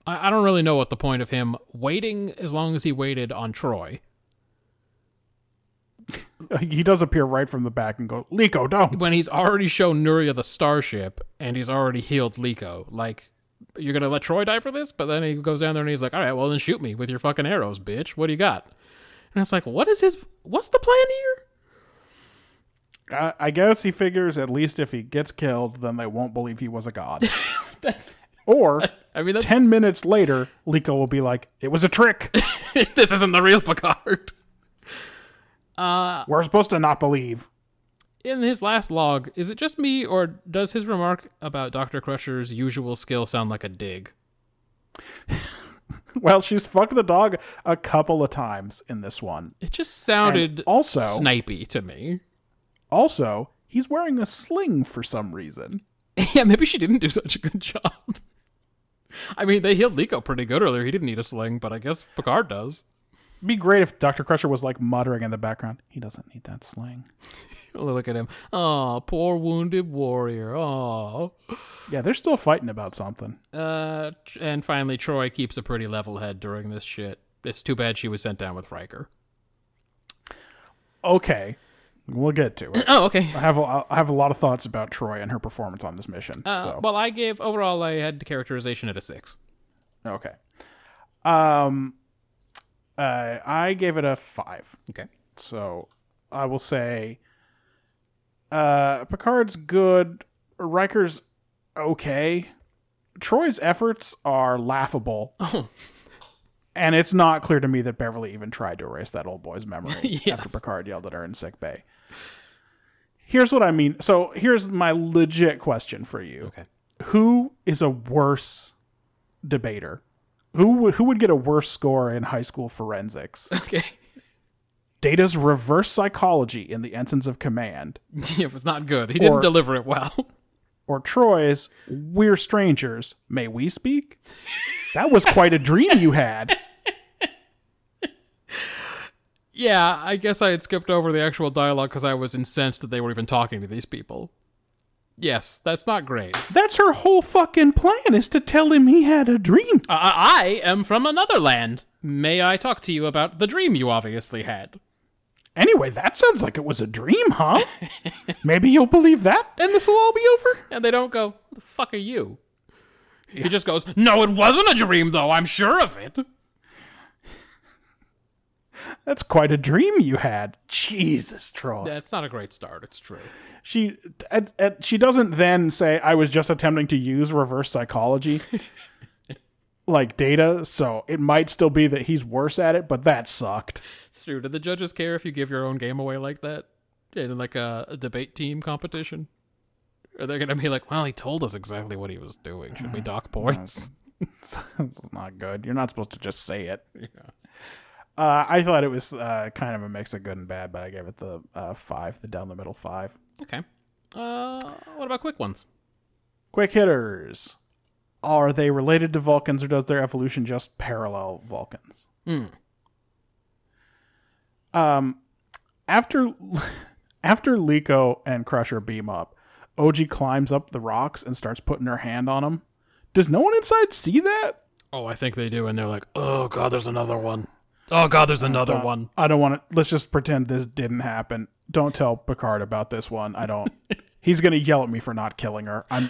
I, I don't really know what the point of him waiting as long as he waited on Troy. He does appear right from the back and go, "Liko, don't." when he's already shown Nuria the starship and he's already healed Liko. Like, you're gonna let Troy die for this? But then he goes down there and he's like, "All right, well then shoot me with your fucking arrows, bitch. What do you got?" And it's like, what is his? What's the plan here? I, I guess he figures at least if he gets killed, then they won't believe he was a god. or I mean, that's, ten minutes later, Liko will be like, "It was a trick. this isn't the real Picard. Uh, We're supposed to not believe." In his last log, is it just me or does his remark about Doctor Crusher's usual skill sound like a dig? Well, she's fucked the dog a couple of times in this one. It just sounded also- snipey to me. Also, he's wearing a sling for some reason. Yeah, maybe she didn't do such a good job. I mean, they healed Liko pretty good earlier. He didn't need a sling, but I guess Picard does. It'd be great if Dr. Crusher was like muttering in the background, he doesn't need that sling. Look at him. Oh, poor wounded warrior. Oh. Yeah, they're still fighting about something. Uh, and finally, Troy keeps a pretty level head during this shit. It's too bad she was sent down with Riker. Okay, we'll get to it. Oh, okay. I have a, I have a lot of thoughts about Troy and her performance on this mission. Uh, so Well, I gave overall, I had characterization at a six. okay, um, uh, I gave it a five. Okay. So I will say uh Picard's good, Riker's okay. Troy's efforts are laughable. And it's not clear to me that Beverly even tried to erase that old boy's memory after Picard yelled at her in sick bay. Here's what I mean. So here's my legit question for you. Okay. Who is a worse debater. Who would- who would get a worse score in high school forensics? Okay. Data's reverse psychology in the Ensigns of Command, it was not good. He Or- didn't deliver it well. or Troy's "We're strangers, may we speak?" That was quite a dream you had. Yeah, I guess I had skipped over the actual dialogue because I was incensed that they were even talking to these people. Yes, that's not great. That's her whole fucking plan is to tell him he had a dream. I, I am from another land. May I talk to you about the dream you obviously had? Anyway, that sounds like it was a dream, huh? Maybe you'll believe that, and this will all be over. And they don't go, "Who the fuck are you? He just goes, no, it wasn't a dream, though. I'm sure of it. That's quite a dream you had. Jesus, Troy. That's not a great start. It's true. she at, at, she doesn't then say i was just attempting to use reverse psychology like data so it might still be that he's worse at it but that sucked It's true. Do the judges care if you give your own game away like that in like a, a debate team competition? Are they going to be like, well, he told us exactly what he was doing. Should we dock points? it's not good you're not supposed to just say it uh, i thought it was uh, kind of a mix of good and bad but i gave it the uh, five the down the middle five Okay. Uh, what about quick ones? quick hitters are they related to vulcans or does their evolution just parallel vulcans um after after Liko and Crusher beam up, OG climbs up the rocks and starts putting her hand on them. Does no one inside see that? Oh, I think they do, and they're like, oh god, there's another one. Oh god, there's another one. I don't want to. Let's just pretend this didn't happen. Don't tell Picard about this one. I don't. He's gonna yell at me for not killing her. I'm.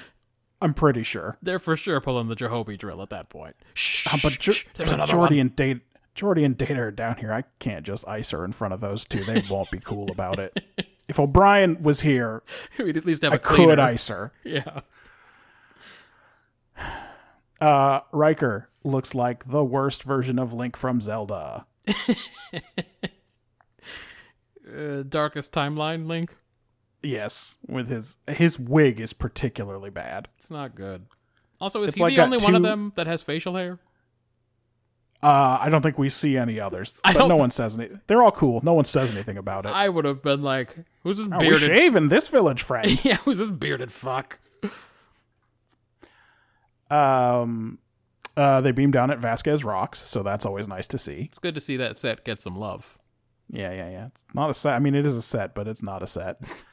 I'm pretty sure. They're for sure pulling the Jehovah drill at that point. Shh, Uh, but shh, Jor- shh, but Jordy and Data, Jordy and Data are down here. I can't just ice her in front of those two. They won't be cool about it. If O'Brien was here, one. We'd at least have a I cleaner. could ice her. Yeah. Uh, Riker looks like the worst version of Link from Zelda. Uh, darkest timeline link. Yes, with his his wig is particularly bad. It's not good. Also, is It's he like the got only one of two- them that has facial hair? Uh, I don't think we see any others, I but no don't- one says anything. They're all cool. No one says anything about it. I would have been like, who's this Are we bearded? shaving this village, friend? yeah, who's this bearded fuck? um, uh, they beam down at Vasquez Rocks, so that's always nice to see. It's good to see that set get some love. Yeah, yeah, yeah. It's not a set. I mean, it is a set, but it's not a set.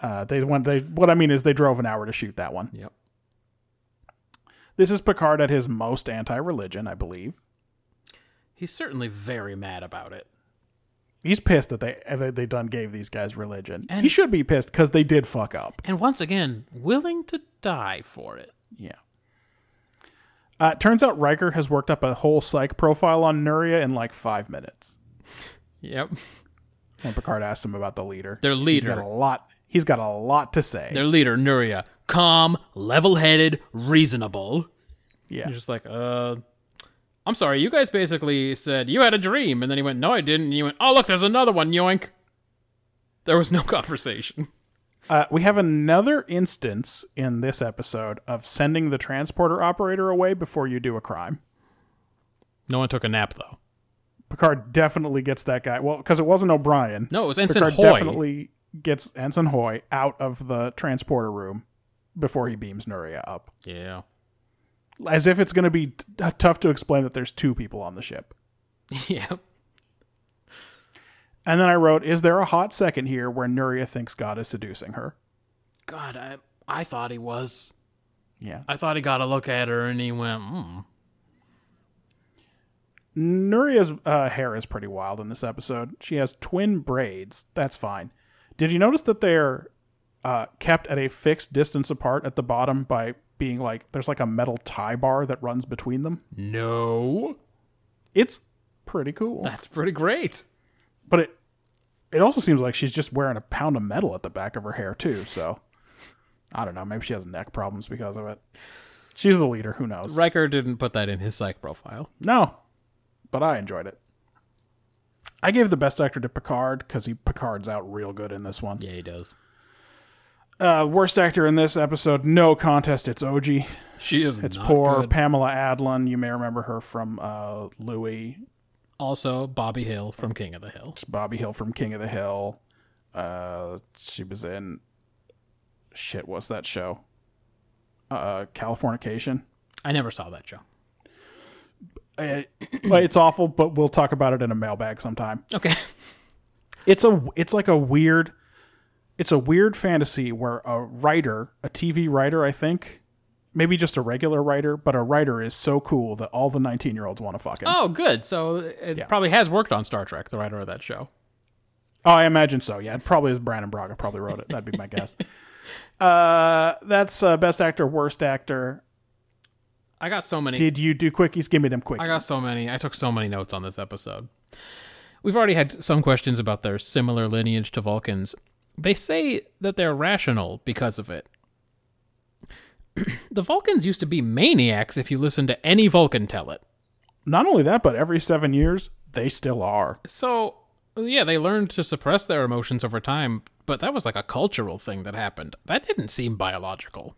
Uh, they went. They what I mean is they drove an hour to shoot that one. Yep. This is Picard at his most anti-religion, I believe. He's certainly very mad about it. He's pissed that they that they done gave these guys religion. And- he should be pissed because they did fuck up. And once again, willing to die for it. Yeah. Uh, it turns out Riker has worked up a whole psych profile on Nuria in like five minutes. Yep. When Picard asks him about the leader, Their he's leader. got a lot. He's got a lot to say. Their leader, Nuria, calm, level headed, reasonable. yeah, You're just like, uh, I'm sorry, you guys basically said you had a dream. And then he went, no, I didn't. And you went, oh, look, there's another one, yoink. There was no conversation. Uh, we have another instance in this episode of sending the transporter operator away before you do a crime. No one took a nap, though. Picard definitely gets that guy. Well, because it wasn't O'Brien. No, it was Ensign Picard Hoy. definitely gets Ensign Hoy out of the transporter room before he beams Nuria up, Yeah. as if it's going to be t- uh, tough to explain that there's two people on the ship. yep. And then I wrote, "Is there a hot second here where Nuria thinks God is seducing her?" God, I, I thought he was. Yeah, I thought he got a look at her and he went, mm. Nuria's uh, hair is pretty wild in this episode. She has twin braids. That's fine. Did you notice that they're uh, kept at a fixed distance apart at the bottom by being like there's like a metal tie bar that runs between them? no. It's pretty cool. That's pretty great. But it it also seems like she's just wearing a pound of metal at the back of her hair too. So I don't know. Maybe she has neck problems because of it. She's the leader. Who knows? Riker didn't put that in his psych profile. No, but I enjoyed it. I gave the best actor to Picard because he Picard's out real good in this one. Yeah, he does. Uh, worst actor in this episode, no contest. It's OG. She is It's not poor good. Pamela Adlon. You may remember her from uh, Louis. Also, Bobby Hill from King of the Hill. It's Bobby Hill from King of the Hill. Uh, she was in shit. What's that show? Uh, Californication. I never saw that show. Uh, but it's awful. But we'll talk about it in a mailbag sometime. Okay. it's a it's like a weird it's a weird fantasy where a writer a tv writer i think maybe just a regular writer but a writer is so cool that all the 19 year olds want to fuck him oh. Oh, good. So it probably has worked on Star Trek, the writer of that show. Oh, i imagine so yeah it probably is brandon braga probably wrote it that'd be my guess uh that's uh, best actor worst actor I got so many. did you do quickies give me them quick I got so many. I took so many notes on this episode. We've already had some questions about their similar lineage to Vulcans. They say that they're rational because of it. the Vulcans used to be maniacs if you listen to any Vulcan tell it. not only that but every seven years they still are So, yeah, they learned to suppress their emotions over time, but that was like a cultural thing that happened. That didn't seem biological.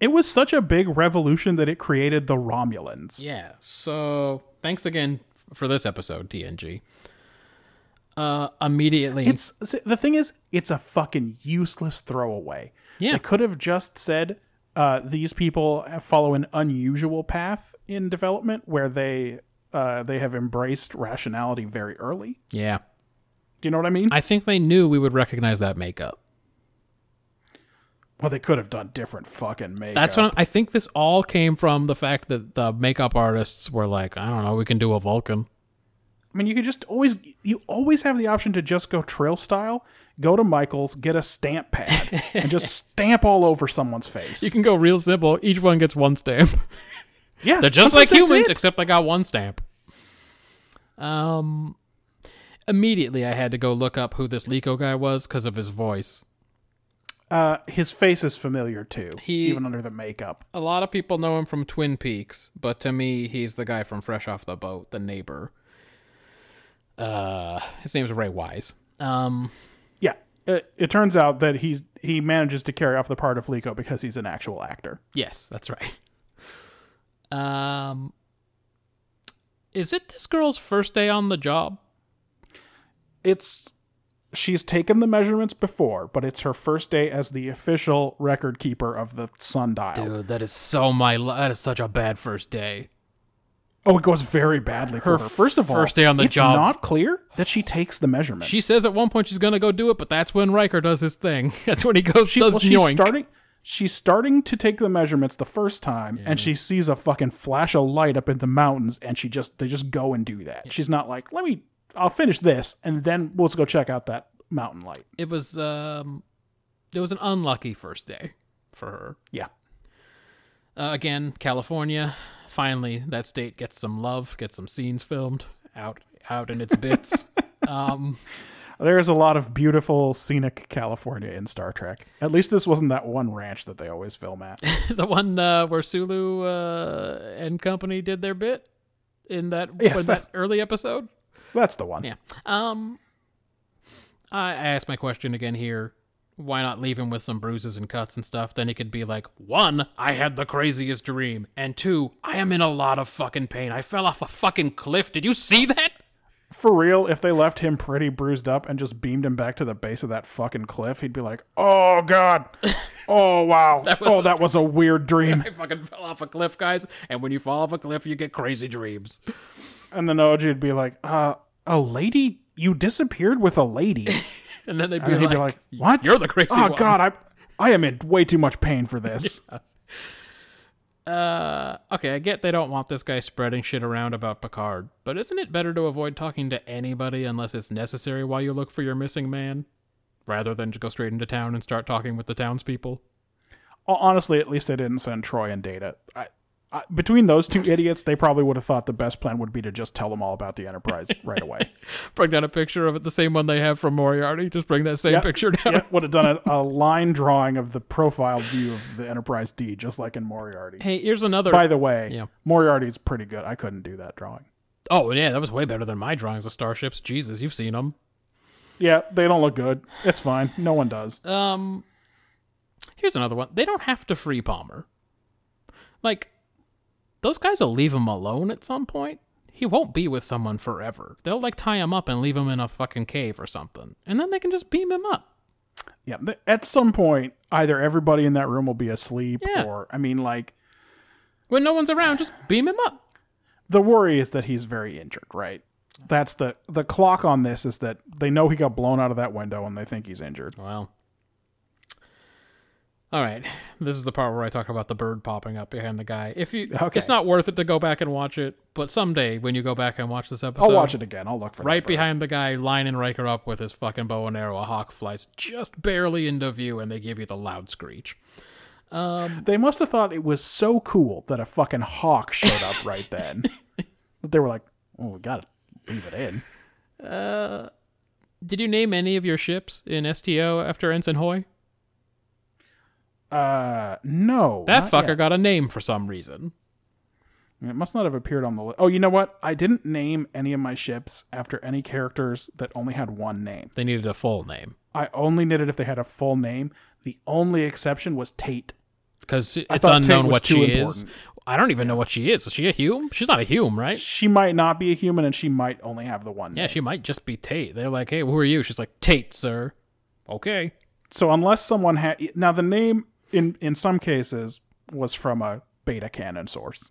it was such a big revolution that it created the romulans Yeah. So, thanks again for this episode, DNG. Uh, immediately. It's see, the thing is, it's a fucking useless throwaway. Yeah. they could have just said uh, these people follow an unusual path in development where they uh, they have embraced rationality very early. yeah. Do you know what I mean? I think they knew we would recognize that makeup. well, they could have done different fucking makeup. That's what I'm, I think. This all came from the fact that the makeup artists were like, I don't know, we can do a Vulcan. I mean, you could just always you always have the option to just go trail style, go to Michaels, get a stamp pad, and just stamp all over someone's face. You can go real simple. Each one gets one stamp. yeah, They're just like sometimes that's humans, it. except they got one stamp. Um, immediately I had to go look up who this Lico guy was because of his voice. Uh, his face is familiar too, He- even under the makeup. A lot of people know him from Twin Peaks, but to me, he's the guy from Fresh Off the Boat, the neighbor. Uh, his name's Ray Wise. Um, Yeah. It, it turns out that he's he manages to carry off the part of Lico because he's an actual actor. Yes, that's right. Um, is it this girl's first day on the job? It's she's taken the measurements before, but it's her first day as the official record keeper of the sundial. Dude, Oh, that is so my. li- That is such a bad first day. Oh, it goes very badly for her. First of all, first day on the it's job. not clear that she takes the measurements. She says at one point she's gonna go do it, but that's when Riker does his thing. That's when he goes does well, she's yoink. starting she's starting to take the measurements the first time and she sees a fucking flash of light up in the mountains and she just they just go and do that she's not like let me i'll finish this and then let's go check out that mountain light it was um, it was an unlucky first day for her. yeah Uh, again, California. Finally, that state gets some love, gets some scenes filmed out out in its bits. um, there's a lot of beautiful scenic california in star trek at least this wasn't that one ranch that they always film at the one uh, where Sulu uh, and company did their bit in that Yes, when that, that- early episode. that's the one Yeah. Um, I I asked my question again here. Why not leave him with some bruises and cuts and stuff? Then he could be like, one, I had the craziest dream, and two, I am in a lot of fucking pain. I fell off a fucking cliff. Did you see that? for real if they left him pretty bruised up and just beamed him back to the base of that fucking cliff he'd be like oh god oh wow That was oh a- that was a weird dream I fucking fell off a cliff, guys. And when you fall off a cliff, you get crazy dreams. And then OG would be like, uh, a lady? You disappeared with a lady? And then they'd be, And he'd like, be like, what? You're the crazy Oh, one." God, I, I am in way too much pain for this. Uh, okay, I get they don't want this guy spreading shit around about Picard, but isn't it better to avoid talking to anybody unless it's necessary while you look for your missing man, rather than just go straight into town and start talking with the townspeople? Hon- Honestly, at least they didn't send Troy and Data. I, I, between those two idiots, they probably would have thought the best plan would be to just tell them all about the Enterprise right away. Bring down a picture of it, the same one they have from Moriarty. Just bring that same Yep. picture down. Yep, would have done a, a line drawing of the profile view of the Enterprise D, just like in Moriarty. Hey, here's another. By the way, Yeah. Moriarty's pretty good. I couldn't do that drawing. oh yeah, that was way better than my drawings of starships. Jesus, you've seen them. Yeah, they don't look good. It's fine. No one does. Um, Here's another one. They don't have to free Palmer. Like, those guys will leave him alone at some point. He won't be with someone forever. They'll like tie him up and leave him in a fucking cave or something, and then they can just beam him up. Yeah, th- at some point, either everybody in that room will be asleep, Yeah. or I mean, like When no one's around, just beam him up. the worry is that he's very injured, right? That's the the clock on this is that they know he got blown out of that window and they think he's injured. Well. All right. This is the part where I talk about the bird popping up behind the guy. If you Okay. it's not worth it to go back and watch it, but someday when you go back and watch this episode I'll watch it again. I'll look for Right that bird. behind the guy lining Riker up with his fucking bow and arrow, a hawk flies just barely into view and they give you the loud screech. They must have thought it was so cool that a fucking hawk showed up right then. But they were like, "Oh, we gotta leave it in." Uh, Did you name any of your ships in STO after Ensign Hoy? Uh, no, not That fucker yet. got a name for some reason. It must not have appeared on the list. Oh, you know what? I didn't name any of my ships after any characters that only had one name. They needed a full name. I only did it if they had a full name. The only exception was Tate. Because it's thought Tate unknown was what too she is. important. I don't even know what she is. Is she a Hume? She's not a Hume, right? She might not be a human, and she might only have the one. Yeah, name. she might just be Tate. They're like, hey, who are you? She's like, Tate, sir. Okay. So unless someone had now the name in in some cases was from a beta canon source.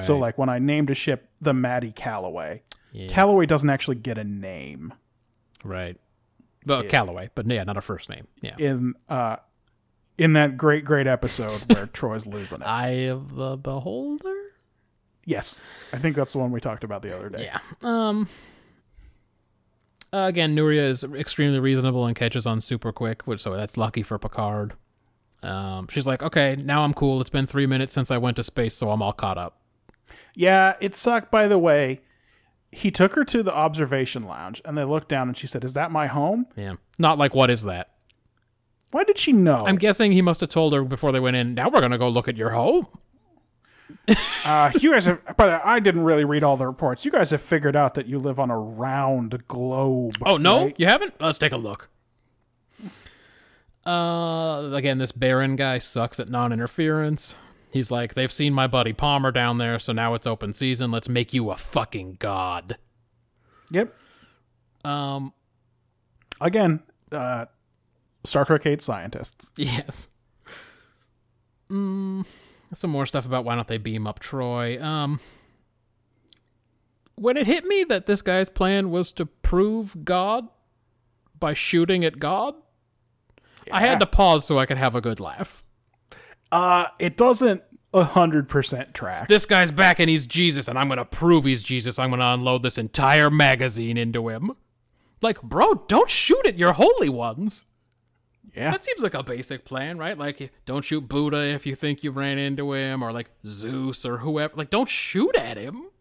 So like when I named a ship the Maddie Calloway, Calloway doesn't actually get a name right. Well, Calloway, but yeah, not a first name. Yeah. in uh in that great great episode where Troy's losing it. Eye of the Beholder? Yes, I think that's the one we talked about the other day. Yeah. Um. uh, again, Nuria is extremely reasonable and catches on super quick, which so that's lucky for Picard. Um, she's like, okay, now I'm cool. It's been three minutes since I went to space, so I'm all caught up. Yeah, it sucked. By the way, he took her to the observation lounge, and they looked down, and she said, "Is that my home?" Yeah. Not like what is that? Why did she know? I'm guessing he must have told her before they went in. Now we're gonna go look at your home. uh, you guys have, but I didn't really read all the reports. You guys have figured out that you live on a round globe. Oh no, right? you haven't? Let's take a look. Uh, again, this Baron guy sucks at non-interference. He's like, they've seen my buddy Palmer down there, so now it's open season. Let's make you a fucking god. Yep. Um, Again, uh, Star Trek hates scientists. yes. Mm, some more stuff about why don't they beam up Troy. Um, when it hit me that this guy's plan was to prove God by shooting at God, I had to pause so I could have a good laugh. Uh, it doesn't hundred percent track. this guy's back and he's Jesus, and I'm gonna prove he's Jesus. I'm gonna unload this entire magazine into him. Like, bro, don't shoot at your holy ones. Yeah. That seems like a basic plan, right? Like, don't shoot Buddha if you think you ran into him, or like Zeus or whoever. Like, don't shoot at him.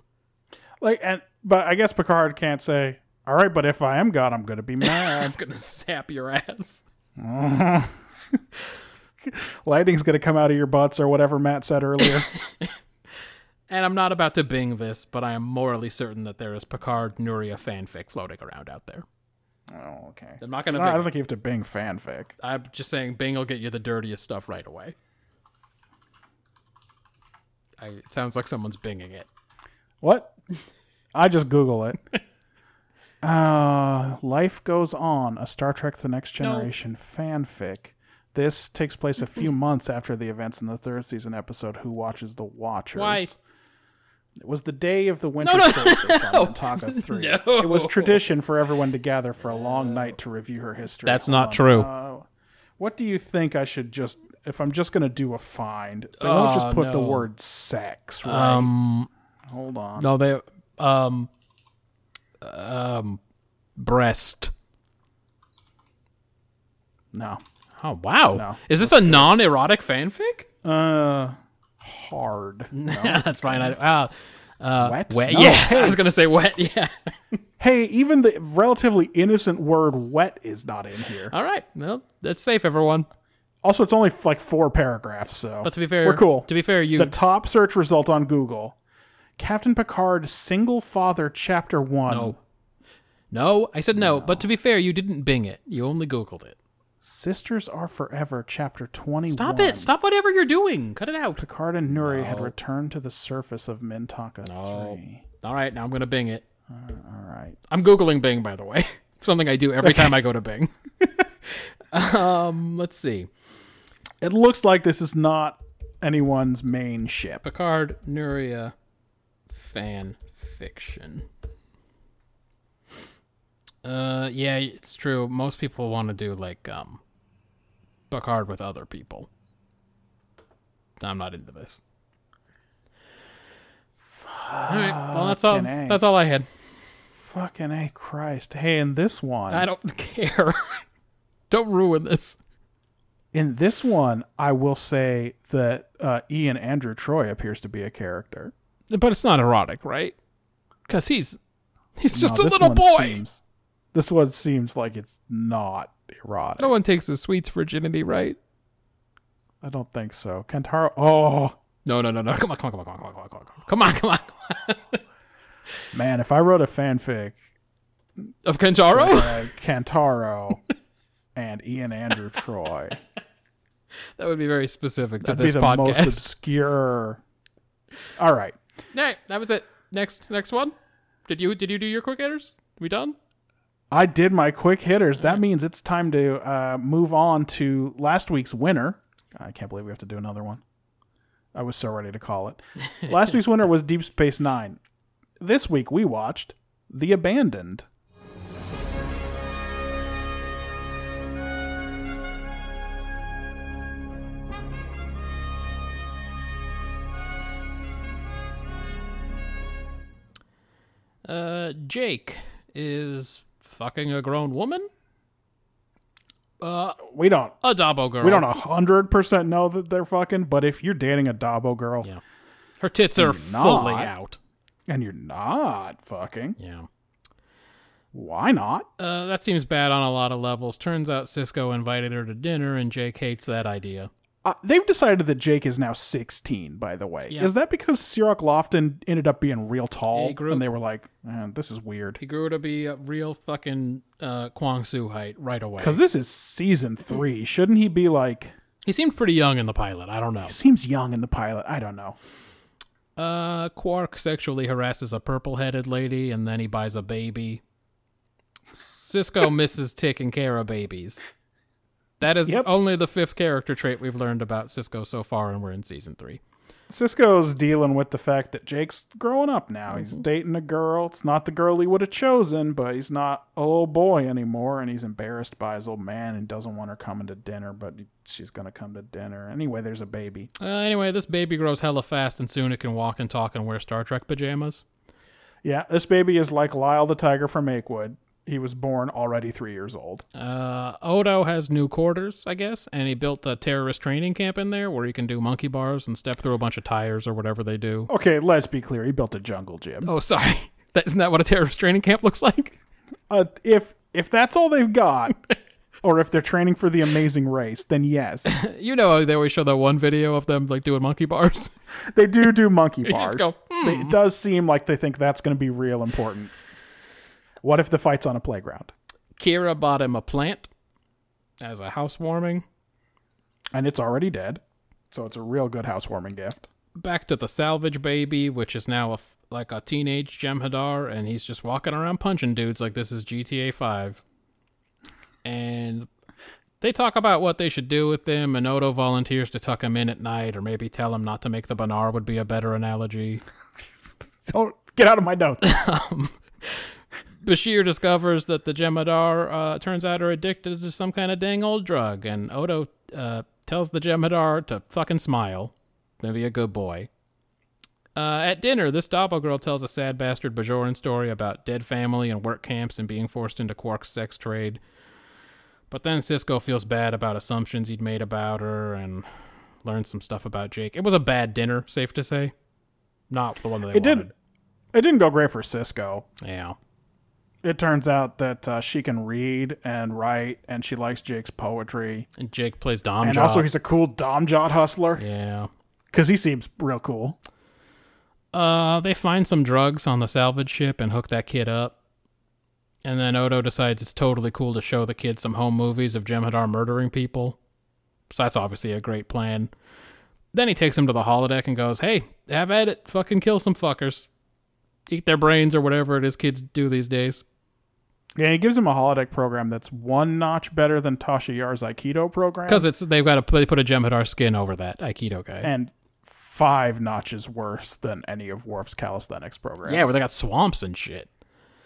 Like, and but I guess Picard can't say, "All right, but if I am God, I'm gonna be mad." I'm gonna sap your ass. Lightning's gonna come out of your butts or whatever Matt said earlier. And I'm not about to bing this, but I am morally certain that there is Picard Nuria fanfic floating around out there. oh, okay. I'm not gonna. No, I bing don't it. think you have to Bing fanfic. I'm just saying, Bing will get you the dirtiest stuff right away. I, it sounds like someone's binging it. What? I just Google it. Uh, Life Goes On, a Star Trek The Next Generation fanfic. This takes place a few months after the events in the third season episode Who Watches the Watchers. Why? It was the day of the winter No, no, solstice on Mintaka 3. No. It was tradition for everyone to gather for a long night to review her history. That's Hold not on. true. Uh, what do you think I should just, if I'm just going to do a find, they won't just Oh, put the no. Um, word sex, right? Hold on. No, they um um breast. No. Oh wow! No. Is this a non-erotic fanfic? Uh, hard. That's fine. I, uh, wet. wet. No. yeah, I was gonna say wet. Yeah. Hey, even the relatively innocent word "wet" is not in here. All right. Well, that's safe, everyone. Also, it's only like four paragraphs, so. But to be fair, we're cool. To be fair, you the top search result on Google: Captain Picard, single father, chapter one. no. I said no, but to be fair, you didn't Bing it. You only Googled it. Sisters Are Forever, Chapter 21. Stop it! Stop whatever you're doing. Cut it out. Picard and Nuri had returned to the surface of Mintaka 3. All right, now I'm gonna Bing it. Uh, All right. I'm googling Bing, by the way. It's something I do every time I go to Bing. um, let's see. It looks like this is not anyone's main ship. Picard Nuria fan fiction. Uh, yeah, it's true. Most people want to do like um, Picard with other people. I'm not into this. All right, well that's all. Fucking A. That's all I had. Fucking A Christ. Hey, in this one, I don't care. Um, don't ruin this. in this one, I will say that uh, Ian Andrew Troy appears to be a character. But it's not erotic, right? Because he's he's just Now, a this little one boy. Seems, this one seems like it's not erotic. No one takes a sweet's virginity, right? I don't think so. Kentaro. Oh No, no, no, no. Come on, come on, come on, come on, come on, come on, come on, come on. man, if I wrote a fanfic, Of Kanjaro? uh, Kentaro and Ian Andrew Troy, that would be very specific to that'd this be the most podcast. obscure. All right. All right, that was it. Next, next one. Did you did you do your quick hitters? We done? I did my quick hitters. That means it's time to uh, move on to last week's winner. I can't believe we have to do another one. I was so ready to call it. last week's winner was Deep Space Nine. This week we watched The Abandoned. Uh, Jake is fucking a grown woman. We don't A Dabo girl. we don't hundred percent know that they're fucking, but if you're dating a Dabo girl Yeah. Her tits are fully not. out. and you're not fucking, Yeah. why not? Uh, that seems bad on a lot of levels. Turns out Cisco invited her to dinner, and Jake hates that idea. Uh, they've decided that Jake is now 16, by the way. Yeah. Is that because Sirach Lofton ended up being real tall? He grew- And they were like, "Man, this is weird. He grew to be a real fucking uh, Kwang Su height right away. Because this is season three. Shouldn't he be like, He seemed pretty young in the pilot. I don't know. seems young in the pilot? I don't know. Uh, Quark sexually harasses a purple-headed lady, and then he buys a baby. Cisco misses taking care of babies. That is Yep. only the fifth character trait we've learned about Cisco so far, and we're in season three. Cisco's dealing with the fact that Jake's growing up now. He's dating a girl. It's not the girl he would have chosen, but he's not a little boy anymore, and he's embarrassed by his old man and doesn't want her coming to dinner, but she's going to come to dinner. Anyway, there's a baby. Uh, anyway, this baby grows hella fast, and soon it can walk and talk and wear Star Trek pajamas. Yeah, this baby is like Lyle the tiger from Akewood. He was born already three years old. Uh, Odo has new quarters, I guess, and he built a terrorist training camp in there where he can do monkey bars and step through a bunch of tires or whatever they do. Okay, let's be clear. He built a jungle gym. Oh, sorry. That, isn't that what a terrorist training camp looks like? Uh, if if that's all they've got, or if they're training for the Amazing Race, then yes, You know, they always show that one video of them like doing monkey bars. they do do monkey bars. just go, hmm. They- It does seem like they think that's going to be real important. What if the fight's on a playground? Kira bought him a plant as a housewarming. And it's already dead, so it's a real good housewarming gift. Back to the salvage baby, which is now a f- like a teenage Jem'Hadar, and he's just walking around punching dudes like this is GTA Five. And they talk about what they should do with them, and Odo volunteers to tuck him in at night, or maybe tell him not to make the banar would be a better analogy. Don't get out of my notes. Bashir discovers that the Jem'Hadar uh, turns out are addicted to some kind of dang old drug, and Odo uh, tells the Jem'Hadar to fucking smile and be a good boy. Uh, at dinner, this Doppel girl tells a sad bastard Bajoran story about dead family and work camps and being forced into Quark's sex trade. But then Cisco feels bad about assumptions he'd made about her and learns some stuff about Jake. It was a bad dinner, safe to say. Not the one that they It wanted. didn't. It didn't go great for Cisco. Yeah. It turns out that uh, she can read and write, and she likes Jake's poetry. And Jake plays Dom. and also, Jock. he's a cool Dom Jot hustler Yeah. because he seems real cool. Uh, they find some drugs on the salvage ship and hook that kid up. And then Odo decides it's totally cool to show the kids some home movies of Jem'Hadar murdering people. So that's obviously a great plan. Then he takes him to the holodeck and goes, "Hey, have at it. Fucking kill some fuckers. Eat their brains or whatever it is kids do these days." Yeah, he gives him a holodeck program that's one notch better than Tasha Yar's Aikido program. Because it's they've got to they put a Jem'Hadar skin over that Aikido guy. and five notches worse than any of Worf's calisthenics programs. yeah, where they got swamps and shit.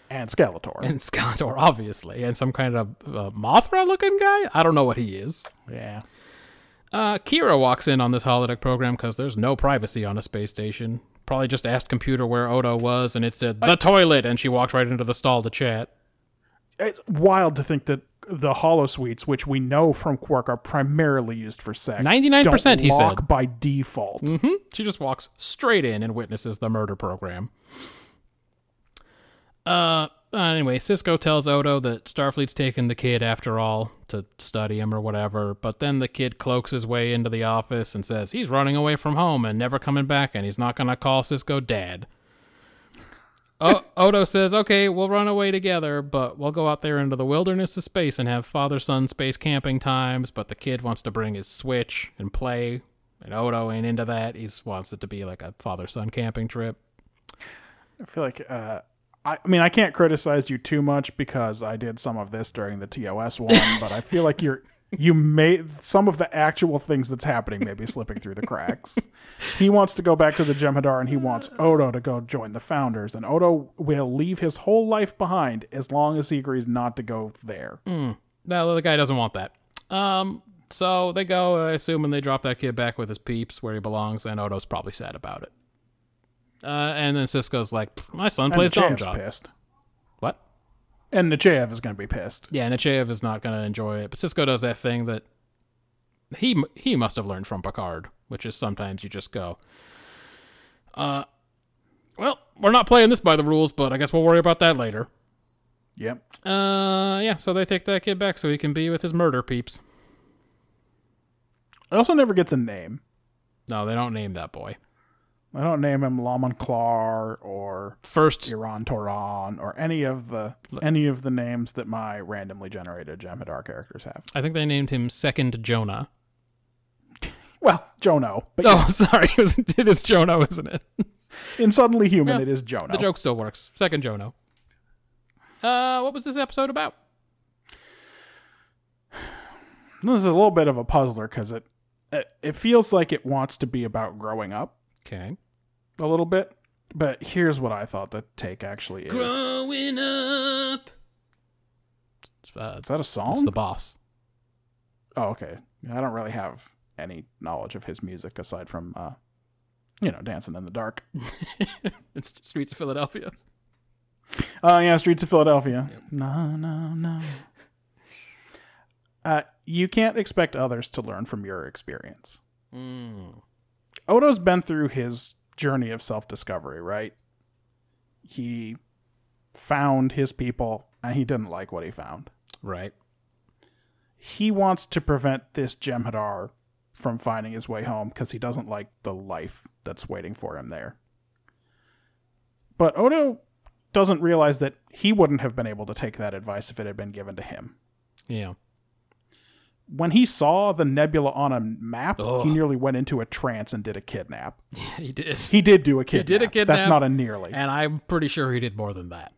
and Skeletor. And Skeletor, obviously, and some kind of uh, Mothra-looking guy. I don't know what he is. yeah. Uh, Kira walks in on this holodeck program because there's no privacy on a space station. Probably just asked computer where Odo was, and it said the toilet, and she walked right into the stall to chat. It's wild to think that the hollow suites, which we know from Quark are primarily used for sex, 99% don't he lock said. by default. Mm-hmm. She just walks straight in and witnesses the murder program. Uh, uh, anyway, Cisco tells Odo that Starfleet's taken the kid after all to study him or whatever, but then the kid cloaks his way into the office and says he's running away from home and never coming back and he's not going to call Cisco dad. o- Odo says, okay, we'll run away together, but we'll go out there into the wilderness of space and have father son space camping times. But the kid wants to bring his Switch and play, and Odo ain't into that. He just wants it to be like a father son camping trip. I feel like, uh, I, I mean, I can't criticize you too much because I did some of this during the TOS one, but I feel like you're. You may some of the actual things that's happening may be slipping through the cracks. He wants to go back to the Jem'Hadar, and he wants Odo to go join the Founders. And Odo will leave his whole life behind as long as he agrees not to go there. No, the other guy doesn't want that. Um, so they go, I assume, and they drop that kid back with his peeps where he belongs, and Odo's probably sad about it. Uh, and then Cisco's like, "Pfft, my son And plays Dom Chev's Job. pissed. What? And Nechayev is going to be pissed. Yeah, Nechayev is not going to enjoy it. But Cisco does that thing that he he must have learned from Picard, which is sometimes you just go, uh, well, we're not playing this by the rules, but I guess we'll worry about that later. Yep. Uh, yeah, so they take that kid back so he can be with his murder peeps. It also never gets a name. No, they don't name that boy. I don't name him Laman Clar or First, Iran Toran or any of the any of the names that my randomly generated Jem'Hadar characters have. I think they named him Second Jonah. Well, Jono, but Oh, sorry, it, was, it is Jono, isn't it? in Suddenly Human, Yeah. it is Jono. The joke still works. Second Jono. Uh, what was this episode about? This is a little bit of a puzzler because it, it it feels like it wants to be about growing up Okay. a little bit. But here's what I thought the take actually is. Growing up. Uh, Is that a song? that's the boss. Oh, okay. I don't really have any knowledge of his music aside from, uh, you know, Dancing in the Dark. It's Streets of Philadelphia. Oh, yeah, Streets of Philadelphia. No, no, no. Uh, you can't expect others to learn from your experience. Odo's been through his journey of self discovery, right? He found his people and he didn't like what he found. Right. he wants to prevent this Jem'Hadar from finding his way home because he doesn't like the life that's waiting for him there. But Odo doesn't realize that he wouldn't have been able to take that advice if it had been given to him. Yeah. When he saw the nebula on a map, Ugh. he nearly went into a trance and did a kidnap. He did. He did do a kidnap. did a That's kidnap. not a nearly. and I'm pretty sure he did more than that.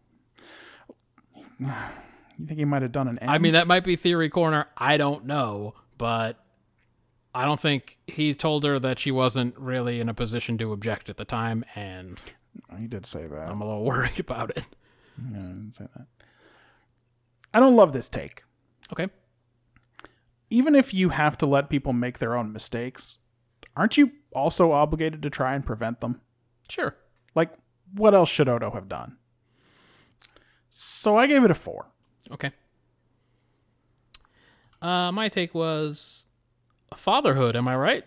You think he might have done an? End? I mean, that might be theory corner. I don't know, but I don't think he told her that she wasn't really in a position to object at the time, and Oh, he did say that. I'm a little worried about it. Yeah, he did say that. I don't love this take. Okay. even if you have to let people make their own mistakes, aren't you also obligated to try and prevent them? Sure. Like, what else should Odo have done? So I gave it a four. Okay. Uh, my take was fatherhood. Am I right?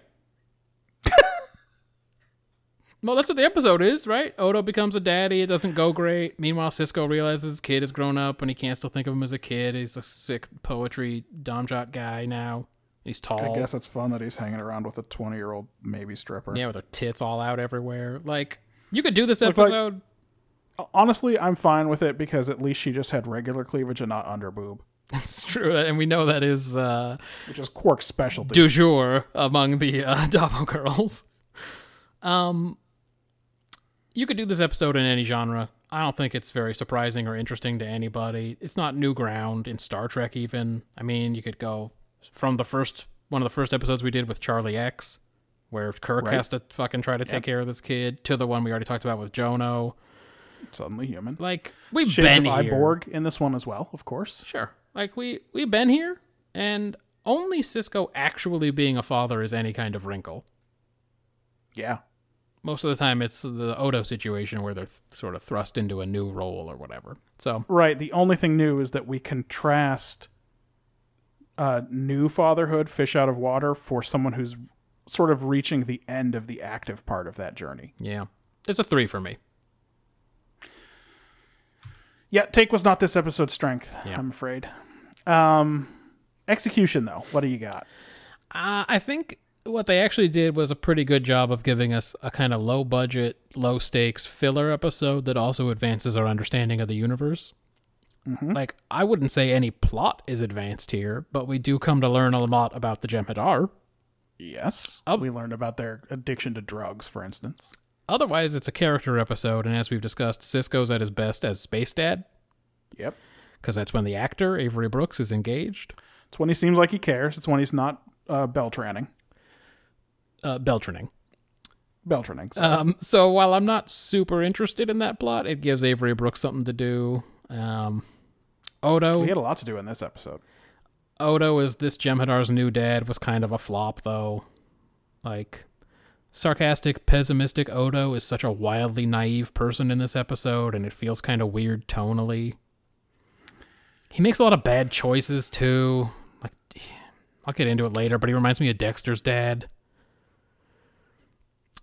well, that's what the episode is, right? Odo becomes a daddy. It doesn't go great. Meanwhile, Cisco realizes his kid has grown up and he can't still think of him as a kid. He's a sick poetry domjot guy now. He's I tall. guess it's fun that he's hanging around with a 20 year old maybe stripper. Yeah, with her tits all out everywhere. Like you could do this like- episode. honestly, I'm fine with it because at least she just had regular cleavage and not underboob, That's true, and we know that is uh, which is Quark's specialty. du jour among the uh, Davo girls. Um, you could do this episode in any genre. I don't think it's very surprising or interesting to anybody. It's not new ground in Star Trek, even. I mean, you could go from the first one of the first episodes we did with Charlie X, where Kirk has to fucking try to take care of this kid, to the one we already talked about with Jono. Suddenly human. Like we've Shades been of here. Iborg in this one as well, of course. Sure. Like we we've been here, and only Cisco actually being a father is any kind of wrinkle. Yeah. Most of the time, it's the Odo situation where they're th- sort of thrust into a new role or whatever. So Right. The only thing new is that we contrast uh, new fatherhood, fish out of water, for someone who's sort of reaching the end of the active part of that journey. yeah, it's a three for me. Yeah, take was not this episode's strength, I'm afraid. Um, execution, though. What do you got? Uh, I think what they actually did was a pretty good job of giving us a kind of low budget, low stakes filler episode that also advances our understanding of the universe. Like, I wouldn't say any plot is advanced here, but we do come to learn a lot about the Jem'Hadar. Yes. Oh. We learned about their addiction to drugs, for instance. Otherwise, it's a character episode, and as we've discussed, Cisco's at his best as Space Dad, Yep. because that's when the actor, Avery Brooks, is engaged. It's when he seems like he cares. It's when he's not uh, Beltraning. Uh, Beltraning. Beltraning. sorry. Um, so while I'm not super interested in that plot, it gives Avery Brooks something to do. Um, Odo. he had a lot to do in this episode. Odo is this Jem'Hadar's new dad was kind of a flop though. Like sarcastic, pessimistic Odo is such a wildly naive person in this episode and it feels kind of weird tonally. He makes a lot of bad choices too. Like I'll get into it later, but he reminds me of Dexter's dad.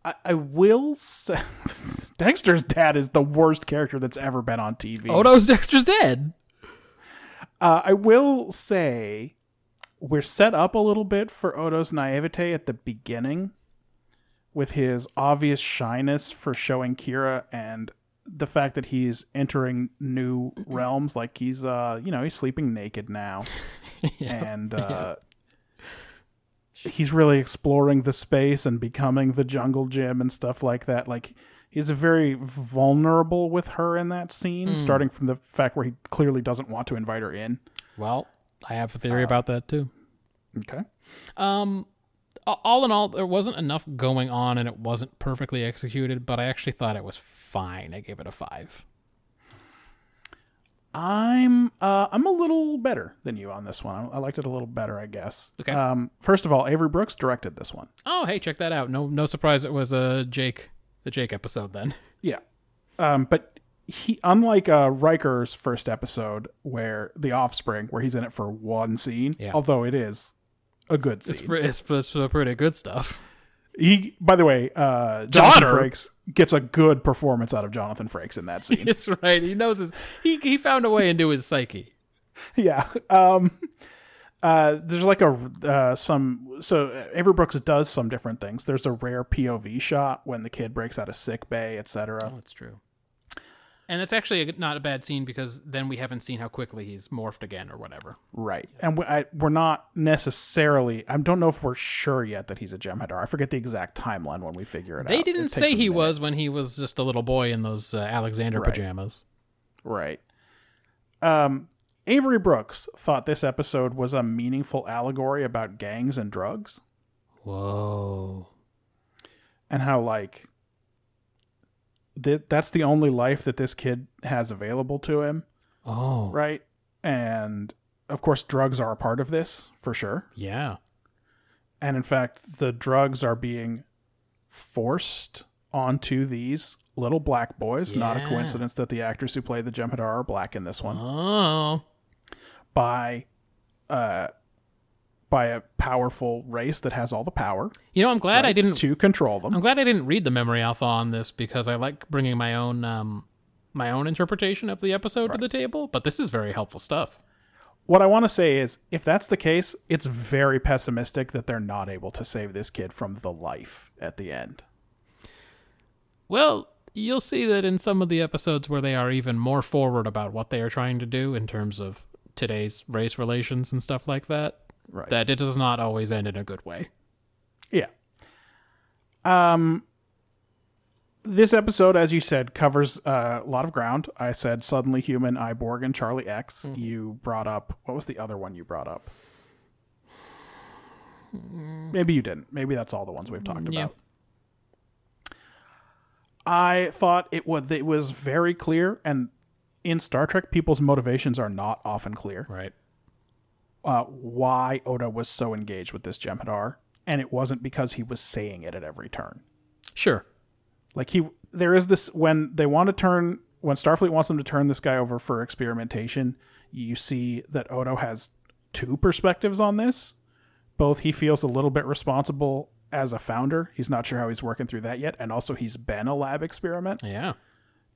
I, I will say Dexter's dad is the worst character that's ever been on TV. Odo's Dexter's dad. Uh, I will say we're set up a little bit for Odo's naivete at the beginning with his obvious shyness for showing Kira and the fact that he's entering new realms like he's uh you know he's sleeping naked now and uh he's really exploring the space and becoming the jungle gym and stuff like that like he's very vulnerable with her in that scene Hmm. starting from the fact where he clearly doesn't want to invite her in Well, I have a theory about that too. okay Um, a- all in all, there wasn't enough going on, and it wasn't perfectly executed. But I actually thought it was fine. I gave it a five. I'm uh, I'm a little better than you on this one. I, I liked it a little better, I guess. Okay. Um, first of all, Avery Brooks directed this one. Oh, hey, check that out. No, no surprise. It was a Jake, the Jake episode. Then Yeah. Um, but he, unlike uh, Riker's first episode, where The Offspring, where he's in it for one scene, Yeah. although it is a good scene. it's pre- it's, it's pretty good stuff. he, by the way, uh, Jonathan Daughter? Frakes gets a good performance out of Jonathan Frakes in that scene. It's right. He knows his. He he found a way into his psyche. yeah. Um, uh, there's like a uh, some so Avery Brooks does some different things. There's a rare POV shot when the kid breaks out of sick bay, etc. That's true. And that's actually a, not a bad scene because then we haven't seen how quickly he's morphed again or whatever. Right, and we, I, we're not necessarily. I don't know if we're sure yet that he's a Jem'Hadar. I forget the exact timeline when we figure it out. They It didn't takes say a he minute. was when he was just a little boy in those uh, Alexander pajamas. Right. Um, Avery Brooks thought this episode was a meaningful allegory about gangs and drugs. Whoa. and how like th- that's the only life that this kid has available to him, Oh. right? And of course, drugs are a part of this for sure. Yeah. And in fact, the drugs are being forced onto these little black boys. Not a Yeah. coincidence that the actors who play the Jem'Hadar are black in this one Oh. by, uh, by a powerful race that has all the power You know, I'm glad I didn't. to control them. I'm glad I didn't read the memory alpha on this because I like bringing my own um, my own interpretation of the episode to the table. But this is very helpful stuff. what I want to say is if that's the case, it's very pessimistic that they're not able to save this kid from the life at the end. Well, you'll see that in some of the episodes where they are even more forward about what they are trying to do in terms of today's race relations and stuff like that, Right. that it does not always end in a good way. Yeah. Um this episode, as you said, covers uh, a lot of ground. I said Suddenly Human, I Borg, and Charlie X. You brought up what was the other one you brought up? Maybe you didn't. Maybe that's all the ones we've talked Mm, yeah. about. I thought it was it was very clear, and in Star Trek, people's motivations are not often clear. Right. uh, why Oda was so engaged with this Jem'Hadar, and it wasn't because he was saying it at every turn. Sure. Like he, there is this when they want to turn when Starfleet wants them to turn this guy over for experimentation. You see that Odo has two perspectives on this. Both he feels a little bit responsible as a founder. He's not sure how he's working through that yet, and also he's been a lab experiment, Yeah.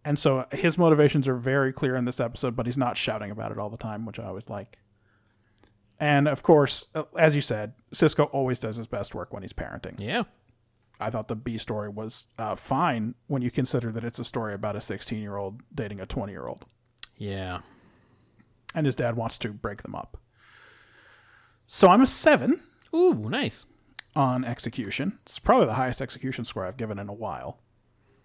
and so his motivations are very clear in this episode. But he's not shouting about it all the time, which I always like. And of course, uh, as you said, Cisco always does his best work when he's parenting. Yeah. I thought the B story was uh, fine when you consider that it's a story about a 16 year old dating a 20 year old, Yeah. and his dad wants to break them up. So I'm a seven Ooh, nice. on execution. It's probably the highest execution score I've given in a while.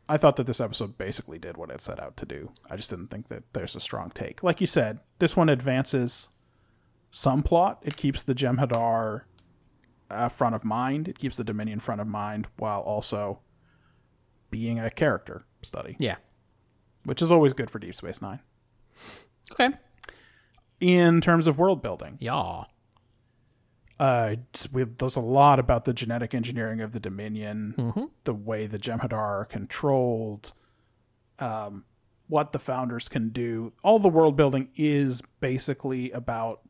I thought that this episode basically did what it set out to do. I just didn't think that there's a strong take. Like you said, this one advances some plot. It keeps the Jem'Hadar uh, front of mind. It keeps the Dominion front of mind while also being a character study, Yeah. which is always good for Deep Space Nine. Okay. In terms of world building, Yeah. uh, it's- we, there's a lot about the genetic engineering of the Dominion, the way the Jem'Hadar are controlled, um, what the founders can do. All the world building is basically about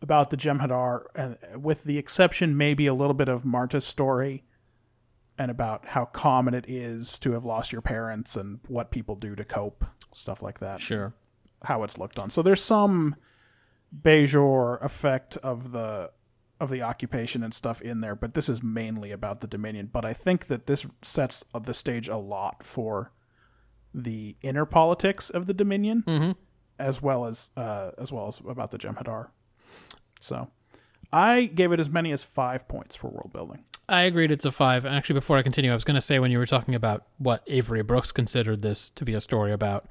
about the Jem'Hadar, and with the exception maybe a little bit of Marta's story, and about how common it is to have lost your parents and what people do to cope, stuff like that Sure. how it's looked on. So there's some Bejor effect of the of the occupation and stuff in there, but this is mainly about the Dominion. But I think that this sets the stage a lot for the inner politics of the Dominion, as well as uh, as well as about the Jem'Hadar. So I gave it as many as five points for world building. I agreed it's a five. And actually, before I continue, I was going to say when you were talking about what Avery Brooks considered this to be a story about,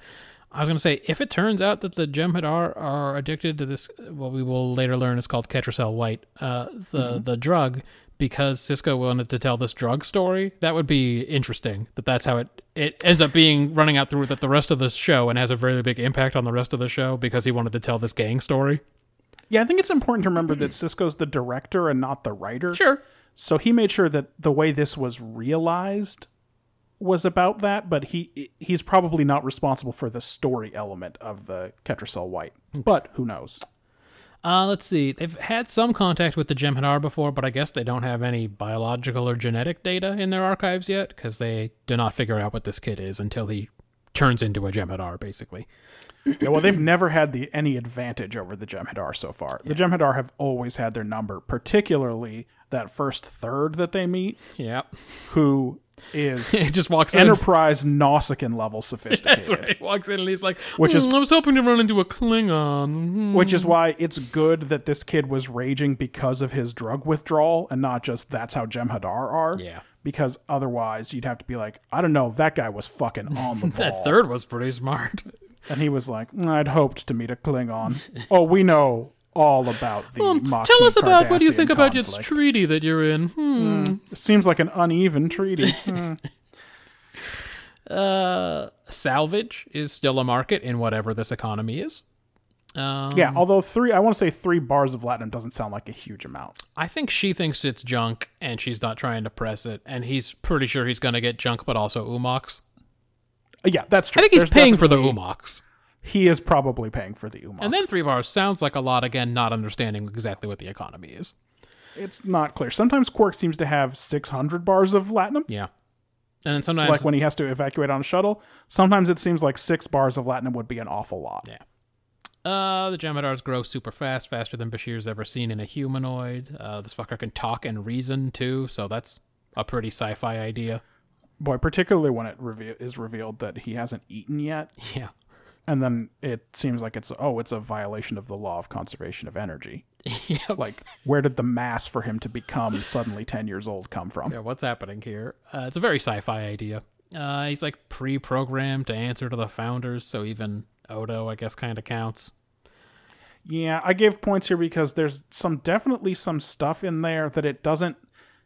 I was going to say if it turns out that the Jem'Hadar are addicted to this, what we will later learn is called Ketracel White, uh, the the drug, because Cisco wanted to tell this drug story, that would be interesting. That that's how it it ends up being running out through that the rest of the show and has a very big impact on the rest of the show because he wanted to tell this gang story. Yeah, I think it's important to remember that Cisco's the director and not the writer. Sure. so he made sure that the way this was realized was about that but he he's probably not responsible for the story element of the ketracel white but who knows Uh, let's see. They've had some contact with the Jem'Hadar before, but I guess they don't have any biological or genetic data in their archives yet because they do not figure out what this kid is until he turns into a Jem'Hadar, basically. yeah, well they've never had the any advantage over the jem'hadar so far the jem'hadar have always had their number particularly that first third that they meet Yeah. who is he just walks in. enterprise nausicaan level sophisticated That's right. He walks in and he's like, Which is- "Hmm, I was hoping to run into a Klingon. Hmm. Which is why it's good that this kid was raging because of his drug withdrawal and not just that's how Jem'Hadar are. Yeah. Because otherwise you'd have to be like, I don't know, that guy was fucking on the That ball. third was pretty smart. and he was like, "Mm, I'd hoped to meet a Klingon. oh, we know all about the Um, Maquis tell us about what do you Cardassian think about this conflict. treaty that you're in? Hmm. It Seems like an uneven treaty. Hmm. Uh, Salvage is still a market in whatever this economy is. Um, yeah, although three I want to say three bars of Latinum doesn't sound like a huge amount. I think she thinks it's junk and she's not trying to press it. And he's pretty sure he's going to get junk, but also Umox. Yeah, that's true. I think he's There's paying for the definitely- Umox. He is probably paying for the Umox. And then three bars sounds like a lot, again, not understanding exactly what the economy is. It's not clear. Sometimes Quark seems to have 600 bars of latinum, Yeah. And then sometimes. like when he has to evacuate on a shuttle. Sometimes it seems like six bars of latinum would be an awful lot. Yeah. Uh, the Jemadars grow super fast, faster than Bashir's ever seen in a humanoid. Uh, this fucker can talk and reason too, so that's a pretty sci fi idea. Boy, particularly when it reve- is revealed that he hasn't eaten yet, Yeah. and then it seems like it's oh, it's a violation of the law of conservation of energy. Yep. Like, where did the mass for him to become suddenly ten years old come from? Yeah, what's happening here? Uh, it's a very sci-fi idea. Uh, he's like pre-programmed to answer to the founders, so even Odo, I guess, kind of counts. Yeah, I gave points here because there's some definitely some stuff in there that it doesn't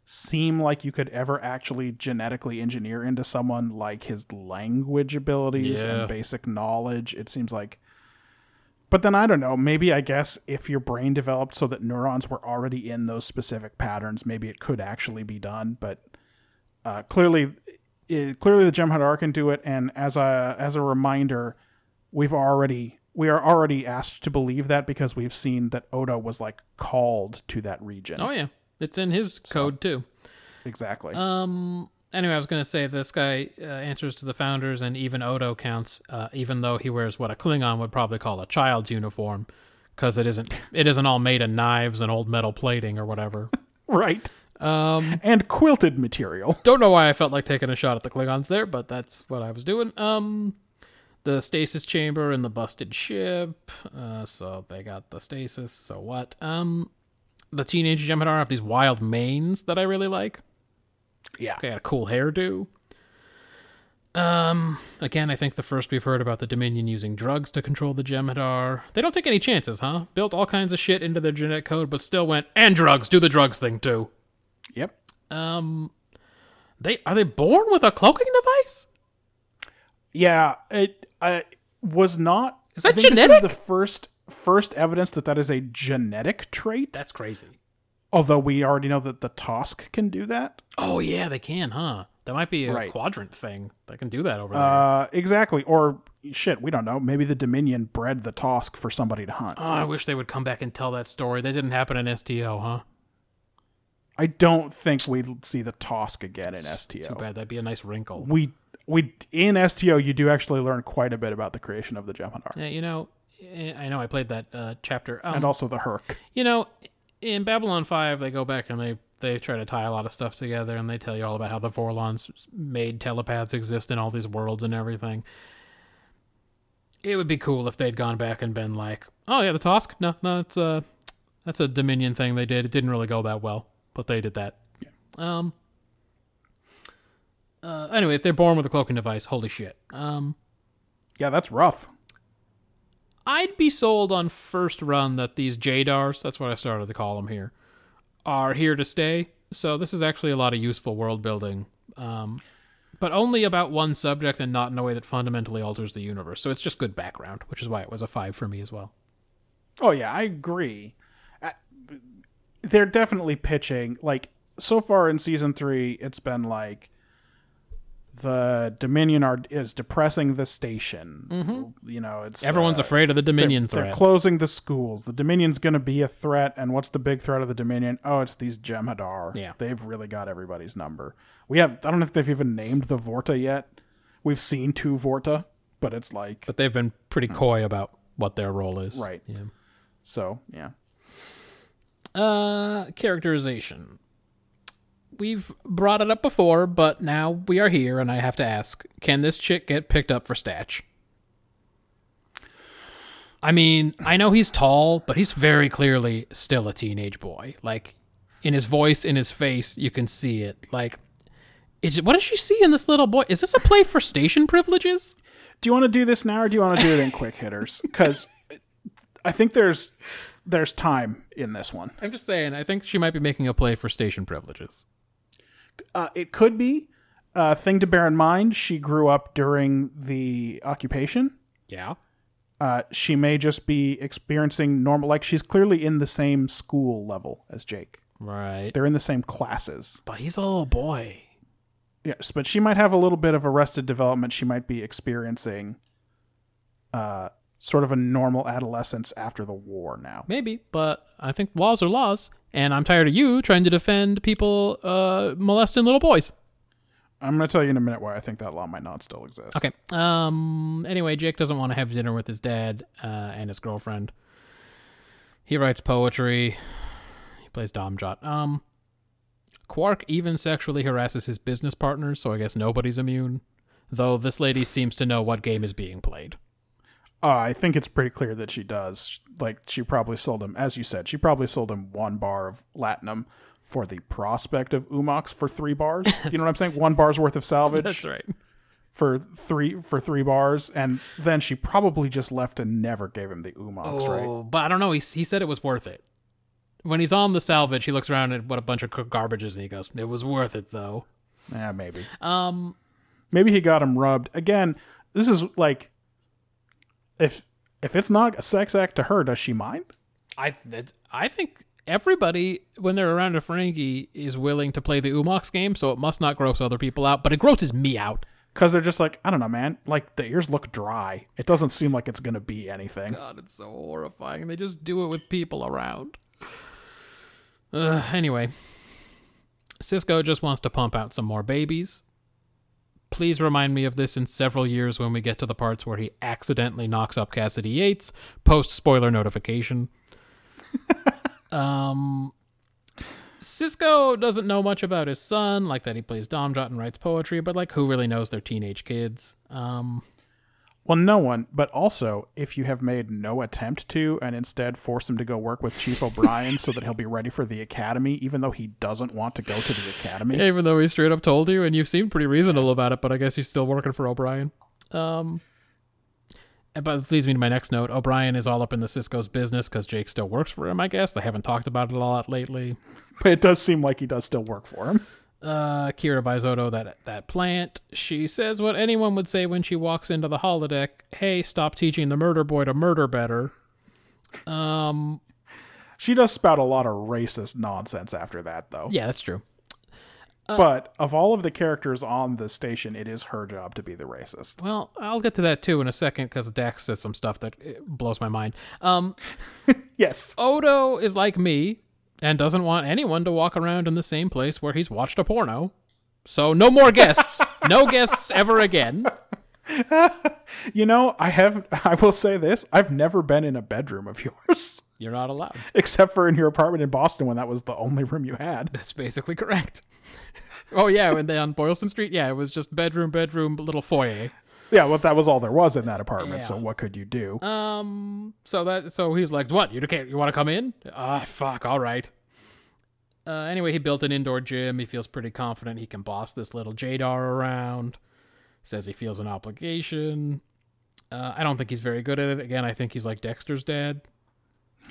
seem like you could ever actually genetically engineer into someone like his language abilities Yeah. and basic knowledge. It seems like but then I don't know, maybe I guess if your brain developed so that neurons were already in those specific patterns, maybe it could actually be done, but uh, clearly it, clearly the Gem Hadar can do it and as a as a reminder, we've already we are already asked to believe that because we've seen that Oda was like called to that region. Oh yeah, it's in his code too. Exactly. Um. Anyway, I was gonna say this guy uh, answers to the founders, and even Odo counts, uh, even though he wears what a Klingon would probably call a child's uniform, because it isn't it isn't all made of knives and old metal plating or whatever. right. Um and quilted material. Don't know why I felt like taking a shot at the Klingons there, but that's what I was doing. Um, the stasis chamber and the busted ship. Uh, so they got the stasis. So what? Um, the teenage Jem'Hadar have these wild manes that I really like. Yeah. They got a cool hairdo. Um, again, I think the first we've heard about the Dominion using drugs to control the Jem'Hadar. They don't take any chances, huh? Built all kinds of shit into their genetic code, but still went and drugs. Do the drugs thing too. Yep. Um, they are they born with a cloaking device? Yeah, it uh, was not Is that I think This genetic? is the first first evidence that that is a genetic trait. That's crazy. although we already know that the Tosk can do that. Oh yeah, they can, huh? That might be a Right. quadrant thing. They can do that over there. Uh exactly. Or shit, we don't know. Maybe the Dominion bred the Tosk for somebody to hunt. oh, I wish they would come back and tell that story. That didn't happen in STO, huh? I don't think we see the Tosk again in STO. Too bad. That'd be a nice wrinkle. we we in STO you do actually learn quite a bit about the creation of the Jem'Hadar Yeah, you know, eh, I know I played that uh, chapter. Um, and also the Herc. you know, in Babylon Five, they go back and they they try to tie a lot of stuff together, and they tell you all about how the Vorlons made telepaths exist in all these worlds and everything. It would be cool if they'd gone back and been like, "Oh yeah, the Tosk. No, no, it's a that's a Dominion thing they did. It didn't really go that well, but they did that." Um. Uh, anyway, if they're born with a cloaking device, holy shit. Um. Yeah, that's rough. I'd be sold on first run that these Jadars, that's what I started to call them here, are here to stay. So this is actually a lot of useful world building, um, but only about one subject and not in a way that fundamentally alters the universe. So it's just good background, which is why it was a five for me as well. Oh yeah, I agree. Uh, They're definitely pitching like so far in season 3 it's been like the Dominion are is depressing the station. You know, it's Mm-hmm. Everyone's uh, afraid of the Dominion they're, threat. They're closing the schools. The Dominion's going to be a threat, and what's the big threat of the Dominion? Oh, it's these Jem'Hadar. Yeah. they've really got everybody's number. We have. I don't know if they've even named the Vorta yet. We've seen two Vorta, but it's like but they've been pretty coy about what their role is. right. Yeah. So yeah, Uh, characterization. We've brought it up before, but now we are here, and I have to ask: Can this chick get picked up for Statch? I mean, I know he's tall, but he's very clearly still a teenage boy. Like in his voice, in his face, you can see it. Like, it's, what does she see in this little boy? Is this a play for station privileges? do you want to do this now or do you want to do it in quick hitters? Because I think there's there's time in this one. I'm just saying. I think she might be making a play for station privileges. Uh, it could be. Uh, thing to bear in mind: she grew up during the occupation. Yeah. uh, she may just be experiencing normal like she's clearly in the same school level as jake Right. they're in the same classes But he's a little boy. yes but she might have a little bit of arrested development she might be experiencing uh, sort of a normal adolescence after the war now Maybe, but I think laws are laws, and I'm tired of you trying to defend people uh, molesting little boys. i'm going to tell you in a minute why i think that law might not still exist Okay. Um. Anyway, Jake doesn't want to have dinner with his dad uh, and his girlfriend. He writes poetry. He plays Domjot. Um. Quark even sexually harasses his business partners, so I guess nobody's immune. Though this lady seems to know what game is being played. Uh, I think it's pretty clear that she does. Like, she probably sold him, as you said, she probably sold him one bar of latinum for the prospect of Umox for three bars. You know what I'm saying? One bar's worth of salvage right. for three for three bars, and then she probably just left and never gave him the Umox, right? Oh, but I don't know. He, he said it was worth it. When he's on the salvage, he looks around at what a bunch of c- garbage is, and he goes, "It was worth it, though." Yeah, maybe. Um, Maybe he got him rubbed. Again, this is like if if it's not a sex act to her, does she mind? I that, I think everybody when they're around a Ferengi is willing to play the Umox game, so it must not gross other people out, but it grosses me out. Because they're just like, I don't know, man. Like the ears look dry. It doesn't seem like it's gonna be anything. God, it's so horrifying. They just do it with people around. Uh, anyway, Cisco just wants to pump out some more babies. Please remind me of this in several years when we get to the parts where he accidentally knocks up Cassidy Yates. Post spoiler notification. um, Cisco doesn't know much about his son, like that he plays Domjot and writes poetry, but like who really knows their teenage kids? Um, Well, no one, but also if you have made no attempt to and instead force him to go work with Chief O'Brien so that he'll be ready for the academy, even though he doesn't want to go to the academy. even though he straight up told you, and you've seemed pretty reasonable about it, but I guess he's still working for O'Brien. Um, and- but this leads me to my next note. O'Brien is all up in the Cisco's business because Jake still works for him. I guess they haven't talked about it a lot lately. But it does seem like he does still work for him. Uh, Kira buys Odo that that plant. She says what anyone would say when she walks into the holodeck: "Hey, stop teaching the murder boy to murder better." Um, She does spout a lot of racist nonsense after that, though. yeah, that's true. But of all of the characters on the station, it is her job to be the racist. Well, I'll get to that too in a second because Dax says some stuff that eh, blows my mind. Um, Yes. Odo is like me and doesn't want anyone to walk around in the same place where he's watched a porno. So no more guests. no guests ever again. You know, I have I will say this, I've never been in a bedroom of yours. You're not allowed. Except for in your apartment in Boston when that was the only room you had. That's basically correct. Oh yeah, when they on Boylston Street, yeah, it was just bedroom, bedroom, little foyer. Yeah, well that was all there was in that apartment, so Yeah. what could you do? Um, so that so he's like, "What? You can't? You want to come in? Ah, fuck. All right." Uh, anyway, he built an indoor gym. He feels pretty confident he can boss this little Jadar around. Says he feels an obligation. Uh, I don't think he's very good at it. Again, I think he's like Dexter's dad.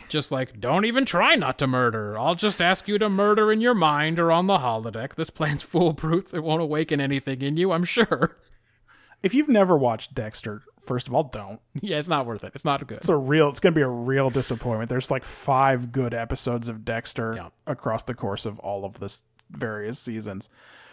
Just like, don't even try not to murder. I'll just ask you to murder in your mind or on the holodeck. This plan's foolproof. It won't awaken anything in you, I'm sure. if you've never watched Dexter, first of all, don't. yeah, it's not worth it. It's not good. It's a real it's gonna be a real disappointment. There's like five good episodes of Dexter Yeah. across the course of all of this various seasons.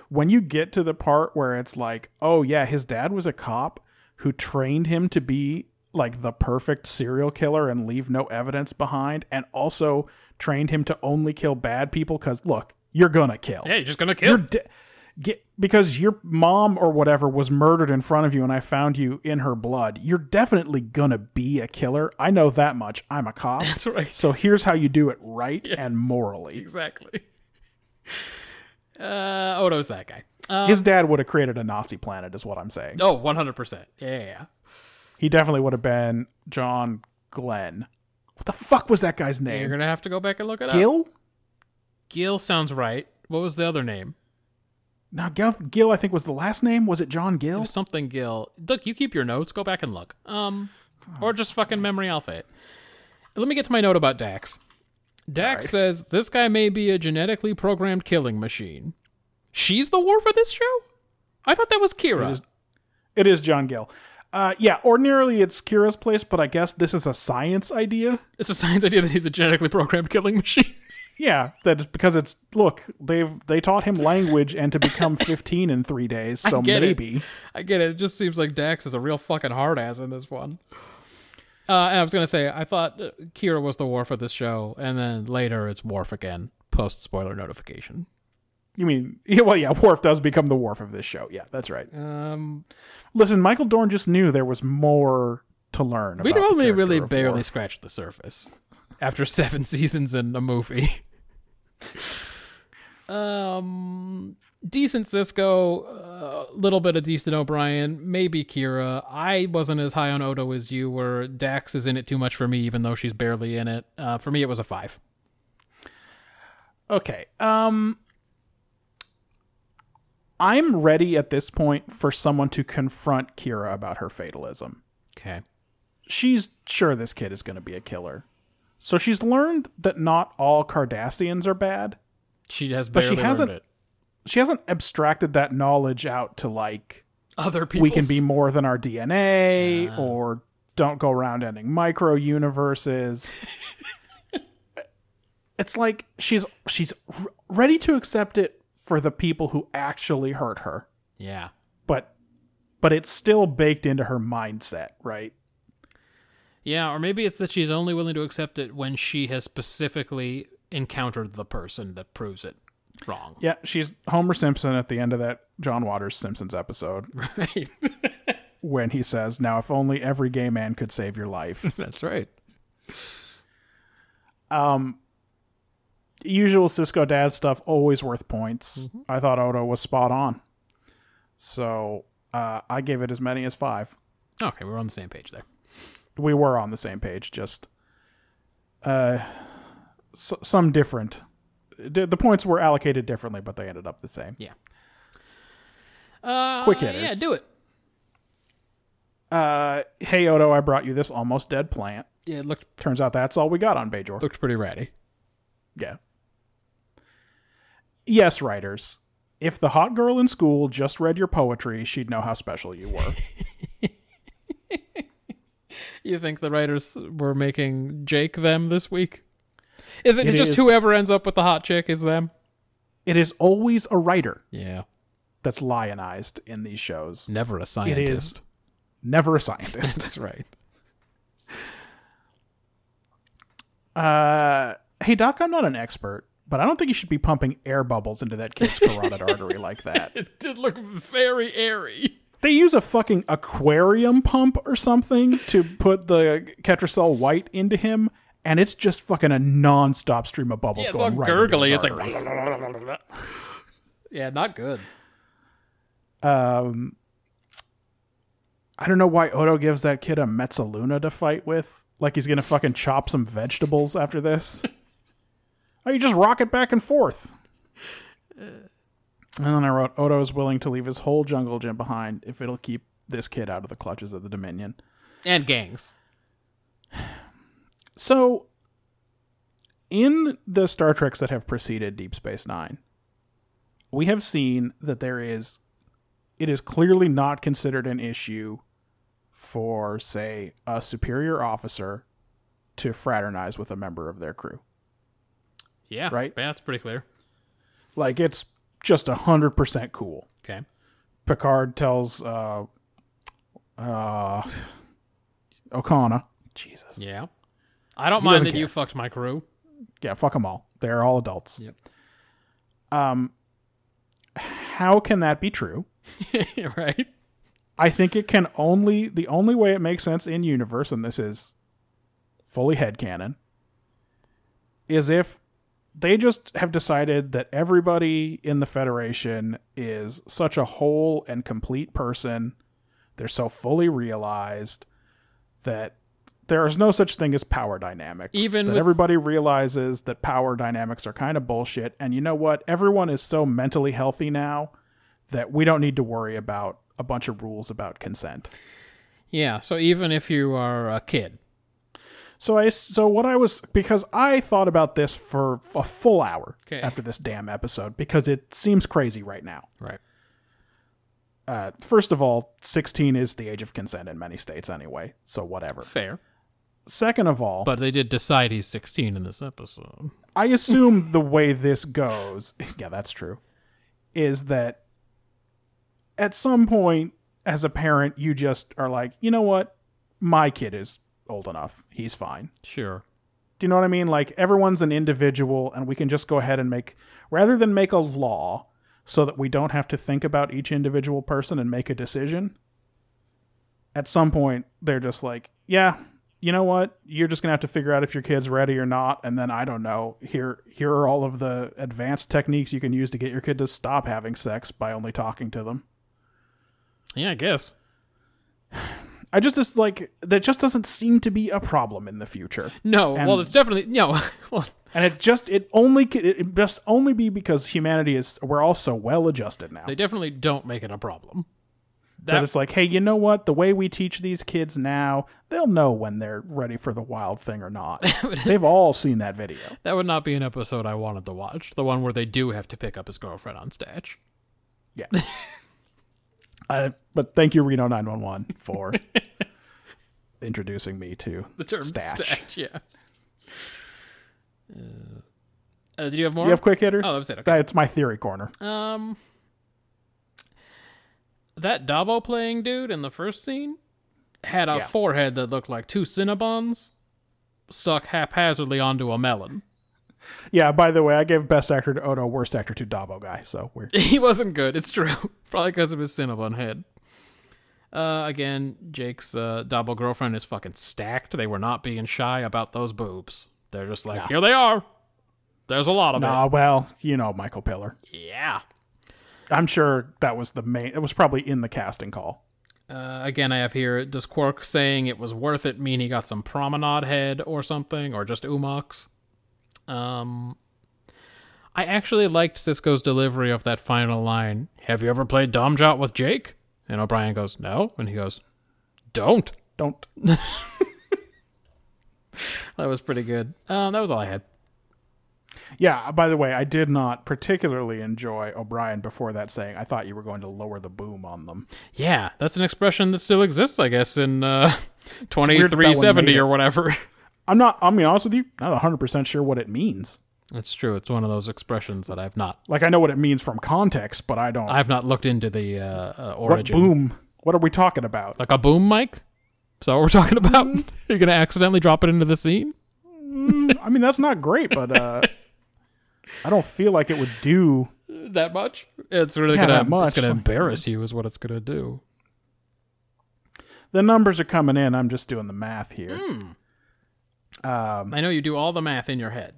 When you get to the part where it's like, oh yeah, his dad was a cop who trained him to be like the perfect serial killer and leave no evidence behind, and also trained him to only kill bad people because look, you're gonna kill. yeah, you're just gonna You're kill. de- get, because your mom or whatever was murdered in front of you and I found you in her blood, you're definitely gonna be a killer. I know that much. I'm a cop. That's right. So here's how you do it right and morally. Exactly. Uh, Odo's that guy. Uh, His dad would have created a Nazi planet, is what I'm saying. oh, 100%. Yeah, yeah, yeah. He definitely would have been John Glenn. What the fuck was that guy's You're name? going to have to go back and look it up. Gil? Gil sounds right. What was the other name? No, Gil, Gil, I think was the last name. Was it John It Gill? was something Gil. Look, you keep your notes. Go back and look. Um, Or just fucking memory alpha it. Let me get to my note about Dax. Dax says, this guy may be a genetically programmed killing machine. She's the war for this show? I thought that was Kira. It is John Gill. Uh, yeah, ordinarily it's Kira's place, but I guess this is a science idea. it's a science idea that he's a genetically programmed killing machine. Yeah, that is because it's look they've they taught him language and to become 15 in three days, so get it. maybe I get it. It just seems like Dax is a real fucking hard ass in this one. Uh, and I was gonna say, I thought uh, Kira was the wharf of this show, and then later it's wharf again. Post spoiler notification. you mean yeah, well yeah, Worf does become the Worf of this show. Yeah, that's right. Um, Listen, Michael Dorn just knew there was more to learn. we about the only character really of barely Worf. scratched the surface after seven seasons and a movie. Um, decent Cisco, a little bit of decent O'Brien, maybe Kira. I wasn't as high on Odo as you were. Dax is in it too much for me, even though she's barely in it. Uh, for me, it was a five. Okay. Um I'm ready at this point for someone to confront Kira about her fatalism. Okay. She's sure this kid is going to be a killer. So she's learned that not all Cardassians are bad. She has she barely hasn't- learned it. She hasn't abstracted that knowledge out to like Other people. we can be more than our DNA or don't go around ending micro universes. it's like she's she's r- ready to accept it for the people who actually hurt her, Yeah. but but it's still baked into her mindset, right? Yeah, or maybe it's that she's only willing to accept it when she has specifically encountered the person that proves it wrong. Yeah, she's Homer Simpson at the end of that John Waters Simpsons episode Right. when he says, "Now if only every gay man could save your life." That's right. usual Cisco dad stuff always worth points. I thought Odo was spot on. So uh, I gave it as many as five. Okay, we're on the same page there. We were on the same page, just uh, s- some different. The the points were allocated differently, but they ended up the same. Yeah. Uh, Quick hitters. Yeah, do it. Uh, hey Odo, I brought you this almost dead plant. Yeah, it looked Turns out that's all we got on Bajor. looked pretty ratty. Yeah. Yes, writers. If the hot girl in school just read your poetry, she'd know how special you were. You think the writers were making Jake them this week? Is it, It just is. whoever ends up with the hot chick is them? it is always a writer Yeah. that's lionized in these shows. Never a It scientist. is never a scientist. That's right. uh, hey, Doc, I'm not an expert, but I don't think you should be pumping air bubbles into that kid's carotid artery like that. It did look very airy. They use a fucking aquarium pump or something to put the Ketracel white into him, and it's just fucking a nonstop stream of bubbles Yeah, it's all going right into gurgly. his It's like. arteries. yeah, not good. I don't know why Odo gives that kid a Mezzaluna to fight with. Like he's gonna fucking chop some vegetables after this. oh, you just rock it back and forth. And then I wrote, Odo is willing to leave his whole jungle gym behind if it'll keep this kid out of the clutches of the Dominion. And gangs. So, in the Star Treks that have preceded Deep Space Nine, we have seen that there is, it is clearly not considered an issue for, say, a superior officer to fraternize with a member of their crew. Yeah. Right? Yeah, that's pretty clear. Like, it's just 100% cool. Okay. Picard tells uh, uh, O'Connor, Jesus. Yeah. I don't He mind doesn't that you care. fucked my crew. Yeah, fuck them all. They're all adults. Yep. Um, how can that be true? right? I think it can only the only way it makes sense in universe, and this is fully headcanon, is if they just have decided that everybody in the Federation is such a whole and complete person, they're so fully realized that there is no such thing as power dynamics. Even that with- everybody realizes that power dynamics are kind of bullshit, and you know what? Everyone is so mentally healthy now that we don't need to worry about a bunch of rules about consent. Yeah. So even if you are a kid, So I so what I was because I thought about this for a full hour Okay. after this damn episode because it seems crazy right now. right? Uh, first of all, 16 is the age of consent in many states anyway, so whatever. Fair. Second of all, But they did decide he's 16 in this episode. I assume the way this goes, yeah, that's true, is that at some point as a parent you just are like, you know what, my kid is old enough, he's fine. Sure. Do you know what I mean? Like everyone's an individual, and we can just go ahead and make rather than make a law so that we don't have to think about each individual person and make a decision. At some point, they're just like, yeah, you know what? You're just gonna have to figure out if your kid's ready or not, and then I don't know. Here, here are all of the advanced techniques you can use to get your kid to stop having sex by only talking to them. Yeah, I guess. I just just like that just doesn't seem to be a problem in the future, No, well, And- it's definitely no. well, and it just it only c- it it just only be because humanity is we're all so well adjusted now they definitely don't make it a problem. that, that- it's like, hey, you know what? The way we teach these kids now, they'll know when they're ready for the wild thing or not. They've all seen that video. That would not be an episode I wanted to watch. The one where they do have to pick up his girlfriend on stage. Yeah. uh, but thank you, Reno 911, for introducing me to The term Statch. statch. yeah. Uh, uh, did you have more? You have quick hitters? Oh, that was it, okay. That's my theory corner. Um, that Dabo playing dude in the first scene had a Yeah. forehead that looked like two Cinnabons stuck haphazardly onto a melon. Yeah, by the way, I gave best actor to Odo, worst actor to Dabo guy. So we're. he wasn't good. It's true. Probably because of his Cinnabon head. Uh, again, Jake's uh, Dabo girlfriend is fucking stacked. They were not being shy about those boobs. They're just like, here they are. There's a lot of Nah, well, you know Michael Piller. it. Yeah. I'm sure that was the main. It was probably in the casting call. Uh, again, I have here, does Quark saying it was worth it mean he got some promenade head or something, or just umox? Um, I actually liked Cisco's delivery of that final line. Have you ever played Dom Jot with Jake? And O'Brien goes, no. And he goes, don't. Don't. That was pretty good. Um, that was all I had. Yeah, by the way, I did not particularly enjoy O'Brien before that saying, I thought you were going to lower the boom on them. Yeah, that's an expression that still exists, I guess, in uh, weird that that one 2370 made or whatever. I'm not, I'm going to be honest with you, not 100% sure what it means. That's true. It's one of those expressions that I've not. Like, I know what it means from context, but I don't. I've not looked into the uh, uh, what origin. boom? What are we talking about? Like a boom mic? Is that what we're talking about? You're gonna accidentally drop it into the scene? I mean, that's not great, but uh, I don't feel like it would do. That much? It's really Yeah, that gonna much. it's gonna embarrass you is what it's gonna do. The numbers are coming in. I'm just doing the math here. Um, I know you do all the math in your head.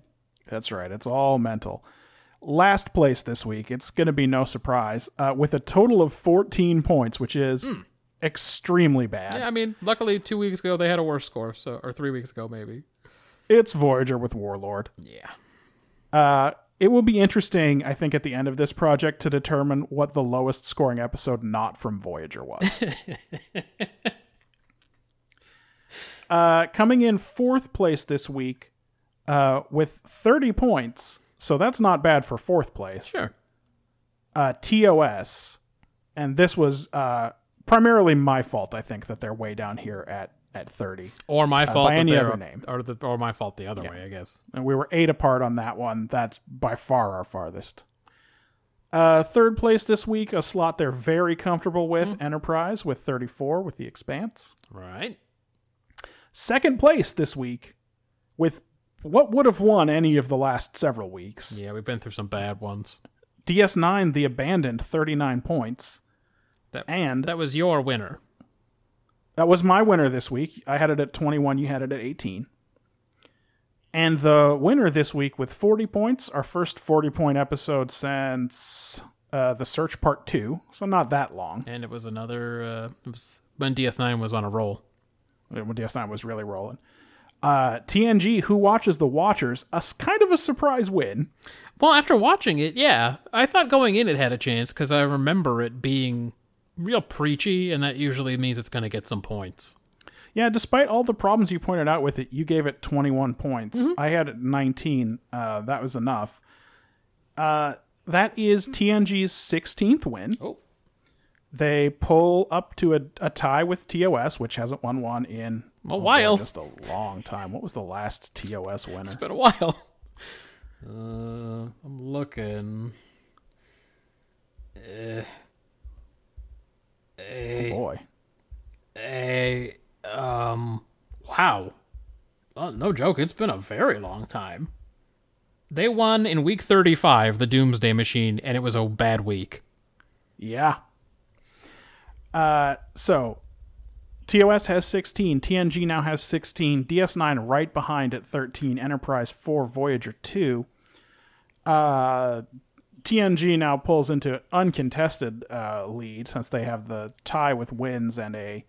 That's right. It's all mental. Last place this week. It's going to be no surprise. Uh, with a total of 14 points, which is extremely bad. Hmm. Yeah, I mean, luckily two weeks ago they had a worse score, so or three weeks ago maybe. It's Voyager with Warlord. Yeah. Uh, it will be interesting, I think, at the end of this project to determine what the lowest scoring episode not from Voyager was. uh, coming in fourth place this week uh, with 30 points, so that's not bad for fourth place. Sure. Uh, TOS, and this was uh, primarily my fault, I think, that they're way down here at, at 30. Or my fault. Uh, by that any they're other up- name. Or, the, or my fault the other way, I guess. and we were eight apart on that one. That's by far our farthest. Uh, third place this week, a slot they're very comfortable with, Mm-hmm. Enterprise with 34 with the Expanse. Right? Second place this week with what would have won any of the last several weeks. Yeah, we've been through some bad ones. DS9 The Abandoned 39 points. That And that was your winner. That was my winner this week. I had it at 21, you had it at 18. And the winner this week with 40 points, our first 40 point episode since uh, The Search Part 2, so not that long. And it was another uh, it was when DS9 was on a roll. When DS9 was really rolling. Uh, TNG, Who Watches the Watchers, a s- kind of a surprise win. Well, after watching it, yeah, I thought going in it had a chance because I remember it being real preachy, and that usually means it's going to get some points. Yeah, despite all the problems you pointed out with it, you gave it 21 points. I had it 19. Uh, that was enough. Uh, that is TNG's 16th win. Oh. They pull up to a, a tie with TOS, which hasn't won one in oh A while. just a long time. What was the last TOS winner? It's been a while. Uh, I'm looking. Boy. Hey, um, wow. Oh, no joke, it's been a very long time. They won in week 35, the Doomsday Machine, and it was a bad week. Yeah. Uh, so TOS has 16, TNG now has 16, DS9 right behind at 13, Enterprise 4, Voyager 2. Uh, TNG now pulls into uncontested uh, lead since they have the tie with wins and a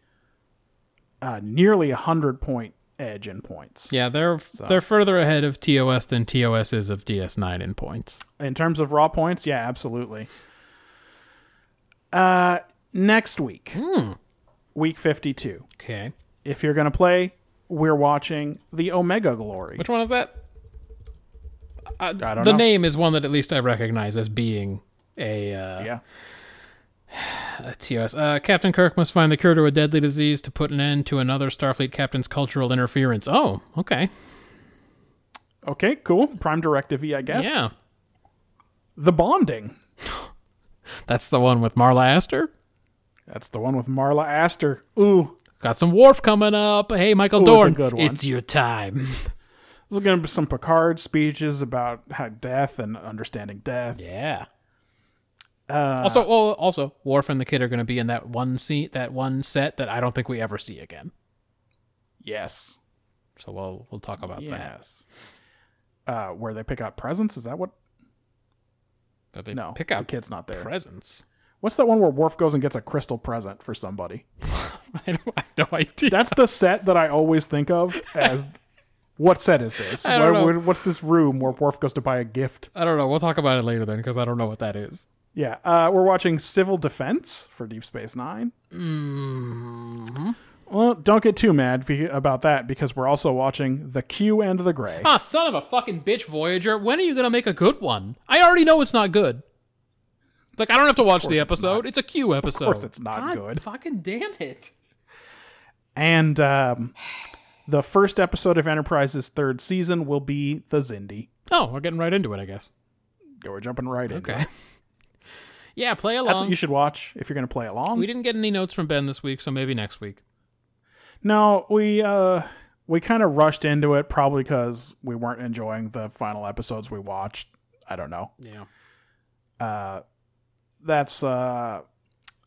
uh, nearly 100 point edge in points. Yeah, they're they're further ahead of TOS than TOS is of DS9 in points. In terms of raw points, yeah, absolutely. Uh, next week, week 52. Okay. If you're going to play, we're watching the Omega Glory. Which one is that? Uh, I don't the know. name is one that at least I recognize as being a, uh, Yeah. a TOS. Uh, Captain Kirk must find the cure to a deadly disease to put an end to another Starfleet captain's cultural interference. Oh, okay. Okay, cool. Prime Directive, I guess. Yeah. The Bonding. That's the one with Marla Astor. That's the one with Marla Astor. Ooh, Got some Wharf coming up. Hey, Michael Ooh, it's a Dorn. good one. your time. there's going to be some Picard speeches about how death and understanding death. Uh, Yeah. Uh, also, well, also, Worf and the kid are going to be in that one scene, that one set that I don't think we ever see again. Yes. So we'll we'll talk about that. Yes. Uh, where they pick out presents? Is that what? But they No, pick out the kid's not there. presents. What's that one where Worf goes and gets a crystal present for somebody? I, don't, I have no idea. That's the set that I always think of as. What set is this? I don't Where- know. where- what's this room where Worf goes to buy a gift? I don't know. We'll talk about it later then, because I don't know what that is. Yeah, uh, we're watching Civil Defense for Deep Space 9 Mm-hmm. Well, don't get too mad be- about that because we're also watching The Q and the Gray. Ah, son of a fucking bitch, Voyager. When are you gonna make a good one? I already know it's not good. Like I don't have to watch the episode. It's, a Q episode. of course, it's not God good. Fucking damn it. And um, the first episode of Enterprise's third season will be The Zindi. Oh, we're getting right into it, I guess. Yeah, we're jumping right in. Okay. yeah, play along. That's what you should watch if you're going to play along. We didn't get any notes from Ben this week, so maybe next week. No, we uh we kind of rushed into it probably because we weren't enjoying the final episodes we watched. I don't know. Uh, Yeah. That's uh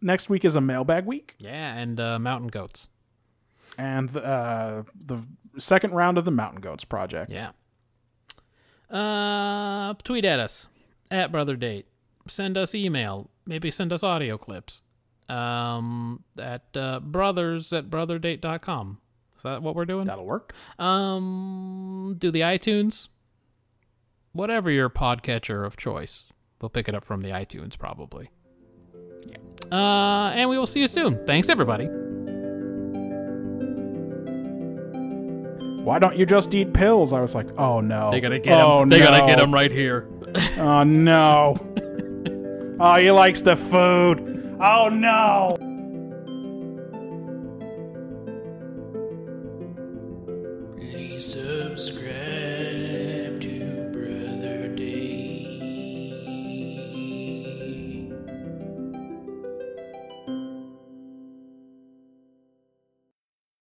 next week is a mailbag week Yeah, and uh, mountain goats. and uh the second round of the Mountain Goats project. Yeah. Uh, tweet at us at brother date. Send us email. Maybe send us audio clips. Um, at uh, brothers at brotherdate.com. Is that what we're doing? That'll work. Um, do the iTunes. Whatever your podcatcher of choice, we'll pick it up from the iTunes probably. Yeah. Uh, and we will see you soon. Thanks everybody. Why don't you just eat pills? I was like, oh no. They gotta get oh, him. They no. gotta get him right here. Oh no. oh, he likes the food. Oh no. Please subscribe.